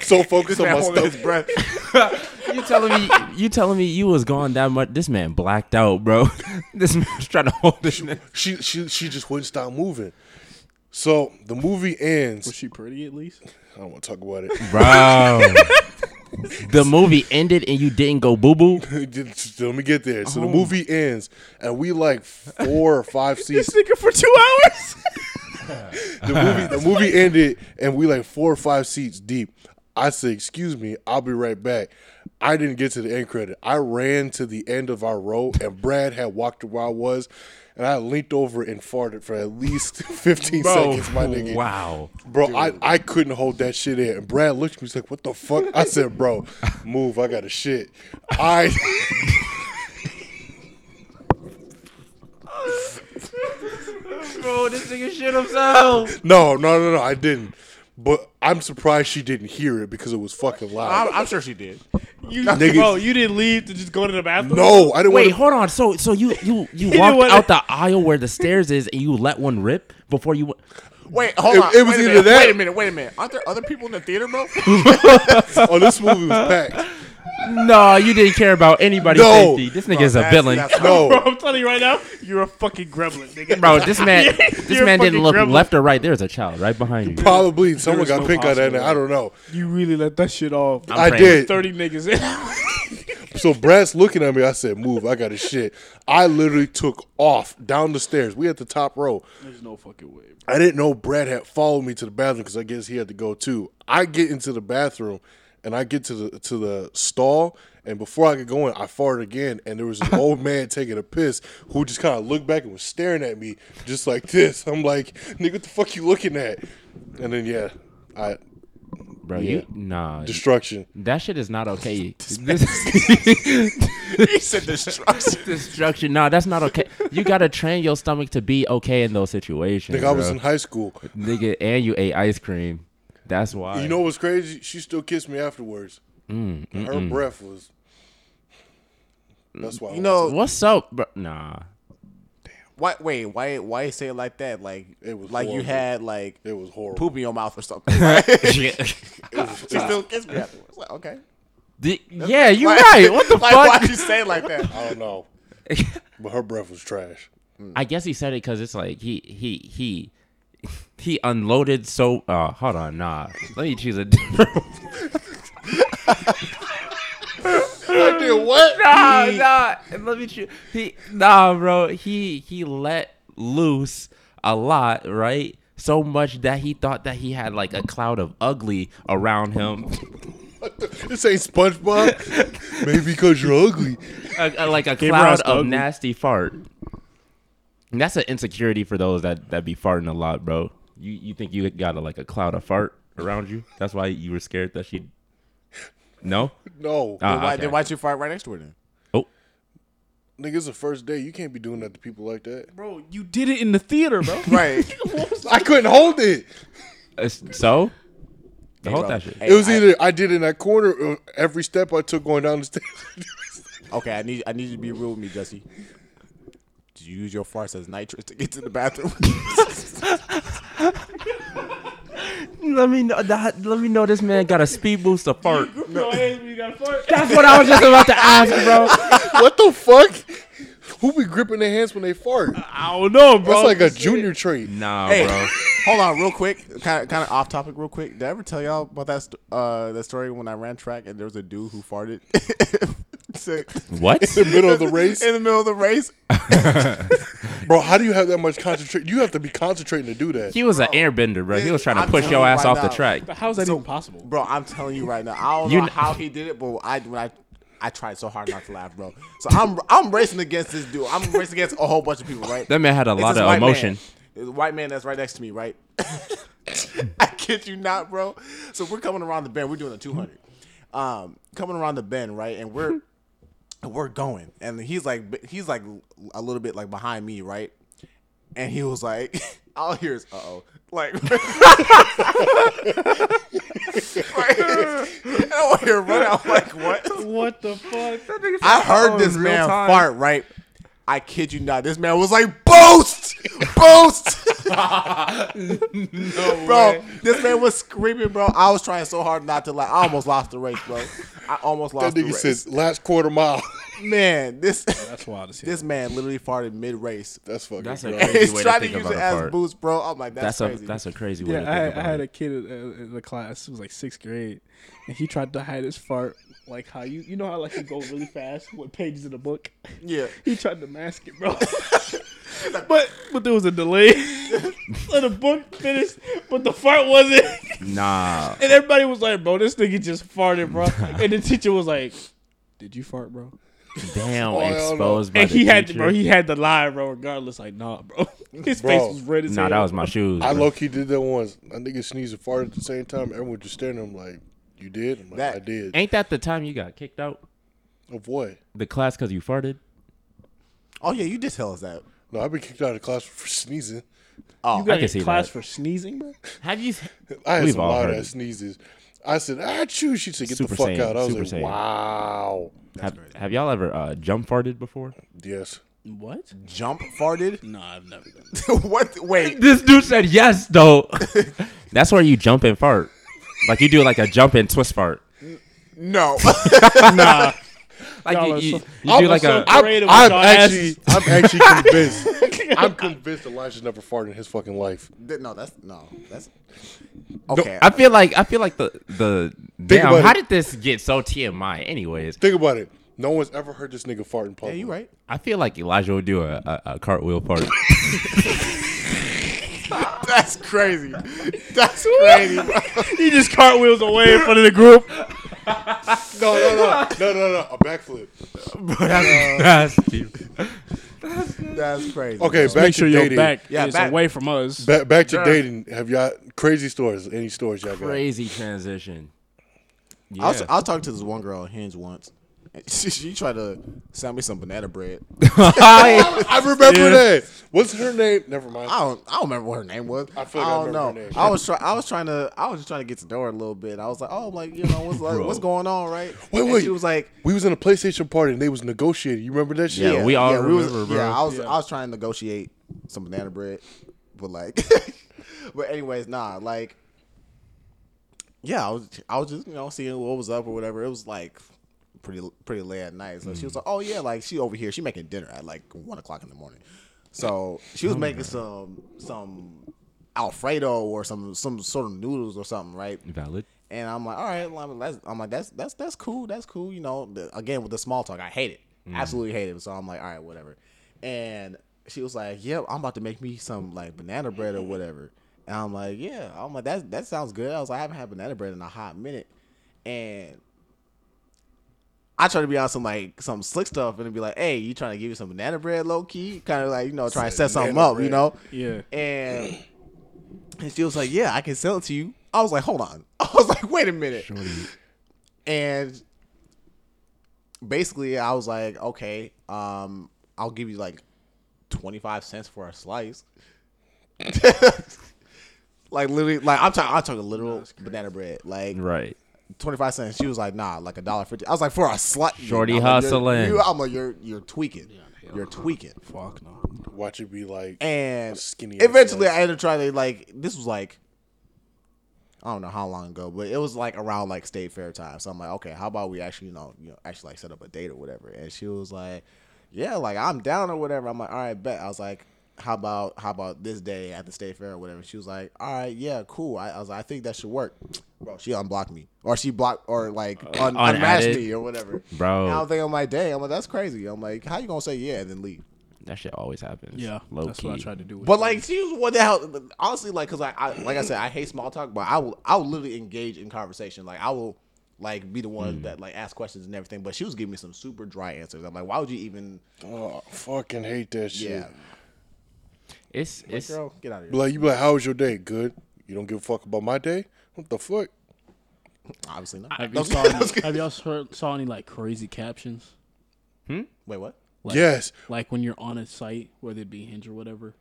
[SPEAKER 4] so focused on my
[SPEAKER 2] That holding
[SPEAKER 4] stomach.
[SPEAKER 2] his breath.
[SPEAKER 1] You telling me? You telling me you was gone that much? This man blacked out, bro. This man's trying to hold this. nigga.
[SPEAKER 4] She, she, she just wouldn't stop moving. So the movie ends.
[SPEAKER 3] Was she pretty at least?
[SPEAKER 4] I don't want to talk about it.
[SPEAKER 1] Bro. the movie ended and you didn't go boo boo.
[SPEAKER 4] Just- Let me get there. So the movie ends, and we like four or five seats.
[SPEAKER 3] Nigga for two hours.
[SPEAKER 4] The movie, the movie ended, and we like four or five seats deep. I said, "Excuse me, I'll be right back." I didn't get to the end credit. I ran to the end of our row, and Brad had walked to where I was, and I leaned over and farted for at least fifteen seconds, my nigga.
[SPEAKER 1] Wow.
[SPEAKER 4] Bro, I, I couldn't hold that shit in. And Brad looked at me, he's like, what the fuck? I said, bro, move, I got a shit. I
[SPEAKER 1] Bro, this nigga shit himself.
[SPEAKER 4] No, no, no, no, I didn't. But I'm surprised she didn't hear it because it was fucking
[SPEAKER 2] I'm,
[SPEAKER 4] loud.
[SPEAKER 2] I'm sure she did.
[SPEAKER 3] You,
[SPEAKER 4] Nigga.
[SPEAKER 3] bro, you didn't leave to just go to the bathroom.
[SPEAKER 4] No, I didn't
[SPEAKER 1] Wait,
[SPEAKER 4] want
[SPEAKER 1] hold on. So, so you you you
[SPEAKER 3] didn't
[SPEAKER 1] walked
[SPEAKER 3] wanna-
[SPEAKER 1] out the aisle where the stairs is, and you let one rip before you. Went.
[SPEAKER 2] Wait, hold
[SPEAKER 4] It-
[SPEAKER 2] on.
[SPEAKER 4] it was
[SPEAKER 2] wait a
[SPEAKER 4] either
[SPEAKER 2] minute,
[SPEAKER 4] that-
[SPEAKER 2] Wait a minute. Wait a minute. Aren't there other people in the theater, bro?
[SPEAKER 4] to. Oh, this movie was packed.
[SPEAKER 1] No, you didn't care about anybody's
[SPEAKER 4] No.
[SPEAKER 1] safety. This nigga is a
[SPEAKER 2] That's-
[SPEAKER 1] villain.
[SPEAKER 2] that's how-
[SPEAKER 3] bro,
[SPEAKER 4] No,
[SPEAKER 3] I'm telling you right now, you're a fucking gremlin, nigga.
[SPEAKER 1] Bro, this man, this
[SPEAKER 3] You're a
[SPEAKER 1] man didn't
[SPEAKER 3] fucking
[SPEAKER 1] look
[SPEAKER 3] gremlin.
[SPEAKER 1] left or right. There's a child right behind you.
[SPEAKER 4] probably someone
[SPEAKER 3] is
[SPEAKER 4] got
[SPEAKER 3] no
[SPEAKER 4] pink eye that
[SPEAKER 3] possible
[SPEAKER 4] night. I don't know.
[SPEAKER 3] You really let that shit off.
[SPEAKER 4] i
[SPEAKER 1] praying.
[SPEAKER 4] did.
[SPEAKER 3] Thirty niggas in.
[SPEAKER 4] So Brad's looking at me. I said, move, I got a shit. I literally took off down the stairs. We at the top row.
[SPEAKER 3] There's no fucking way.
[SPEAKER 4] I didn't know Brad had followed me to the bathroom because I guess he had to go too. I get into the bathroom and I get to the to the stall, and before I could go in, I farted again, and there was an old man taking a piss who just kind of looked back and was staring at me just like this. I'm like, nigga, what the fuck you looking at? And then yeah, I
[SPEAKER 1] Bro,
[SPEAKER 4] Yeah.
[SPEAKER 1] you nah.
[SPEAKER 4] destruction.
[SPEAKER 1] That shit is not okay. This
[SPEAKER 2] he said destruction.
[SPEAKER 1] destruction, nah, that's not okay. You gotta train your stomach to be okay in those situations.
[SPEAKER 4] Nigga, I was
[SPEAKER 1] bro.
[SPEAKER 4] in high school.
[SPEAKER 1] nigga, and you ate ice cream. That's why.
[SPEAKER 4] You know what's crazy? She still kissed me afterwards. And her breath was. That's why.
[SPEAKER 2] Mm. You know,
[SPEAKER 1] what's up, bro? Nah,
[SPEAKER 2] why, wait, why why say it like that? Like,
[SPEAKER 4] It was
[SPEAKER 2] like you
[SPEAKER 4] horrible.
[SPEAKER 2] had, like,
[SPEAKER 4] it was horrible.
[SPEAKER 2] poop in your mouth or something. she
[SPEAKER 4] It was-
[SPEAKER 2] still kissed me afterwards. Like, okay.
[SPEAKER 1] D- yeah, you
[SPEAKER 2] Like-
[SPEAKER 1] right. What the
[SPEAKER 2] like,
[SPEAKER 1] fuck?
[SPEAKER 2] Why'd you say it like that?
[SPEAKER 4] I don't know, but her breath was trash.
[SPEAKER 1] I guess he said it because it's like he he he he unloaded so. Uh, hold on, nah. Let me choose a different.
[SPEAKER 4] I did what?
[SPEAKER 1] nah, Ah, nah. and Let me choose. He nah, bro. He he let loose a lot, right? so much that he thought that he had like a cloud of ugly around him,
[SPEAKER 4] This ain't SpongeBob. Maybe because you're ugly.
[SPEAKER 1] A- a- like a
[SPEAKER 3] Gabriel
[SPEAKER 1] cloud
[SPEAKER 3] is
[SPEAKER 1] of
[SPEAKER 3] ugly.
[SPEAKER 1] nasty fart. And that's an insecurity for those that that be farting a lot, bro. You you think you got a, like a cloud of fart around you? That's why you were scared that she. No.
[SPEAKER 4] No,
[SPEAKER 1] Ah,
[SPEAKER 2] Why,
[SPEAKER 1] okay.
[SPEAKER 2] Then why'd you fight right next to her then?
[SPEAKER 1] Oh,
[SPEAKER 4] nigga, it's the first day. You can't be doing that to people like that.
[SPEAKER 3] Bro, you did it in the theater, bro.
[SPEAKER 2] Right.
[SPEAKER 4] I couldn't hold it.
[SPEAKER 1] it's- so. Hold that shit.
[SPEAKER 4] It was either I did it in that corner or every step I took going down the stairs.
[SPEAKER 2] Okay, I need I need you to be real with me, Jesse. Did you use your farts as nitrous to get to the bathroom?
[SPEAKER 1] Let me know. That, let me know this man got a speed boost of fart.
[SPEAKER 3] No, you got fart.
[SPEAKER 1] That's what I was just about to ask, bro.
[SPEAKER 4] what the fuck? Who be gripping their hands when they fart? That's
[SPEAKER 3] I don't know, bro.
[SPEAKER 4] like a junior trait.
[SPEAKER 1] Nah,
[SPEAKER 2] hey,
[SPEAKER 1] Oh, bro.
[SPEAKER 2] hold on, real quick. Kind of kind of off topic, real quick. Did I ever tell y'all about that st- uh, that story when I ran track and there was a dude who farted? So-
[SPEAKER 1] What?
[SPEAKER 4] In the middle of the race,
[SPEAKER 2] in the middle of the race.
[SPEAKER 4] bro. How do you have that much concentration? You have to be concentrating to do that.
[SPEAKER 1] He was an airbender, bro. He was trying to
[SPEAKER 2] I'm
[SPEAKER 1] push your
[SPEAKER 2] telling you
[SPEAKER 1] ass
[SPEAKER 2] right
[SPEAKER 1] off the
[SPEAKER 2] now.
[SPEAKER 1] track.
[SPEAKER 3] How is that even possible?
[SPEAKER 2] Bro, I'm telling you right now. I don't
[SPEAKER 1] You
[SPEAKER 2] know
[SPEAKER 1] kn-
[SPEAKER 2] how he did it, but I when I I tried so hard not to laugh, bro. So I'm I'm racing against this dude. I'm racing against a whole bunch of people, right?
[SPEAKER 1] That man had a
[SPEAKER 2] It's
[SPEAKER 1] lot
[SPEAKER 2] this
[SPEAKER 1] of
[SPEAKER 2] white
[SPEAKER 1] emotion.
[SPEAKER 2] Man. This white man that's right next to me, right? I kid you not, bro. So we're coming around the bend. We're doing the 200. Um, coming around the bend, right? And we're we're going, and he's like he's like a little bit like behind me, right? And he was like, all I hear is uh oh, like. Right? And I want to run out like what?
[SPEAKER 3] What the fuck?
[SPEAKER 2] I
[SPEAKER 4] Oh,
[SPEAKER 2] heard this man fart, right? I kid you not. This man was like, boast! Boast! bro, this man was screaming, bro. I was trying so hard not to, like, I almost lost the race, bro. I almost
[SPEAKER 4] That
[SPEAKER 2] lost the
[SPEAKER 4] nigga
[SPEAKER 2] race.
[SPEAKER 4] says last quarter mile.
[SPEAKER 2] man, this
[SPEAKER 3] That's wild to see.
[SPEAKER 2] this man literally farted mid race.
[SPEAKER 4] That's fucking.
[SPEAKER 1] That's
[SPEAKER 4] gross.
[SPEAKER 1] a
[SPEAKER 2] And
[SPEAKER 1] crazy
[SPEAKER 2] he's
[SPEAKER 1] way
[SPEAKER 2] trying
[SPEAKER 1] to
[SPEAKER 2] to
[SPEAKER 1] think
[SPEAKER 2] use
[SPEAKER 1] about
[SPEAKER 2] it
[SPEAKER 1] a
[SPEAKER 2] as
[SPEAKER 1] fart.
[SPEAKER 2] boost, bro. I'm like, that's,
[SPEAKER 1] That's a
[SPEAKER 2] crazy.
[SPEAKER 1] that's a crazy way
[SPEAKER 3] Yeah,
[SPEAKER 1] to think
[SPEAKER 3] I, I had
[SPEAKER 1] about
[SPEAKER 3] a
[SPEAKER 1] it.
[SPEAKER 3] kid in, uh, in the class. It was like sixth grade, and he tried to hide his fart. Like how you you know how like you go really fast with pages in the book.
[SPEAKER 2] yeah.
[SPEAKER 3] He tried to mask it, bro. but but there was a delay. so the book finished, but the fart wasn't.
[SPEAKER 1] Nah,
[SPEAKER 3] And everybody was like, "Bro, this nigga just farted, bro." and the teacher was like, "Did you fart, bro?"
[SPEAKER 1] damn,
[SPEAKER 4] Oh, hell no.
[SPEAKER 1] exposed by
[SPEAKER 3] and
[SPEAKER 1] the
[SPEAKER 3] he had to,
[SPEAKER 1] teacher.
[SPEAKER 3] bro. He had to lie, bro. Regardless, like, nah, bro. His
[SPEAKER 4] Bro.
[SPEAKER 3] face was red as
[SPEAKER 1] Nah,
[SPEAKER 3] hell.
[SPEAKER 1] that was my shoes.
[SPEAKER 4] I
[SPEAKER 1] bro.
[SPEAKER 4] low key did that once. A nigga sneezed and farted at the same time. Everyone just staring at him like, "You did?" I'm like,
[SPEAKER 2] That-
[SPEAKER 4] "I did."
[SPEAKER 1] Ain't that the time you got kicked out
[SPEAKER 4] Of what?
[SPEAKER 1] the class because you farted?
[SPEAKER 2] Oh, yeah, you did tell us that.
[SPEAKER 4] No, I've been kicked out of class for sneezing.
[SPEAKER 3] You got
[SPEAKER 1] I can
[SPEAKER 3] in
[SPEAKER 1] see
[SPEAKER 3] class
[SPEAKER 1] that.
[SPEAKER 3] for sneezing, bro.
[SPEAKER 1] Have you?
[SPEAKER 4] I had
[SPEAKER 1] We've
[SPEAKER 4] some
[SPEAKER 1] all
[SPEAKER 4] loud
[SPEAKER 1] heard
[SPEAKER 4] ass
[SPEAKER 1] it.
[SPEAKER 4] sneezes. I said, "I choose." She said, "Get
[SPEAKER 1] Super
[SPEAKER 4] the fuck
[SPEAKER 1] Saiyan,
[SPEAKER 4] out." I was
[SPEAKER 1] Super
[SPEAKER 4] like,
[SPEAKER 1] Saiyan.
[SPEAKER 4] "Wow."
[SPEAKER 1] Have, have y'all ever uh, jump farted before?
[SPEAKER 4] Yes.
[SPEAKER 3] What?
[SPEAKER 2] Jump farted?
[SPEAKER 3] No, I've never done. That.
[SPEAKER 2] what? Wait.
[SPEAKER 1] This dude said yes, though. That's where you jump and fart, like you do like a jump and twist fart.
[SPEAKER 2] No.
[SPEAKER 1] Like
[SPEAKER 3] Y'all
[SPEAKER 1] you,
[SPEAKER 3] are
[SPEAKER 1] you,
[SPEAKER 3] so-
[SPEAKER 1] you do like a.
[SPEAKER 3] so
[SPEAKER 4] I'm,
[SPEAKER 3] creative with
[SPEAKER 4] I'm
[SPEAKER 3] y'all
[SPEAKER 4] actually, I'm actually convinced.
[SPEAKER 3] asses.
[SPEAKER 4] I'm convinced Elijah's never farted in his fucking life.
[SPEAKER 2] no, that's, no. That's, okay.
[SPEAKER 1] I feel like I feel like the the
[SPEAKER 4] about
[SPEAKER 1] damn.
[SPEAKER 4] it.
[SPEAKER 1] How did this get so TMI? Anyways,
[SPEAKER 4] Think about it. No one's ever heard this nigga fart in public.
[SPEAKER 2] yeah, you right.
[SPEAKER 1] I feel like Elijah would do a, a, a cartwheel part.
[SPEAKER 2] That's crazy. That's crazy. bro.
[SPEAKER 3] he just cartwheels away in front of the group.
[SPEAKER 4] No, no, no, no, no, no. A backflip.
[SPEAKER 2] That's crazy.
[SPEAKER 4] Okay, back
[SPEAKER 3] Make
[SPEAKER 4] to
[SPEAKER 3] sure your
[SPEAKER 4] dating.
[SPEAKER 3] back
[SPEAKER 2] Yeah,
[SPEAKER 3] is
[SPEAKER 2] back-
[SPEAKER 3] away from us.
[SPEAKER 4] Ba- back to dating. Have y'all crazy stories? Any stories y'all got?
[SPEAKER 1] Crazy transition.
[SPEAKER 2] I was, I was talking to this one girl on Hinge once. and She, she tried to sell me some banana bread.
[SPEAKER 4] I remember that. What's her name? Never mind.
[SPEAKER 2] I don't. I don't remember what her name was. I,
[SPEAKER 4] feel like I
[SPEAKER 2] don't
[SPEAKER 4] remember
[SPEAKER 2] know.
[SPEAKER 4] her name.
[SPEAKER 2] I was try, I was trying to. I was just trying to get to know her a little bit. I was like, oh, I'm like you know, what's like, what's going on, right?
[SPEAKER 4] Wait,
[SPEAKER 2] And
[SPEAKER 4] wait.
[SPEAKER 2] She was like,
[SPEAKER 4] we was in a PlayStation party and they was negotiating. You remember that shit?
[SPEAKER 1] Yeah, we all
[SPEAKER 2] was-
[SPEAKER 1] remember, bro.
[SPEAKER 2] Yeah, I was I was trying to negotiate some banana bread, but like, but anyways, nah, like, yeah, I was I was just you know seeing what was up or whatever. It was like pretty pretty late at night, so she
[SPEAKER 1] Mm.
[SPEAKER 2] was like, oh yeah, like she over here, she making dinner at like one o'clock in the morning. So she
[SPEAKER 1] Oh
[SPEAKER 2] was making some some Alfredo or some some sort of noodles or something, right?
[SPEAKER 1] Valid.
[SPEAKER 2] And I'm like, all right, well, that's, I'm like, that's that's that's cool, that's cool. You know, the, again with the small talk, I hate it,
[SPEAKER 4] Mm-hmm.
[SPEAKER 2] absolutely hate it. So I'm like, all right, whatever. And she was like, yeah, I'm about to make me some like banana bread or whatever. And And I'm like, yeah. I'm like, that that sounds good. I was like, I haven't had banana bread in a hot minute. And I try to be on some like some slick stuff and be like, hey, you trying to give you some banana bread low key? Kind of like, you know, try and set something
[SPEAKER 4] Banana
[SPEAKER 2] up, you
[SPEAKER 4] bread.
[SPEAKER 2] know?
[SPEAKER 3] Yeah.
[SPEAKER 2] And and she was like, yeah, I can sell it to you. I was like, hold on. I was like, wait a minute. And basically I was like, okay, um, I'll give you like 25 cents for a slice. like literally like I'm talking I'm talking literal banana bread. Like
[SPEAKER 1] Right.
[SPEAKER 2] 25 cents. She was like, nah, like a dollar fifty. I was like, for a slice.
[SPEAKER 1] Shorty
[SPEAKER 2] I'm like,
[SPEAKER 1] hustling.
[SPEAKER 2] You're, you, I'm like, you're you're tweaking. You're tweaking.
[SPEAKER 3] Fuck no.
[SPEAKER 4] Watch it be like
[SPEAKER 2] And
[SPEAKER 4] Skinny ass
[SPEAKER 2] eventually
[SPEAKER 4] slice.
[SPEAKER 2] I ended up trying to like this was like I don't know how long ago, but it was like around like state fair time. So I'm like, okay, how about we actually, you know, you know, actually like set up a date or whatever. And she was like, yeah, like I'm down or whatever. I'm like, all right, bet. I was like, how about how about this day at the state fair or whatever? She was like, all right, yeah, cool. I, I was like, I think that should work. Bro, she unblocked me, or she blocked, or like un- unmatched
[SPEAKER 1] unadded.
[SPEAKER 2] me or whatever.
[SPEAKER 1] Bro.
[SPEAKER 2] and I was thinking, I'm like, dang, I'm like, that's crazy. I'm like, how you gonna say yeah and then leave?
[SPEAKER 1] That shit always happens.
[SPEAKER 3] Yeah.
[SPEAKER 1] Low
[SPEAKER 3] that's
[SPEAKER 1] key.
[SPEAKER 3] what I tried to do. with
[SPEAKER 2] But
[SPEAKER 3] you.
[SPEAKER 2] like she was what the hell? Honestly, like because I, I like I said I hate small talk, but I will I will literally engage in conversation. Like I will like be the one
[SPEAKER 1] Mm.
[SPEAKER 2] that like ask questions and everything. But she was giving me some super dry answers. I'm like, why would you even?
[SPEAKER 4] oh, I fucking hate that shit.
[SPEAKER 2] Yeah,
[SPEAKER 1] It's it's
[SPEAKER 2] girl, get out of
[SPEAKER 4] Be
[SPEAKER 2] here.
[SPEAKER 4] Like you be like, how was your day? Good. You don't give a fuck about my day. What the fuck?
[SPEAKER 2] Obviously not.
[SPEAKER 3] have,
[SPEAKER 2] No,
[SPEAKER 3] you saw
[SPEAKER 2] I'm
[SPEAKER 3] any,
[SPEAKER 2] kidding.
[SPEAKER 3] have y'all heard, saw any like crazy captions?
[SPEAKER 2] Wait, what?
[SPEAKER 3] Like,
[SPEAKER 4] yes.
[SPEAKER 3] Like when you're on a site, whether it be Hinge or whatever,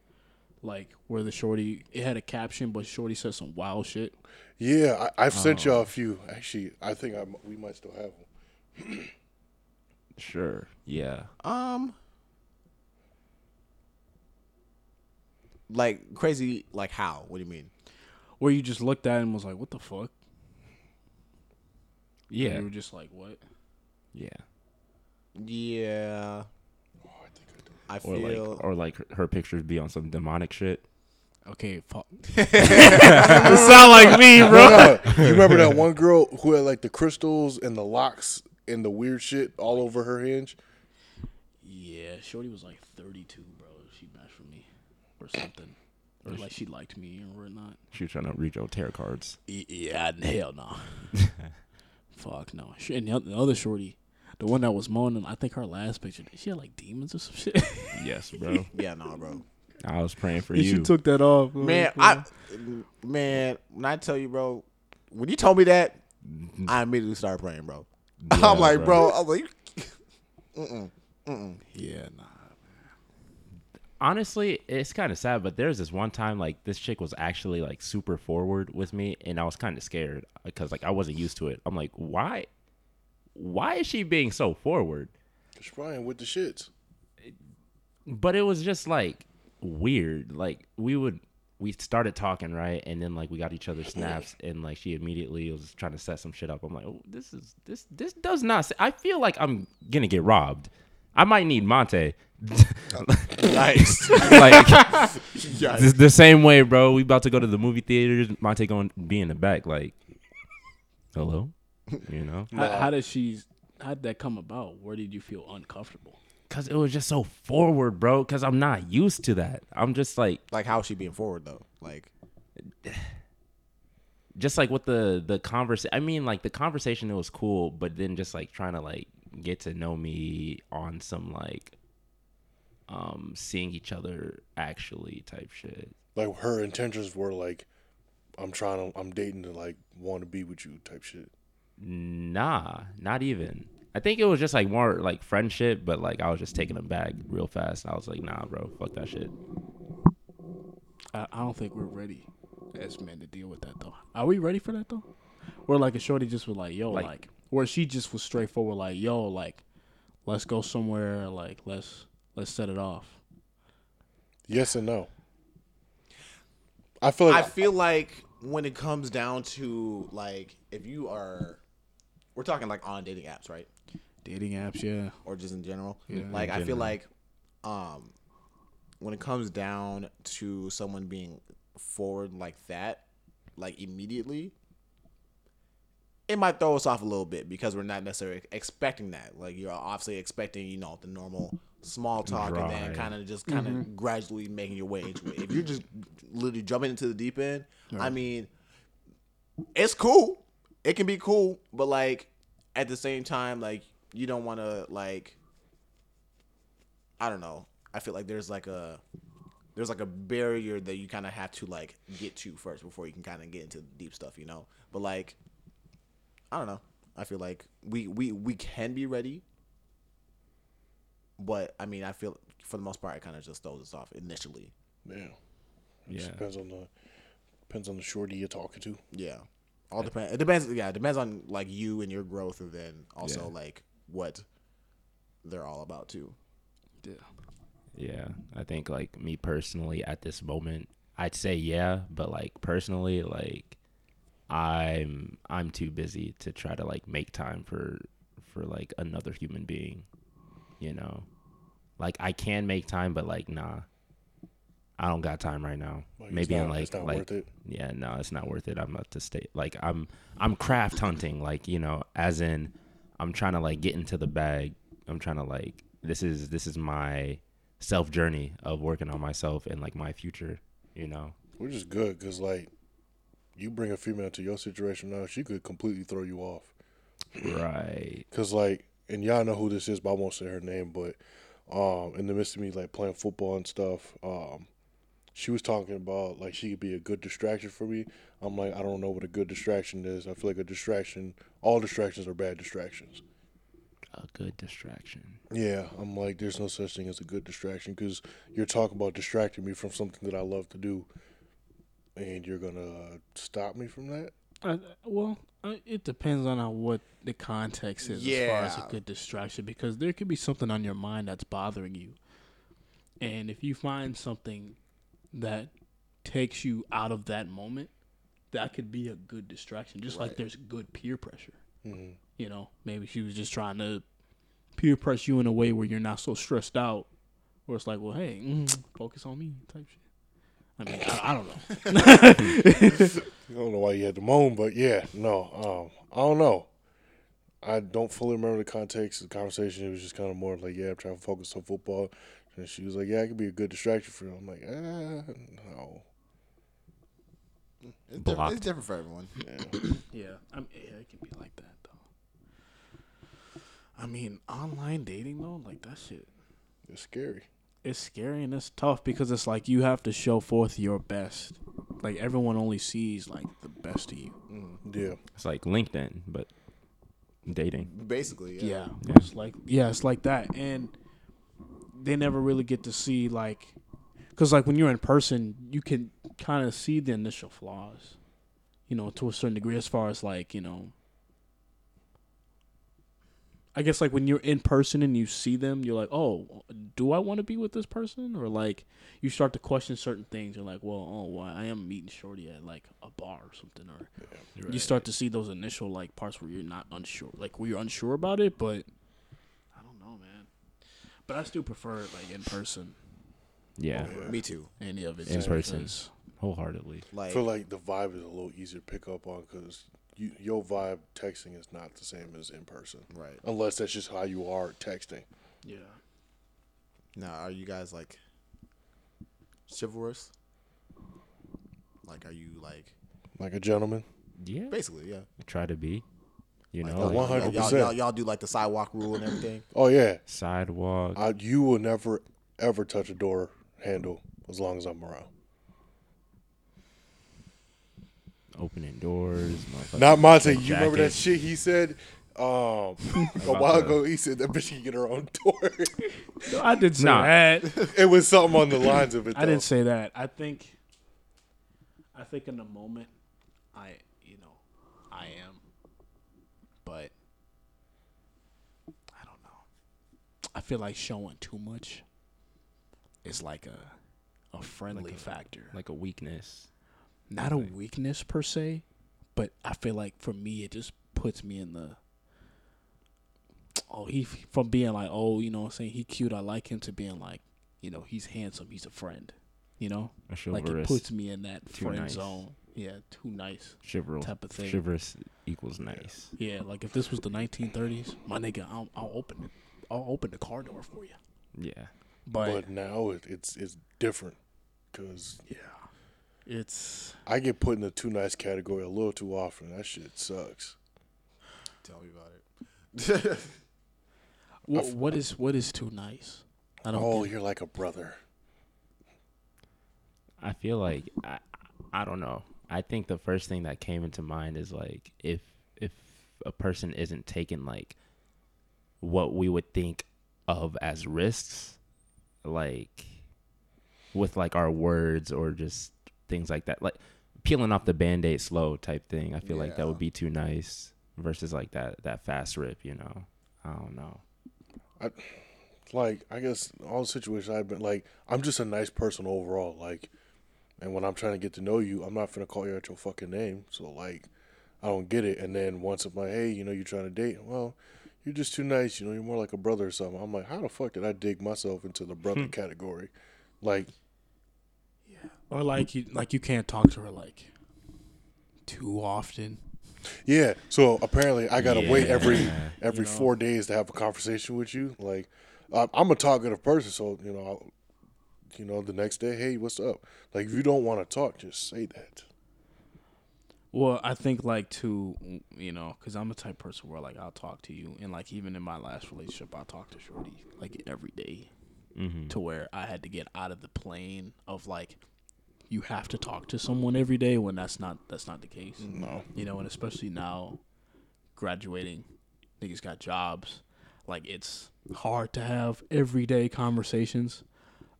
[SPEAKER 3] like where the shorty it had a caption, but shorty said some wild shit.
[SPEAKER 4] Yeah, I, I've sent
[SPEAKER 2] Oh.
[SPEAKER 4] y'all a few. Actually, I think I, m- we might still have them.
[SPEAKER 1] sure. Yeah.
[SPEAKER 2] Um, like crazy. Like how? What do you mean?
[SPEAKER 3] Where you just looked at it and was like, "What the fuck?" And
[SPEAKER 1] Yeah.
[SPEAKER 3] you were just like, "What?"
[SPEAKER 1] Yeah.
[SPEAKER 2] Yeah, I
[SPEAKER 1] Or
[SPEAKER 2] feel.
[SPEAKER 1] like or like her, her pictures be on some demonic shit.
[SPEAKER 3] Okay, fuck.
[SPEAKER 1] Sound like me, bro.
[SPEAKER 4] uh, you remember that one girl who had like the crystals and the locks and the weird shit all over her hinge?
[SPEAKER 3] Yeah, shorty was like 32, bro. She matched with me or something, or like she liked me or whatnot.
[SPEAKER 1] She was trying to read your tarot cards.
[SPEAKER 3] Y- Yeah, I- hell no. Fuck no. She, and the oth- the other shorty, the one that was moaning, I think her last picture, she had like demons or some shit.
[SPEAKER 1] Yes, bro.
[SPEAKER 2] yeah, no, bro.
[SPEAKER 1] I was praying for
[SPEAKER 3] and
[SPEAKER 1] you.
[SPEAKER 3] she took that off.
[SPEAKER 2] Man, I Mm-hmm. man, when I tell you, bro, when you told me that, I immediately started praying, bro.
[SPEAKER 1] Yeah,
[SPEAKER 2] I'm like,
[SPEAKER 1] bro.
[SPEAKER 2] bro, I'm like,
[SPEAKER 3] yeah, nah.
[SPEAKER 1] honestly, it's kind of sad, but there's this one time like this chick was actually like super forward with me, and I was kind of scared because like I wasn't used to it. I'm like, why, why is she being so forward?
[SPEAKER 4] It's Ryan with the shits.
[SPEAKER 1] But it was just like weird. Like we would we started talking right, and then like we got each other snaps, and like she immediately was trying to set some shit up. I'm like, oh, this is this this does not. s- I feel like I'm gonna get robbed. I might need Monte.
[SPEAKER 2] nice.
[SPEAKER 1] like the, the same way, bro. We about to go to the movie theaters. Monte going to be in the back, like, hello, you know,
[SPEAKER 3] How, how did she? How did that come about? Where did you feel uncomfortable?
[SPEAKER 1] because it was just so forward, bro. Because I'm not used to that. I'm just like,
[SPEAKER 2] like, how is she being forward though? Like,
[SPEAKER 1] just like with the the conversation. I mean, like the conversation, it was cool, but then just like trying to like get to know me on some like, um, seeing each other actually type shit.
[SPEAKER 4] Like her intentions were like, I'm trying to, I'm dating to like want to be with you type shit.
[SPEAKER 1] Nah, not even. I think it was just like more like friendship, but like I was just taking them back real fast. I was like, nah, bro, fuck that shit.
[SPEAKER 3] I, I don't think we're ready as men to deal with that though. Are we ready for that though? Where like a shorty just was like, yo, like,
[SPEAKER 1] Like-
[SPEAKER 3] where she just was straightforward, like, yo, like, let's go somewhere, like, let's let's set it off.
[SPEAKER 4] Yes and no. I feel
[SPEAKER 2] I
[SPEAKER 4] like
[SPEAKER 2] feel like when it comes down to like, if you are, we're talking like on dating apps, right?
[SPEAKER 3] Dating apps, yeah.
[SPEAKER 2] or just in general. like I feel like um when it comes down to someone being forward like that, like immediately, it might throw us off a little bit because we're not necessarily expecting that. Like you're obviously expecting, you know, the normal small talk and then
[SPEAKER 1] Right.
[SPEAKER 2] kind of just kind of gradually making your way into it. If you're just literally jumping into the deep end, I mean, it's cool. It can be cool, but like at the same time, like you don't want to like. I don't know. I feel like there's like a there's like a barrier that you kind of have to like get to first before you can kind of get into the deep stuff, you know. But like, I don't know. I feel like we we we can be ready, but I mean, I feel for the most part, it kind of just throws us off initially.
[SPEAKER 4] Yeah. It
[SPEAKER 1] Yeah.
[SPEAKER 4] just depends on the depends on the shorty you're talking to.
[SPEAKER 2] Yeah, all depend. It depends. Yeah, it depends on like you and your growth, and then also like what they're all about too.
[SPEAKER 3] Yeah.
[SPEAKER 1] Yeah, I think like me personally at this moment, I'd say yeah, but like personally, like I'm I'm too busy to try to like make time for for like another human being, you know. Like I can make time, but like nah, I don't got time right now.
[SPEAKER 4] Like, it's
[SPEAKER 1] Maybe in
[SPEAKER 4] not-
[SPEAKER 1] like
[SPEAKER 4] it's not
[SPEAKER 1] like
[SPEAKER 4] worth it.
[SPEAKER 1] yeah, no, it's not worth it. I'm not to stay like I'm I'm craft hunting, like, you know, as in I'm trying to like get into the bag. I'm trying to like this is this is my self journey of working on myself and like my future, you know.
[SPEAKER 4] Which is good because like you bring a female to your situation now, she could completely throw you off.
[SPEAKER 1] Right.
[SPEAKER 4] Cause like, and y'all know who this is, but I won't say her name. But um, in the midst of me like playing football and stuff, um, she was talking about like she could be a good distraction for me. I'm like, I don't know what a good distraction is. I feel like a distraction, all distractions are bad distractions.
[SPEAKER 1] A good distraction.
[SPEAKER 4] Yeah, I'm like, there's no such thing as a good distraction because you're talking about distracting me from something that I love to do, and you're gonna stop me from that.
[SPEAKER 3] Uh, well, uh, it depends on how, what the context is as far
[SPEAKER 2] Yeah.
[SPEAKER 3] as a good distraction, because there could be something on your mind that's bothering you, and if you find something that takes you out of that moment, that could be a good distraction. Just like there's good peer pressure. You know, maybe she was just trying to peer pressure you in a way where you're not so stressed out, where it's like, well, hey, mm, focus on me type shit. I mean, I, I don't know.
[SPEAKER 4] I don't know why you had to moan, but yeah, no, um, I don't know. I don't fully remember the context of the conversation. It was just kind of more like, yeah, I'm trying to focus on football, and she was like, yeah, it could be a good distraction for you. I'm like, ah, no.
[SPEAKER 2] It's,
[SPEAKER 1] diff- Blocked. it's
[SPEAKER 2] different for everyone.
[SPEAKER 3] Yeah, I mean, yeah, it can be like that though. I mean, online dating though, like that shit,
[SPEAKER 4] It's scary.
[SPEAKER 3] it's scary and it's tough because it's like you have to show forth your best. Like everyone only sees like the best of you.
[SPEAKER 4] Yeah,
[SPEAKER 1] It's like LinkedIn, but dating.
[SPEAKER 2] Basically, yeah.
[SPEAKER 3] Yeah, it's like yeah, it's like that, and they never really get to see like, because like when you're in person, you can kind of see the initial flaws, you know, to a certain degree, as far as like you know. I guess like when you're in person and you see them, you're like, oh, do I want to be with this person? Or like you start to question certain things. You're like, well, oh, why I am meeting Shorty at like a bar or something, or you start to see those initial like parts where you're not unsure, like where you're unsure about it. But I don't know, man. But I still prefer it, like in person.
[SPEAKER 1] Yeah.
[SPEAKER 2] Me too.
[SPEAKER 3] Any of it
[SPEAKER 1] In
[SPEAKER 3] just
[SPEAKER 1] person.
[SPEAKER 3] because-
[SPEAKER 1] Wholeheartedly.
[SPEAKER 4] I
[SPEAKER 2] Like,
[SPEAKER 4] feel like the vibe is a little easier to pick up on because you, your vibe texting is not the same as in person,
[SPEAKER 2] right
[SPEAKER 4] unless that's just how you are texting.
[SPEAKER 3] Yeah.
[SPEAKER 2] now, are you guys like chivalrous? Like, are you like
[SPEAKER 4] Like a gentleman.
[SPEAKER 1] Yeah.
[SPEAKER 2] basically, yeah?
[SPEAKER 1] Try to be. You know, like,
[SPEAKER 2] Like,
[SPEAKER 4] one-
[SPEAKER 2] y'all- y'all-
[SPEAKER 4] 100%.
[SPEAKER 2] Y'all, y'all do like the sidewalk rule and everything.
[SPEAKER 4] Oh yeah,
[SPEAKER 1] sidewalk.
[SPEAKER 4] I, you will never ever touch a door handle as long as I'm around.
[SPEAKER 1] opening doors. motherfucking
[SPEAKER 4] Not Monte. You remember that
[SPEAKER 1] jacket.
[SPEAKER 4] shit he said um, a while ago? He said that bitch can get her own door.
[SPEAKER 3] I did say
[SPEAKER 1] Nah.
[SPEAKER 3] that.
[SPEAKER 4] it was something on the lines of it.
[SPEAKER 3] I didn't
[SPEAKER 4] though.
[SPEAKER 3] say that. I think. I think in the moment, I you know, I am. But I don't know. I feel like showing too much is like a a friendly factor.
[SPEAKER 1] Like a weakness.
[SPEAKER 3] not a weakness per se, but I feel like for me it just puts me in the oh he f- from being like oh you know what I'm saying he cute I like him to being like you know he's handsome he's a friend you know
[SPEAKER 1] A
[SPEAKER 3] like it
[SPEAKER 1] chivalrous-
[SPEAKER 3] puts me in that
[SPEAKER 1] Too
[SPEAKER 3] friend
[SPEAKER 1] nice.
[SPEAKER 3] zone yeah too nice
[SPEAKER 1] Chivalrous.
[SPEAKER 3] type of thing.
[SPEAKER 1] Chivalrous equals nice.
[SPEAKER 3] yeah like if this was the 1930s my nigga I'll, I'll open it I'll open the car door for you
[SPEAKER 1] Yeah.
[SPEAKER 3] But,
[SPEAKER 4] But now it, it's it's different because
[SPEAKER 3] it's
[SPEAKER 4] I get put in the too nice category a little too often. That shit sucks.
[SPEAKER 2] Tell me about it.
[SPEAKER 3] what, what is what is too nice? I don't.
[SPEAKER 4] Oh,
[SPEAKER 3] get it.
[SPEAKER 4] you're like a brother.
[SPEAKER 1] I feel like I, I don't know. I think the first thing that came into mind is like if if a person isn't taking like what we would think of as risks, like with like our words or just things like that, like peeling off the band-aid slow type thing. I feel like that would be too nice versus like that that fast rip. You know, I don't know.
[SPEAKER 4] like I guess all the situations I've been like I'm just a nice person overall. Like, and when I'm trying to get to know you, I'm not gonna call you out your fucking name. So like, I don't get it. And then once I'm like, hey, you know, you're trying to date. Well, you're just too nice. You know, you're more like a brother or something. I'm like, how the fuck did I dig myself into the brother category? Like,
[SPEAKER 3] Or like you like you can't talk to her like too often.
[SPEAKER 4] yeah. So apparently, I gotta wait every
[SPEAKER 1] Yeah.
[SPEAKER 4] every four days to have a conversation with you. Like, I- I'm a talkative person, so you know, I'll, you know, the next day, hey, what's up? Like, if you don't want to talk, just say that.
[SPEAKER 3] Well, I think like to you know, because I'm the type of person where like I'll talk to you, and like even in my last relationship, I talked to Shorty like every day,
[SPEAKER 1] Mm-hmm.
[SPEAKER 3] to where I had to get out of the plane of like you have to talk to someone every day when that's not that's not the case. No, you know, and especially now, graduating, niggas got jobs, like it's hard to have everyday conversations.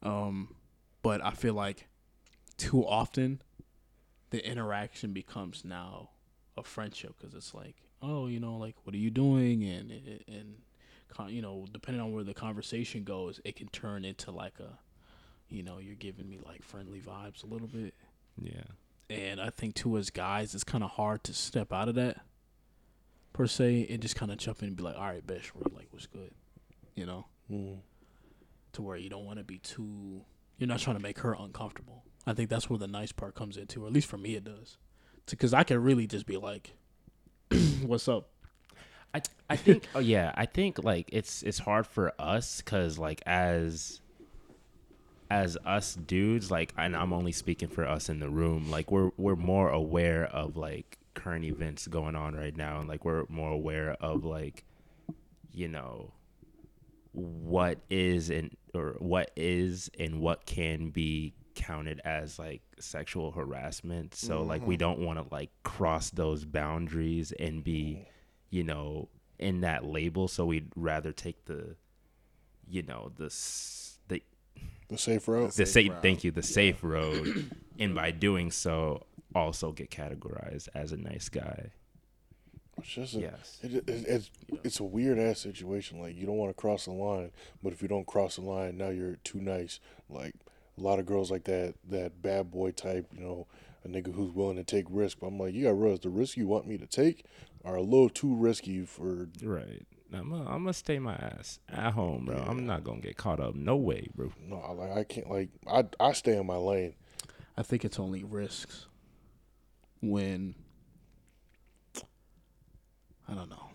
[SPEAKER 3] Um, but I feel like too often the interaction becomes now a friendship because it's like, oh, you know, like what are you doing, and and- and con- you know, depending on where the conversation goes, it can turn into like a, you know, you're giving me like friendly vibes a little bit,
[SPEAKER 1] Yeah.
[SPEAKER 3] and I think too as guys, it's kind of hard to step out of that, per se, and just kind of jump in and be like, all right, bitch, we're like, what's good, you know, to where you don't want to be too, you're not trying to make her uncomfortable. I think that's where the nice part comes into, or at least for me, it does because I could really just be like, "What's up?"
[SPEAKER 1] I I think oh yeah, I think like it's it's hard for us cuz like as as us dudes like and I'm only speaking for us in the room, like we're we're more aware of like current events going on right now and like we're more aware of like you know what is and or what is and what can be counted as like sexual harassment so like we don't want to like cross those boundaries and be you know in that label so we'd rather take the you know the s- the
[SPEAKER 4] The safe route.
[SPEAKER 1] the safe thank you the safe road and by doing so also get categorized as a nice guy
[SPEAKER 4] It's just a,
[SPEAKER 1] Yes.
[SPEAKER 4] it, it, it's it's a weird ass situation. Like you don't want to cross the line, but if you don't cross the line, now you're too nice. Like a lot of girls like that that bad boy type. You know, a nigga who's willing to take risk. But I'm like, you gotta realize the risk you want me to take are a little too risky for.
[SPEAKER 1] right i'm gonna I'm stay my ass at home bro i'm not gonna get caught up no way bro
[SPEAKER 4] No, I, like I can't. Like I I stay in my lane.
[SPEAKER 3] I think it's only risks when I don't know.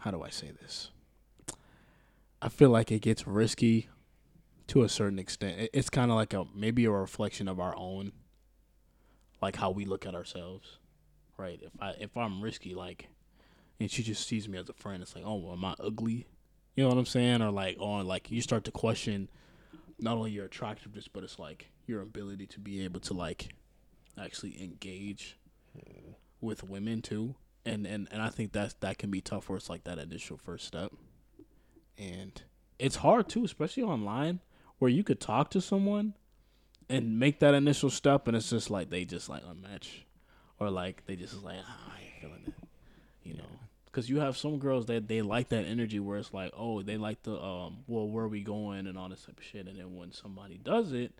[SPEAKER 3] How do I say this? I feel like it gets risky to a certain extent. It- It's kind of like a maybe a reflection of our own, like how we look at ourselves, right? If I if I'm risky, like, and she just sees me as a friend, it's like, oh, well, am I ugly? You know what I'm saying? Or like, oh, like you start to question not only your attractiveness, but it's like your ability to be able to like actually engage with women too. And and and I think that's that can be tough where it's like that initial first step. And it's hard too, especially online, where you could talk to someone and make that initial step and it's just like they just like unmatch. Or like they just like "Ah, I ain't feeling it. You know. Cause you have some girls that they like that energy where it's like, oh, they like the um, well, where are we going and all this type of shit. And then when somebody does it,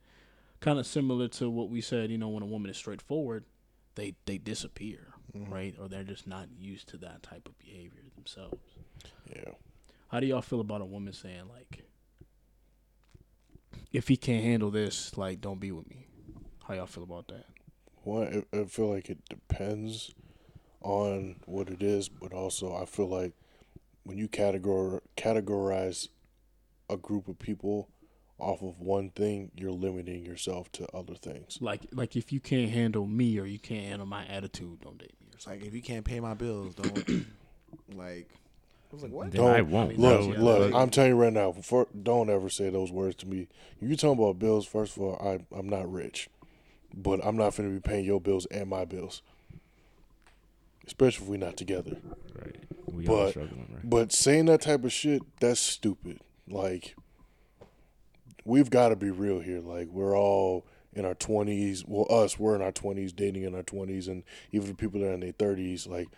[SPEAKER 3] kind of similar to what we said, you know, when a woman is straightforward, they they disappear, right? Or they're just not used to that type of behavior themselves.
[SPEAKER 4] Yeah.
[SPEAKER 3] How do y'all feel about a woman saying like, if he can't handle this, like, don't be with me? How y'all feel about that?
[SPEAKER 4] One, I, I feel like it depends on what it is, but also I feel like when you categor categorize a group of people off of one thing, you're limiting yourself to other things.
[SPEAKER 3] Like like if you can't handle me or you can't handle my attitude, don't date me or
[SPEAKER 2] It's
[SPEAKER 3] something.
[SPEAKER 2] like if you can't pay my bills, don't like. I was like, what?
[SPEAKER 1] Then I won't.
[SPEAKER 4] Look,
[SPEAKER 1] though.
[SPEAKER 4] look, I'm telling you right now, for, don't ever say those words to me. You talking about bills, first of all, I, I'm not rich, but I'm not going to be paying your bills and my bills, especially if we're not together.
[SPEAKER 1] Right. We all
[SPEAKER 4] But,
[SPEAKER 1] struggling, right?
[SPEAKER 4] but saying that type of shit, that's stupid. Like, we've got to be real here. Like, we're all in our 20s. Well, us, we're in our 20s, dating in our 20s, and even the people that are in their 30s, like,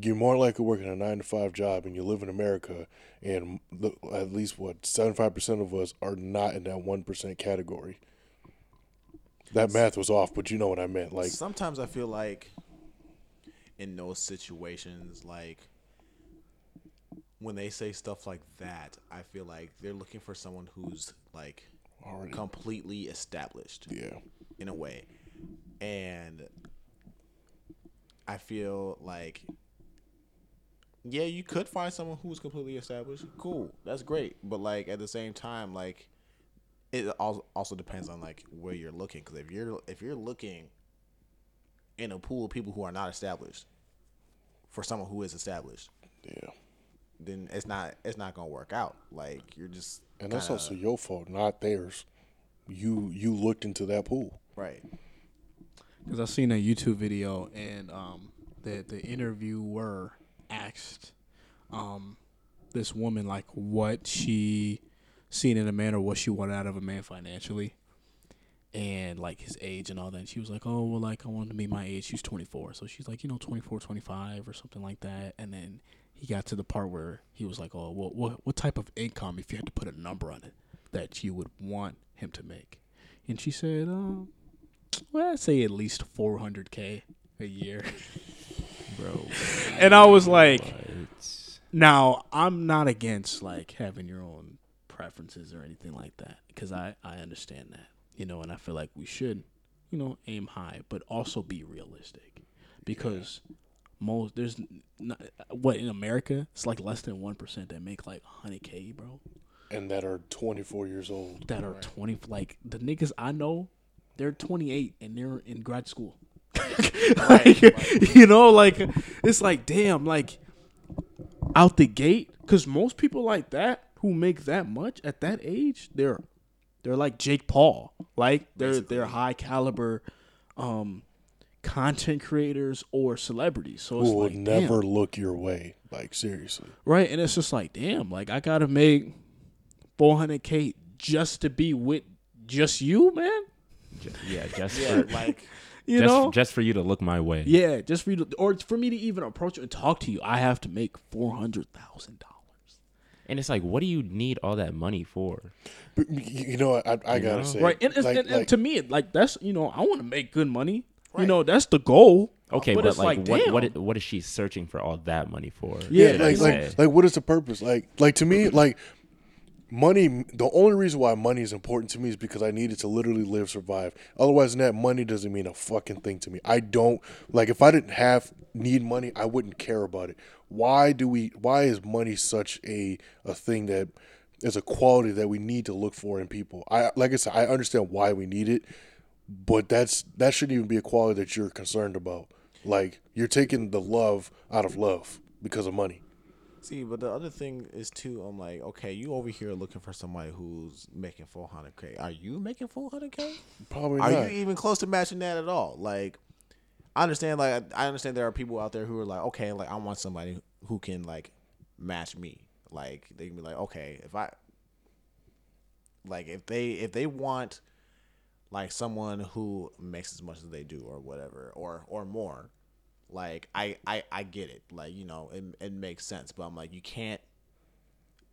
[SPEAKER 4] you're more likely working a nine to five job and you live in America, and the- at least what 75% of us are not in that 1% category. That math was off, but you know what I meant. Like,
[SPEAKER 2] Sometimes I feel like in those situations, like when they say stuff like that, I feel like they're looking for someone who's like completely established
[SPEAKER 4] yeah.
[SPEAKER 2] in a way. And I feel like yeah, you could find someone who's completely established. Cool. That's great. But like at the same time, like it al- also depends on like where you're looking cuz if you're if you're looking in a pool of people who are not established for someone who is established,
[SPEAKER 4] Yeah.
[SPEAKER 2] then it's not it's not going to work out. Like you're just
[SPEAKER 4] And that's
[SPEAKER 2] kinda-
[SPEAKER 3] Uh,
[SPEAKER 4] also your fault, not theirs. You you looked into that pool.
[SPEAKER 2] right.
[SPEAKER 3] Because I seen a YouTube video and um, the the interviewer asked um, this woman like what she seen in a man or what she wanted out of a man financially, and like his age and all that. And she was like, "Oh well, like I wanted to be my age." She's 24, so she's like, you know, 24, 25 or something like that. And then he got to the part where he was like, "Oh well, what what type of income if you had to put a number on it that you would want him to make?" And she said, um. Well, I'd say at least 400k a year.
[SPEAKER 1] bro.
[SPEAKER 3] And I was like,
[SPEAKER 1] It's
[SPEAKER 3] now I'm not against like having your own preferences or anything like that because I I understand that. You know, and I feel like we should, you know, aim high but also be realistic because most there's n- not, what in America it's like less than 1% that make like 100k, bro.
[SPEAKER 4] And that are twenty four years old.
[SPEAKER 3] That are 20 like the niggas I know, they're 28 and they're in grad school. like, you know, like it's like damn, like out the gate. Because most people like that who make that much at that age, they're they're like Jake Paul, like they're they're high caliber um content creators or celebrities. So it's
[SPEAKER 4] Who will
[SPEAKER 3] like damn.
[SPEAKER 4] never look your way. Like seriously.
[SPEAKER 3] Right, and it's just like, damn, like I gotta make four hundred k just to be with just you, man.
[SPEAKER 1] just, yeah, just
[SPEAKER 2] Yeah,
[SPEAKER 1] for
[SPEAKER 2] like
[SPEAKER 3] You
[SPEAKER 1] just,
[SPEAKER 3] know,
[SPEAKER 1] just for you to look my way.
[SPEAKER 3] yeah, just for you, to, or for me to even approach you and talk to you, I have to make four hundred thousand dollars.
[SPEAKER 1] And it's like, what do you need all that money for?
[SPEAKER 4] But y- you know, I, I gotta say,
[SPEAKER 3] Right, and, it's,
[SPEAKER 4] like-
[SPEAKER 3] and, and
[SPEAKER 4] like,
[SPEAKER 3] to me, it- like that's you know, I want to make good money. You know, that's the goal.
[SPEAKER 1] Okay, but,
[SPEAKER 3] Uh, it's
[SPEAKER 1] like, what
[SPEAKER 3] damn.
[SPEAKER 1] what i- what is she searching for all that money for?
[SPEAKER 3] Yeah,
[SPEAKER 4] yeah, like,
[SPEAKER 1] you
[SPEAKER 4] like,
[SPEAKER 1] know?
[SPEAKER 4] like, what is the purpose? Like, like to me, like, money. The only reason why money is important to me is because I need it to literally live, survive. Otherwise, than that money doesn't mean a fucking thing to me. I don't like if I didn't have need money, I wouldn't care about it. Why do we? Why is money such a a thing that is a quality that we need to look for in people? I like I said, I understand why we need it, but that's that shouldn't even be a quality that you're concerned about. Like you're taking the love out of love because of money.
[SPEAKER 2] See, but the other thing is too. I'm like, okay, you over here looking for somebody who's making 400k. Are you making 400k?
[SPEAKER 4] Probably
[SPEAKER 2] Are
[SPEAKER 4] not.
[SPEAKER 2] you even close to matching that at all? Like, I understand. Like, I understand there are people out there who are like, okay, like I want somebody who can like match me. Like, they can be like, okay, if I like if they if they want like someone who makes as much as they do or whatever or or more like i i, I get it like you know it, it makes sense but i'm like you can't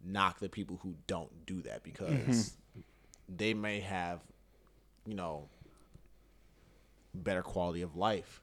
[SPEAKER 2] knock the people who don't do that because
[SPEAKER 1] Mm-hmm.
[SPEAKER 2] they may have you know better quality of life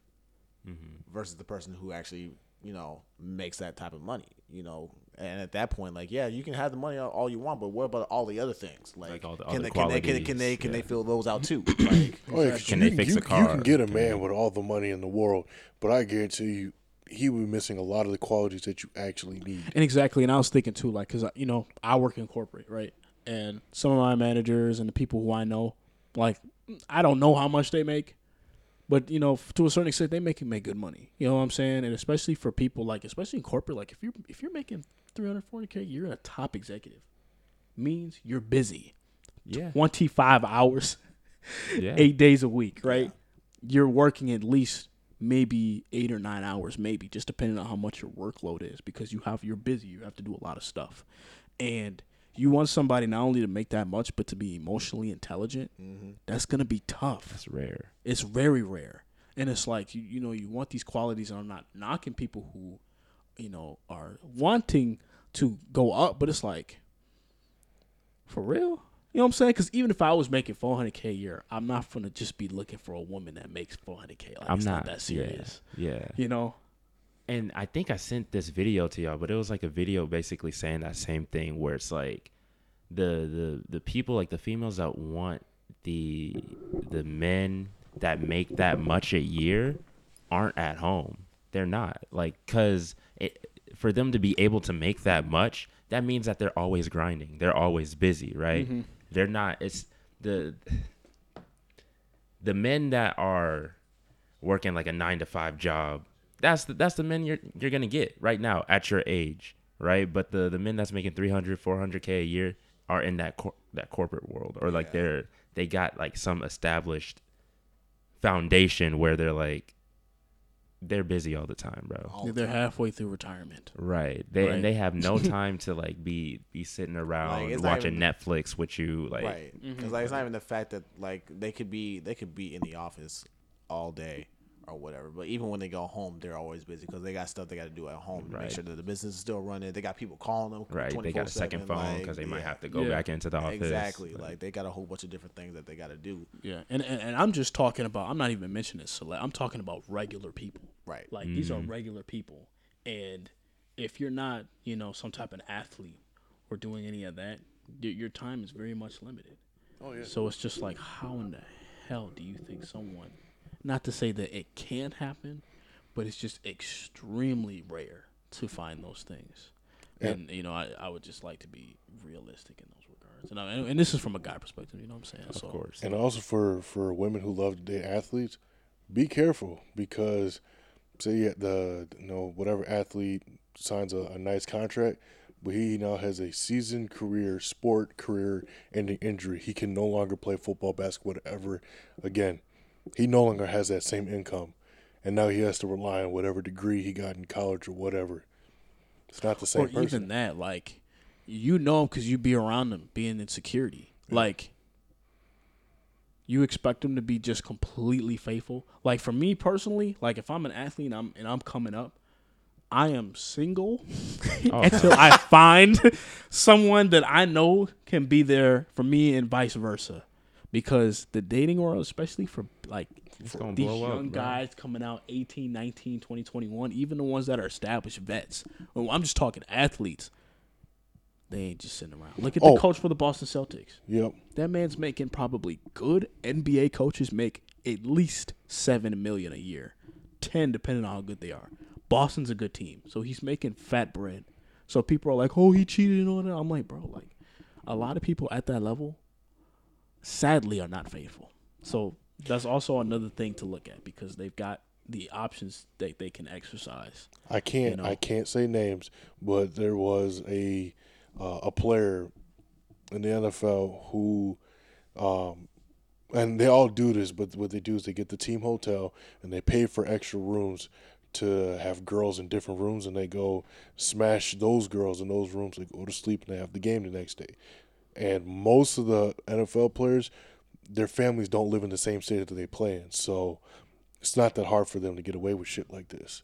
[SPEAKER 1] Mm-hmm.
[SPEAKER 2] versus the person who actually you know makes that type of money you know and at that point like yeah you can have the money all- all you want but what about all the other things like,
[SPEAKER 1] Like all the
[SPEAKER 2] can,
[SPEAKER 1] other
[SPEAKER 2] they, can they can they can they
[SPEAKER 1] qualities,
[SPEAKER 2] can they
[SPEAKER 1] yeah.
[SPEAKER 2] fill those out too like
[SPEAKER 4] Oh, yeah, 'cause
[SPEAKER 1] Can
[SPEAKER 4] you,
[SPEAKER 1] they fix
[SPEAKER 4] you-
[SPEAKER 1] a
[SPEAKER 4] You
[SPEAKER 1] car?
[SPEAKER 4] can get a man with all the money in the world, but I guarantee you, he would be missing a lot of the qualities that you actually need.
[SPEAKER 3] And exactly, and I was thinking too, like, cause I- you know, I work in corporate, right? and some of my managers and the people who I know, like I don't know how much they make, but you know, f- to a certain extent, they make make good money. You know what I'm saying? And especially for people like, especially in corporate, like if you're if you're making 340k, you're a top executive. Means you're busy,
[SPEAKER 1] Yeah.
[SPEAKER 3] 25 hours
[SPEAKER 1] Yeah.
[SPEAKER 3] eight days a week, right? You're working at least maybe eight or nine hours, maybe just depending on how much your workload is, because you have you're busy, you have to do a lot of stuff, and you want somebody not only to make that much, but to be emotionally intelligent.
[SPEAKER 1] Mm-hmm.
[SPEAKER 3] That's gonna be tough.
[SPEAKER 1] It's rare.
[SPEAKER 3] It's very rare, and it's like you you know you want these qualities. And I'm not knocking people who, you know, are wanting to go up, but it's like for real? You know what I'm saying? Because even if I was making 400k a year, I'm not gonna just be looking for a woman that makes 400k. Like,
[SPEAKER 1] I'm
[SPEAKER 3] it's
[SPEAKER 1] not,
[SPEAKER 3] not, that serious.
[SPEAKER 1] Yeah. yeah.
[SPEAKER 3] You know?
[SPEAKER 1] and I think I sent this video to y'all, but it was like a video basically saying that same thing where it's like the the the people like the females that want the the men that make that much a year aren't at home. They're not like cuz it for them to be able to make that much, that means that they're always grinding. They're always busy, right? They're not it's the the men that are working like a nine to five job. That's the that's the men you're you're gonna get right now at your age, right? But the the men that's making 300, 400 k a year are in that cor- that corporate world, or like they're they got like some established foundation where they're like they're busy all the time, bro.
[SPEAKER 2] Oh.
[SPEAKER 3] They're halfway through retirement.
[SPEAKER 1] Right. They
[SPEAKER 3] Right.
[SPEAKER 1] and they have no time to like be be sitting around
[SPEAKER 2] Like, it's not
[SPEAKER 1] watching
[SPEAKER 2] even-
[SPEAKER 1] Netflix with you, like mm-hmm.
[SPEAKER 2] right? Because like it's not even the fact that like they could be they could be in the office all day or whatever, but even when they go home, they're always busy because they got stuff they got to do at home to
[SPEAKER 1] Right.
[SPEAKER 2] make sure that the business is still running. They got people calling them.
[SPEAKER 1] right. They got a second
[SPEAKER 2] 24/7,
[SPEAKER 1] phone
[SPEAKER 2] like,
[SPEAKER 1] because they might
[SPEAKER 2] yeah,
[SPEAKER 1] have to go
[SPEAKER 3] Yeah.
[SPEAKER 1] back into the office.
[SPEAKER 2] Exactly. Like they got a whole bunch of different things that they got to do.
[SPEAKER 3] Yeah, and, and and I'm just talking about. I'm not even mentioning select. I'm talking about regular people.
[SPEAKER 2] Right.
[SPEAKER 3] Like these are regular people, and if you're not, you know, some type of athlete or doing any of that, your, your time is very much limited. Oh yeah. So it's just like, how in the hell do you think someone? Not to say that it can happen, but it's just extremely rare to find those things. And you know, I, I would just like to be realistic in those regards. And I, and, and this is from a guy perspective. You know what I'm saying? Of so,
[SPEAKER 1] course.
[SPEAKER 4] And also for for women who love their athletes, be careful because say yeah, the you know whatever athlete signs a, a nice contract, but he now has a season career, sport career, and an injury. He can no longer play football, basketball, whatever again. He no longer has that same income, and now he has to rely on whatever degree he got in college or whatever. It's not the same
[SPEAKER 3] or
[SPEAKER 4] person.
[SPEAKER 3] even that like you know them because you be around them being in security like you expect them to be just completely faithful like for me personally like if i'm an athlete and i'm and i'm coming up i am single until i find someone that i know can be there for me and vice versa because the dating world especially for like
[SPEAKER 1] gonna
[SPEAKER 3] these
[SPEAKER 1] blow up,
[SPEAKER 3] young
[SPEAKER 1] bro.
[SPEAKER 3] guys coming out 18 19 20 21 even the ones that are established vets well, i'm just talking athletes they ain't just sitting around look at the
[SPEAKER 4] Oh.
[SPEAKER 3] coach for the boston celtics
[SPEAKER 4] Yep.
[SPEAKER 3] that man's making probably good nba coaches make at least 7 million a year 10 depending on how good they are boston's a good team so he's making fat bread so people are like oh he cheated and all that i'm like bro like a lot of people at that level sadly are not faithful. So that's also another thing to look at because they've got the options that they can exercise.
[SPEAKER 4] I can't
[SPEAKER 3] know?
[SPEAKER 4] I can't say names, but there was a uh, a player in the NFL who um and they all do this, but what they do is they get the team hotel and they pay for extra rooms to have girls in different rooms and they go smash those girls in those rooms, they go to sleep and they have the game the next day. And most of the NFL players, their families don't live in the same state that they play in. So it's not that hard for them to get away with shit like this.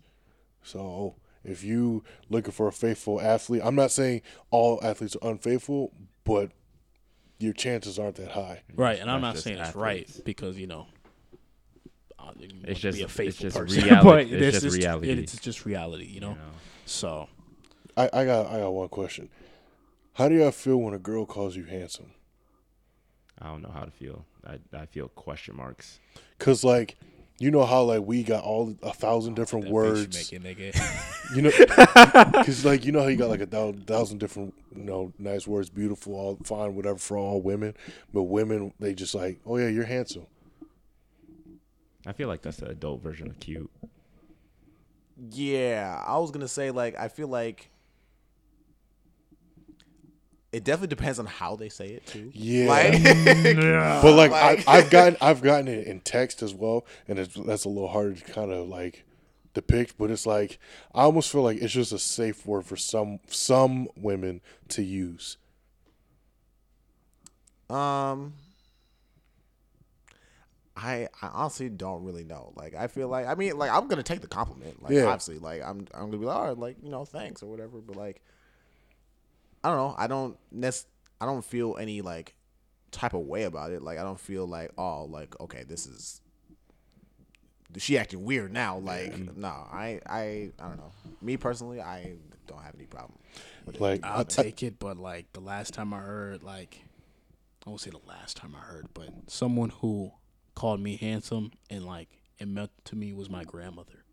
[SPEAKER 4] So if you looking for a faithful athlete, I'm not saying all athletes are unfaithful, but your chances aren't that high.
[SPEAKER 3] Right, and
[SPEAKER 1] That's
[SPEAKER 3] I'm not
[SPEAKER 1] just
[SPEAKER 3] saying it's
[SPEAKER 1] athletes.
[SPEAKER 3] right because you know uh, you want to
[SPEAKER 1] just-
[SPEAKER 3] be a
[SPEAKER 1] it's
[SPEAKER 3] faithful
[SPEAKER 1] just
[SPEAKER 3] person,
[SPEAKER 1] reality-
[SPEAKER 3] but
[SPEAKER 1] it's
[SPEAKER 3] this
[SPEAKER 1] just
[SPEAKER 3] is-
[SPEAKER 1] reality.
[SPEAKER 3] It's just reality, you know. So
[SPEAKER 4] I, I got I got one question. How do y'all feel when a girl calls you handsome?
[SPEAKER 1] I don't know how to feel. I, I feel question marks.
[SPEAKER 4] Cause like You know how like we got all a thousand different words.
[SPEAKER 6] Bitch making nigga.
[SPEAKER 4] You know, because like you know how you got like a thou- thousand different you know nice words, beautiful, all fine, whatever for all women. But women, they just like, oh yeah, you're handsome.
[SPEAKER 1] I feel like that's the adult version of cute.
[SPEAKER 2] Yeah, I was gonna say like I feel like it definitely depends on how they say it too.
[SPEAKER 4] Yeah.
[SPEAKER 2] Like,
[SPEAKER 4] but like, I, I've gotten I've gotten it in text as well, and it's, that's a little hard to kind of like depict. But it's like I almost feel like it's just a safe word for some some women to use.
[SPEAKER 2] um, I I honestly don't really know. Like I feel like I mean like I'm gonna take the compliment. Like
[SPEAKER 4] Yeah.
[SPEAKER 2] obviously like I'm I'm gonna be like all right like you know thanks or whatever. But like I don't know. I don't nec- I don't feel any like type of way about it. Like I don't feel like oh like okay this is she acting weird now. Like no, I I I don't know. Me personally, I don't have any problem.
[SPEAKER 4] Like
[SPEAKER 3] I'll take it, but like the last time I heard, like I won't say the last time I heard, but someone who called me handsome and like it meant to me was my grandmother.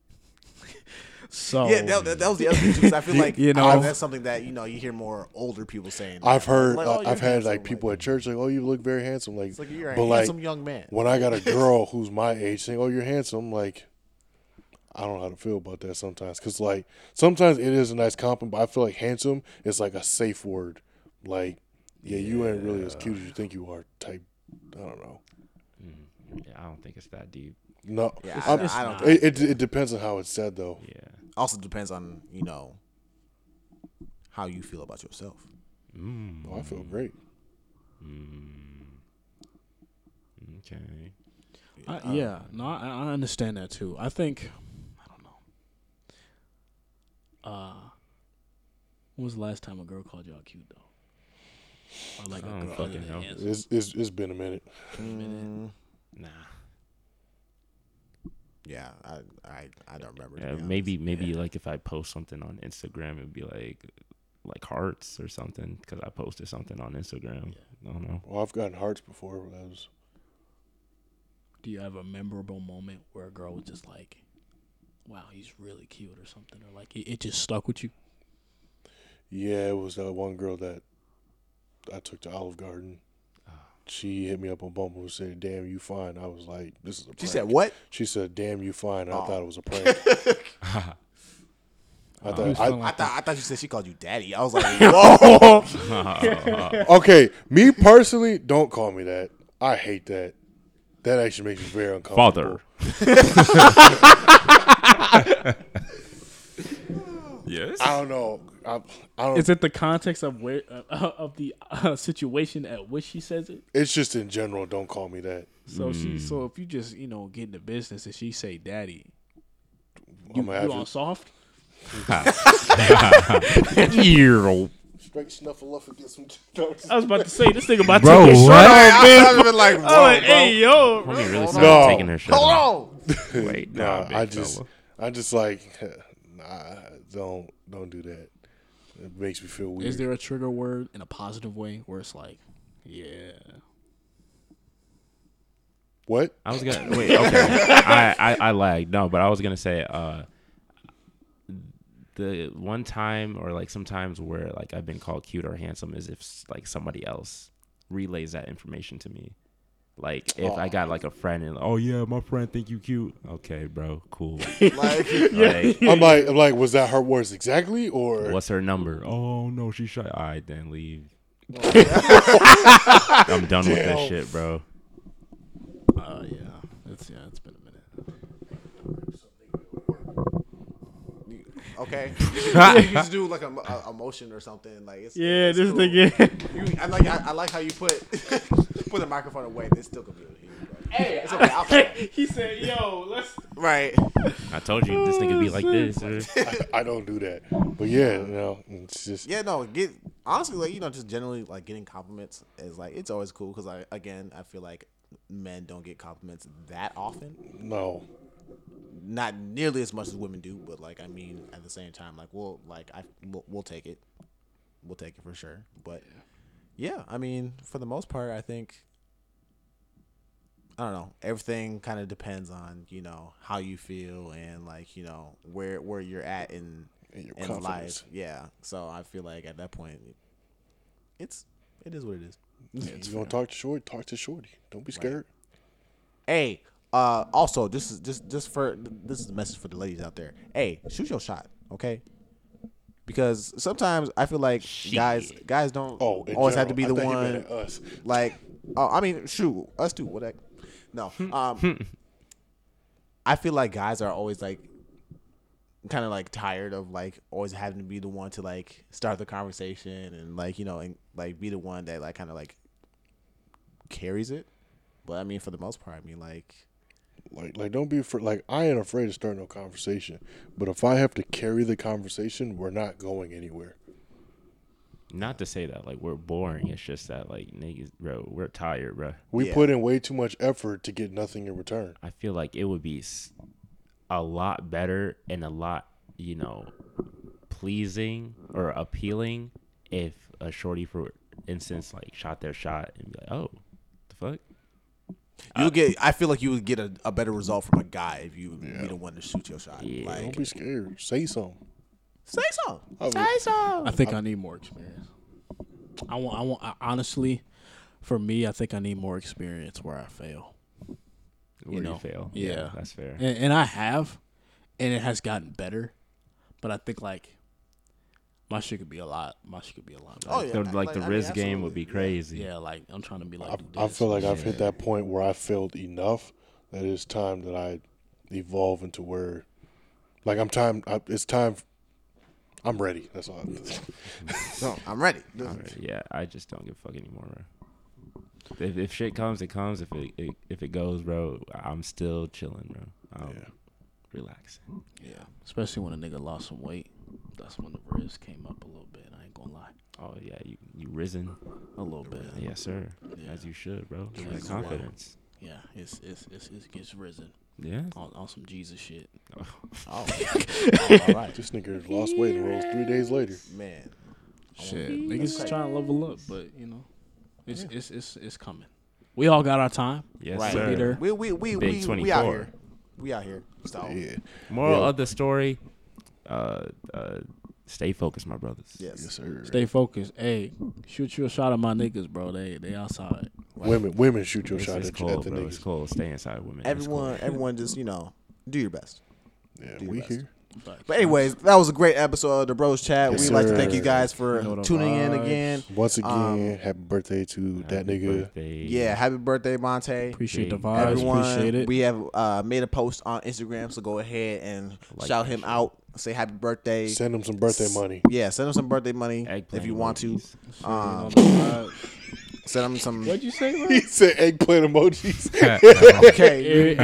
[SPEAKER 3] so
[SPEAKER 4] Oh,
[SPEAKER 2] Yeah, that, that, that was the other thing too. 'cause I feel like
[SPEAKER 3] You
[SPEAKER 2] you
[SPEAKER 3] know.
[SPEAKER 2] know that's something that you know you hear more older people saying.
[SPEAKER 4] I've heard
[SPEAKER 2] Like, oh,
[SPEAKER 4] I- I've
[SPEAKER 2] you're
[SPEAKER 4] had
[SPEAKER 2] handsome,
[SPEAKER 4] like people at church like, oh, you look very handsome. Like,
[SPEAKER 2] It's like you're a
[SPEAKER 4] but
[SPEAKER 2] handsome
[SPEAKER 4] like
[SPEAKER 2] young man.
[SPEAKER 4] when I got a girl who's my age saying, oh, you're handsome, like. I don't know how to feel about that sometimes, cause like sometimes it is a nice compliment, but I feel like handsome is like a safe word, like yeah, you ain't really as cute as you think you are type. I don't know.
[SPEAKER 1] Yeah, I don't think it's that deep.
[SPEAKER 4] No,
[SPEAKER 2] Yeah, I,
[SPEAKER 4] I'm-
[SPEAKER 2] I don't. Think,
[SPEAKER 4] It, it it depends on how it's said though.
[SPEAKER 1] Yeah.
[SPEAKER 2] also depends on you know how you feel about yourself.
[SPEAKER 4] Oh, I feel great.
[SPEAKER 1] Mm. Okay.
[SPEAKER 3] I,
[SPEAKER 1] Um,
[SPEAKER 3] yeah, no, I, I understand that too. I think I don't know. Uh, when was the last time a girl called y'all cute though? Or like
[SPEAKER 1] I
[SPEAKER 3] a
[SPEAKER 1] don't
[SPEAKER 3] girl
[SPEAKER 1] fucking know.
[SPEAKER 4] It's, it's it's been a minute.
[SPEAKER 1] Mm. Nah.
[SPEAKER 2] Yeah, I I, I don't remember. to
[SPEAKER 1] Yeah,
[SPEAKER 2] be
[SPEAKER 1] maybe maybe like if I post something on Instagram, it'd be like like hearts or something because I posted something on Instagram. I don't know.
[SPEAKER 4] Well, I've gotten hearts before. But that was
[SPEAKER 3] Do you have a memorable moment where a girl was just like, "Wow, he's really cute" or something, or like it, it just stuck with you?
[SPEAKER 4] yeah, it was that one girl that I took to Olive Garden. She hit me up on Bumble and said, "Damn, you fine." I was like, "This is a." Prank.
[SPEAKER 2] She said what?
[SPEAKER 4] She said, "Damn, you fine." I thought it was a prank. I thought, I,
[SPEAKER 2] I thought I thought you said she called you daddy. I was like, whoa.
[SPEAKER 4] okay, me personally, don't call me that. I hate that. That actually makes me very uncomfortable.
[SPEAKER 1] Father. yes.
[SPEAKER 4] I don't know. I, I don't.
[SPEAKER 3] Is it the context of where uh, of the uh, situation at which she says it?
[SPEAKER 4] it's just in general. Don't call me that.
[SPEAKER 3] So she,
[SPEAKER 1] Mm.
[SPEAKER 3] so if you just you know get in the business and she say "daddy,"
[SPEAKER 4] I'm gonna
[SPEAKER 3] you
[SPEAKER 4] have
[SPEAKER 3] on
[SPEAKER 4] to
[SPEAKER 3] soft?
[SPEAKER 4] straight snuffle up and get some.
[SPEAKER 3] I was about to say this nigga about
[SPEAKER 1] Bro,
[SPEAKER 3] to take
[SPEAKER 1] what?
[SPEAKER 2] I was like, whoa,
[SPEAKER 3] Like, hey yo,
[SPEAKER 1] Let me really start
[SPEAKER 4] No.
[SPEAKER 1] taking her shirt off.
[SPEAKER 2] hold on.
[SPEAKER 1] Wait,
[SPEAKER 4] Nah,
[SPEAKER 1] nah, big
[SPEAKER 4] I just,
[SPEAKER 1] fella.
[SPEAKER 4] I just like, nah, don't, don't do that. It makes me feel weird.
[SPEAKER 3] Is there a trigger word in a positive way where it's like, yeah,
[SPEAKER 4] what?
[SPEAKER 1] I was gonna wait. Okay, I, I I lagged. No, but I was gonna say uh, the one time or like sometimes where like I've been called cute or handsome is if like somebody else relays that information to me. Like if I got like a friend and oh yeah, my friend think you cute. Okay, bro, cool.
[SPEAKER 2] Like,
[SPEAKER 1] Like,
[SPEAKER 4] I'm like, I'm like, was that her words exactly, or
[SPEAKER 1] what's her number? Oh no, she's shy. All right, then leave. I'm done with this shit, bro.
[SPEAKER 3] uh, yeah, it's yeah, it's been a minute.
[SPEAKER 2] okay, you can just do like a, mo- a, a motion or something. Like, it's,
[SPEAKER 3] Yeah,
[SPEAKER 2] it's
[SPEAKER 3] this
[SPEAKER 2] cool.
[SPEAKER 3] nigga.
[SPEAKER 2] You, I like I, I like how you put put the microphone away. They still can be able to hear you. bro. it's okay. I'll find it.
[SPEAKER 3] he said, "Yo, let's."
[SPEAKER 2] right.
[SPEAKER 1] I told you this nigga be like this. or-
[SPEAKER 4] I, I don't do that. But yeah, you know, it's just
[SPEAKER 2] Yeah. No. Get honestly, like you know, just generally like getting compliments is like it's always cool because I again I feel like men don't get compliments that often.
[SPEAKER 4] no.
[SPEAKER 2] Not nearly as much as women do, but like I mean, at the same time, like we'll like I we'll, we'll take it. We'll take it for sure. But yeah, I mean, for the most part, I think I don't know. Everything kind of depends on you know how you feel and like you know where where you're at in
[SPEAKER 4] And your
[SPEAKER 2] in life.
[SPEAKER 4] confidence.
[SPEAKER 2] Yeah. So I feel like at that point, it's it is what it is.
[SPEAKER 4] you gonna talk to Shorty? Talk to Shorty. Don't be scared.
[SPEAKER 2] Hey, uh, also this is just just for this is a message for the ladies out there. Hey, shoot your shot, okay? Because sometimes I feel like guys guys don't
[SPEAKER 4] Oh, in
[SPEAKER 2] always have to
[SPEAKER 4] general.
[SPEAKER 2] be
[SPEAKER 4] I
[SPEAKER 2] the
[SPEAKER 4] thought you
[SPEAKER 2] one.
[SPEAKER 4] meant at us.
[SPEAKER 2] Like, oh, I mean, shoot, us too. What? The heck? No, um, I feel like guys are always like kind of like tired of like always having to be the one to like start the conversation and like you know and like be the one that like kind of like carries it. But I mean, for the most part, I mean like
[SPEAKER 4] Like, like, don't be for like. I ain't afraid to start no conversation, but if I have to carry the conversation, we're not going anywhere.
[SPEAKER 1] Not to say that like we're boring. It's just that like niggas, bro, we're tired, bro.
[SPEAKER 4] We
[SPEAKER 2] Yeah.
[SPEAKER 4] put in way too much effort to get nothing in return.
[SPEAKER 1] I feel like it would be s- a lot better and a lot, you know, pleasing or appealing if a shorty, for instance, like shot their shot and be like, oh, the fuck?
[SPEAKER 2] you will get. I feel like you would get a, a better result from a guy if you would be the one to shoot your shot.
[SPEAKER 4] Don't
[SPEAKER 2] Like
[SPEAKER 4] be scared. Say something.
[SPEAKER 2] say so.
[SPEAKER 4] I
[SPEAKER 2] Say so.
[SPEAKER 3] I think I need more experience. I want. I want. I, honestly, for me, I think I need more experience where I fail,
[SPEAKER 1] Where you,
[SPEAKER 3] know,
[SPEAKER 1] fail?
[SPEAKER 3] yeah.
[SPEAKER 1] that's fair.
[SPEAKER 3] and, and I have, and it has gotten better. But I think like my shit could be a lot. My shit could be a lot. Better.
[SPEAKER 2] Oh, yeah.
[SPEAKER 1] So, like,
[SPEAKER 2] Like,
[SPEAKER 1] the
[SPEAKER 2] I mean,
[SPEAKER 1] Riz game would
[SPEAKER 2] absolutely.
[SPEAKER 1] be crazy.
[SPEAKER 3] yeah. Like I'm trying to be like.
[SPEAKER 4] I,
[SPEAKER 3] this.
[SPEAKER 4] I feel like I've hit that point where I failed enough that it's time that I evolve into where, like, I'm time. I, it's time. I'm ready. That's all.
[SPEAKER 2] No, I'm ready.
[SPEAKER 1] Yeah, I just don't give a fuck anymore, bro. If, if shit comes, it comes. If it, it if it goes, bro, I'm still chilling, bro. I'm
[SPEAKER 4] Yeah.
[SPEAKER 1] relaxing.
[SPEAKER 3] Yeah, especially when a nigga lost some weight. That's when the ribs came up a little bit. I ain't gonna lie,
[SPEAKER 1] Oh yeah, you you risen,
[SPEAKER 3] a little bit. Yeah,
[SPEAKER 1] yes sir,
[SPEAKER 3] Yeah.
[SPEAKER 1] as you should, bro. Give
[SPEAKER 3] Yes,
[SPEAKER 1] that
[SPEAKER 3] sir.
[SPEAKER 1] confidence.
[SPEAKER 3] it's it's it's it gets risen
[SPEAKER 1] Yeah.
[SPEAKER 3] on, on some Jesus shit.
[SPEAKER 2] Oh, all right,
[SPEAKER 4] This nigga lost weight and rose three days later.
[SPEAKER 2] man.
[SPEAKER 3] Shit, niggas is trying to level up, but you know, it's it's it's it's coming. We all got our time.
[SPEAKER 1] Yes,
[SPEAKER 2] Right.
[SPEAKER 1] sir.
[SPEAKER 3] Leader.
[SPEAKER 2] We we we
[SPEAKER 1] Big
[SPEAKER 2] we, we out
[SPEAKER 1] 24.
[SPEAKER 2] here. We out here. So
[SPEAKER 4] Yeah.
[SPEAKER 1] Moral
[SPEAKER 4] Yeah.
[SPEAKER 1] of the story: uh, uh, stay focused, my brothers.
[SPEAKER 4] Yes,
[SPEAKER 2] yes,
[SPEAKER 4] sir.
[SPEAKER 3] Stay focused. Hey, shoot you a shot at my niggas, bro. They they outside.
[SPEAKER 4] Women, women shoot your
[SPEAKER 1] It's,
[SPEAKER 4] shot
[SPEAKER 1] it's
[SPEAKER 4] at, you- at
[SPEAKER 1] cold,
[SPEAKER 4] the
[SPEAKER 1] bro. It's
[SPEAKER 4] niggas.
[SPEAKER 1] cold. Stay inside, women. It's
[SPEAKER 2] everyone everyone just you know do your best.
[SPEAKER 4] Yeah, we
[SPEAKER 2] best.
[SPEAKER 4] here.
[SPEAKER 2] But anyways, that was a great episode of the Bros Chat.
[SPEAKER 4] Yes,
[SPEAKER 2] We'd like to
[SPEAKER 4] sir.
[SPEAKER 2] thank you guys for
[SPEAKER 3] You know the
[SPEAKER 2] tuning in
[SPEAKER 3] vibes.
[SPEAKER 2] again.
[SPEAKER 4] Once again,
[SPEAKER 2] Um,
[SPEAKER 4] happy birthday to
[SPEAKER 1] cold.
[SPEAKER 4] that
[SPEAKER 1] Happy
[SPEAKER 4] nigga.
[SPEAKER 1] birthday.
[SPEAKER 2] Yeah, happy birthday, Monte.
[SPEAKER 3] Appreciate the
[SPEAKER 1] Hey,
[SPEAKER 3] vibes.
[SPEAKER 2] Everyone,
[SPEAKER 3] Appreciate it.
[SPEAKER 2] we have uh, made a post on Instagram, so go ahead and
[SPEAKER 1] Like
[SPEAKER 2] shout
[SPEAKER 1] that
[SPEAKER 2] him out. Say happy birthday.
[SPEAKER 4] Send him some birthday money.
[SPEAKER 2] yeah, send him some birthday money
[SPEAKER 1] Eggplant
[SPEAKER 2] if you want to.
[SPEAKER 1] emojis.
[SPEAKER 2] Um, send him some.
[SPEAKER 3] What'd you say?
[SPEAKER 4] He said eggplant emojis.
[SPEAKER 2] Okay,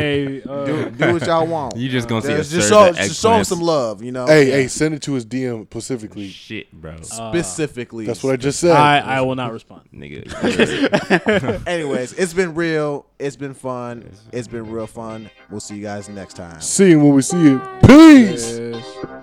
[SPEAKER 3] uh,
[SPEAKER 2] do, do what y'all want.
[SPEAKER 1] You just gonna see
[SPEAKER 2] Just,
[SPEAKER 1] a surge
[SPEAKER 2] just show,
[SPEAKER 1] of
[SPEAKER 2] just show him
[SPEAKER 1] eggplants.
[SPEAKER 2] some love, you know.
[SPEAKER 4] hey, hey, send it to his DM specifically.
[SPEAKER 1] Shit, bro.
[SPEAKER 2] specifically.
[SPEAKER 4] That's what I just said.
[SPEAKER 3] I I will not respond.
[SPEAKER 1] Nigga.
[SPEAKER 2] Anyways, it's been real. It's been fun. It's been real fun. We'll see you guys next time.
[SPEAKER 4] see him when we see him. Peace.
[SPEAKER 3] Yes.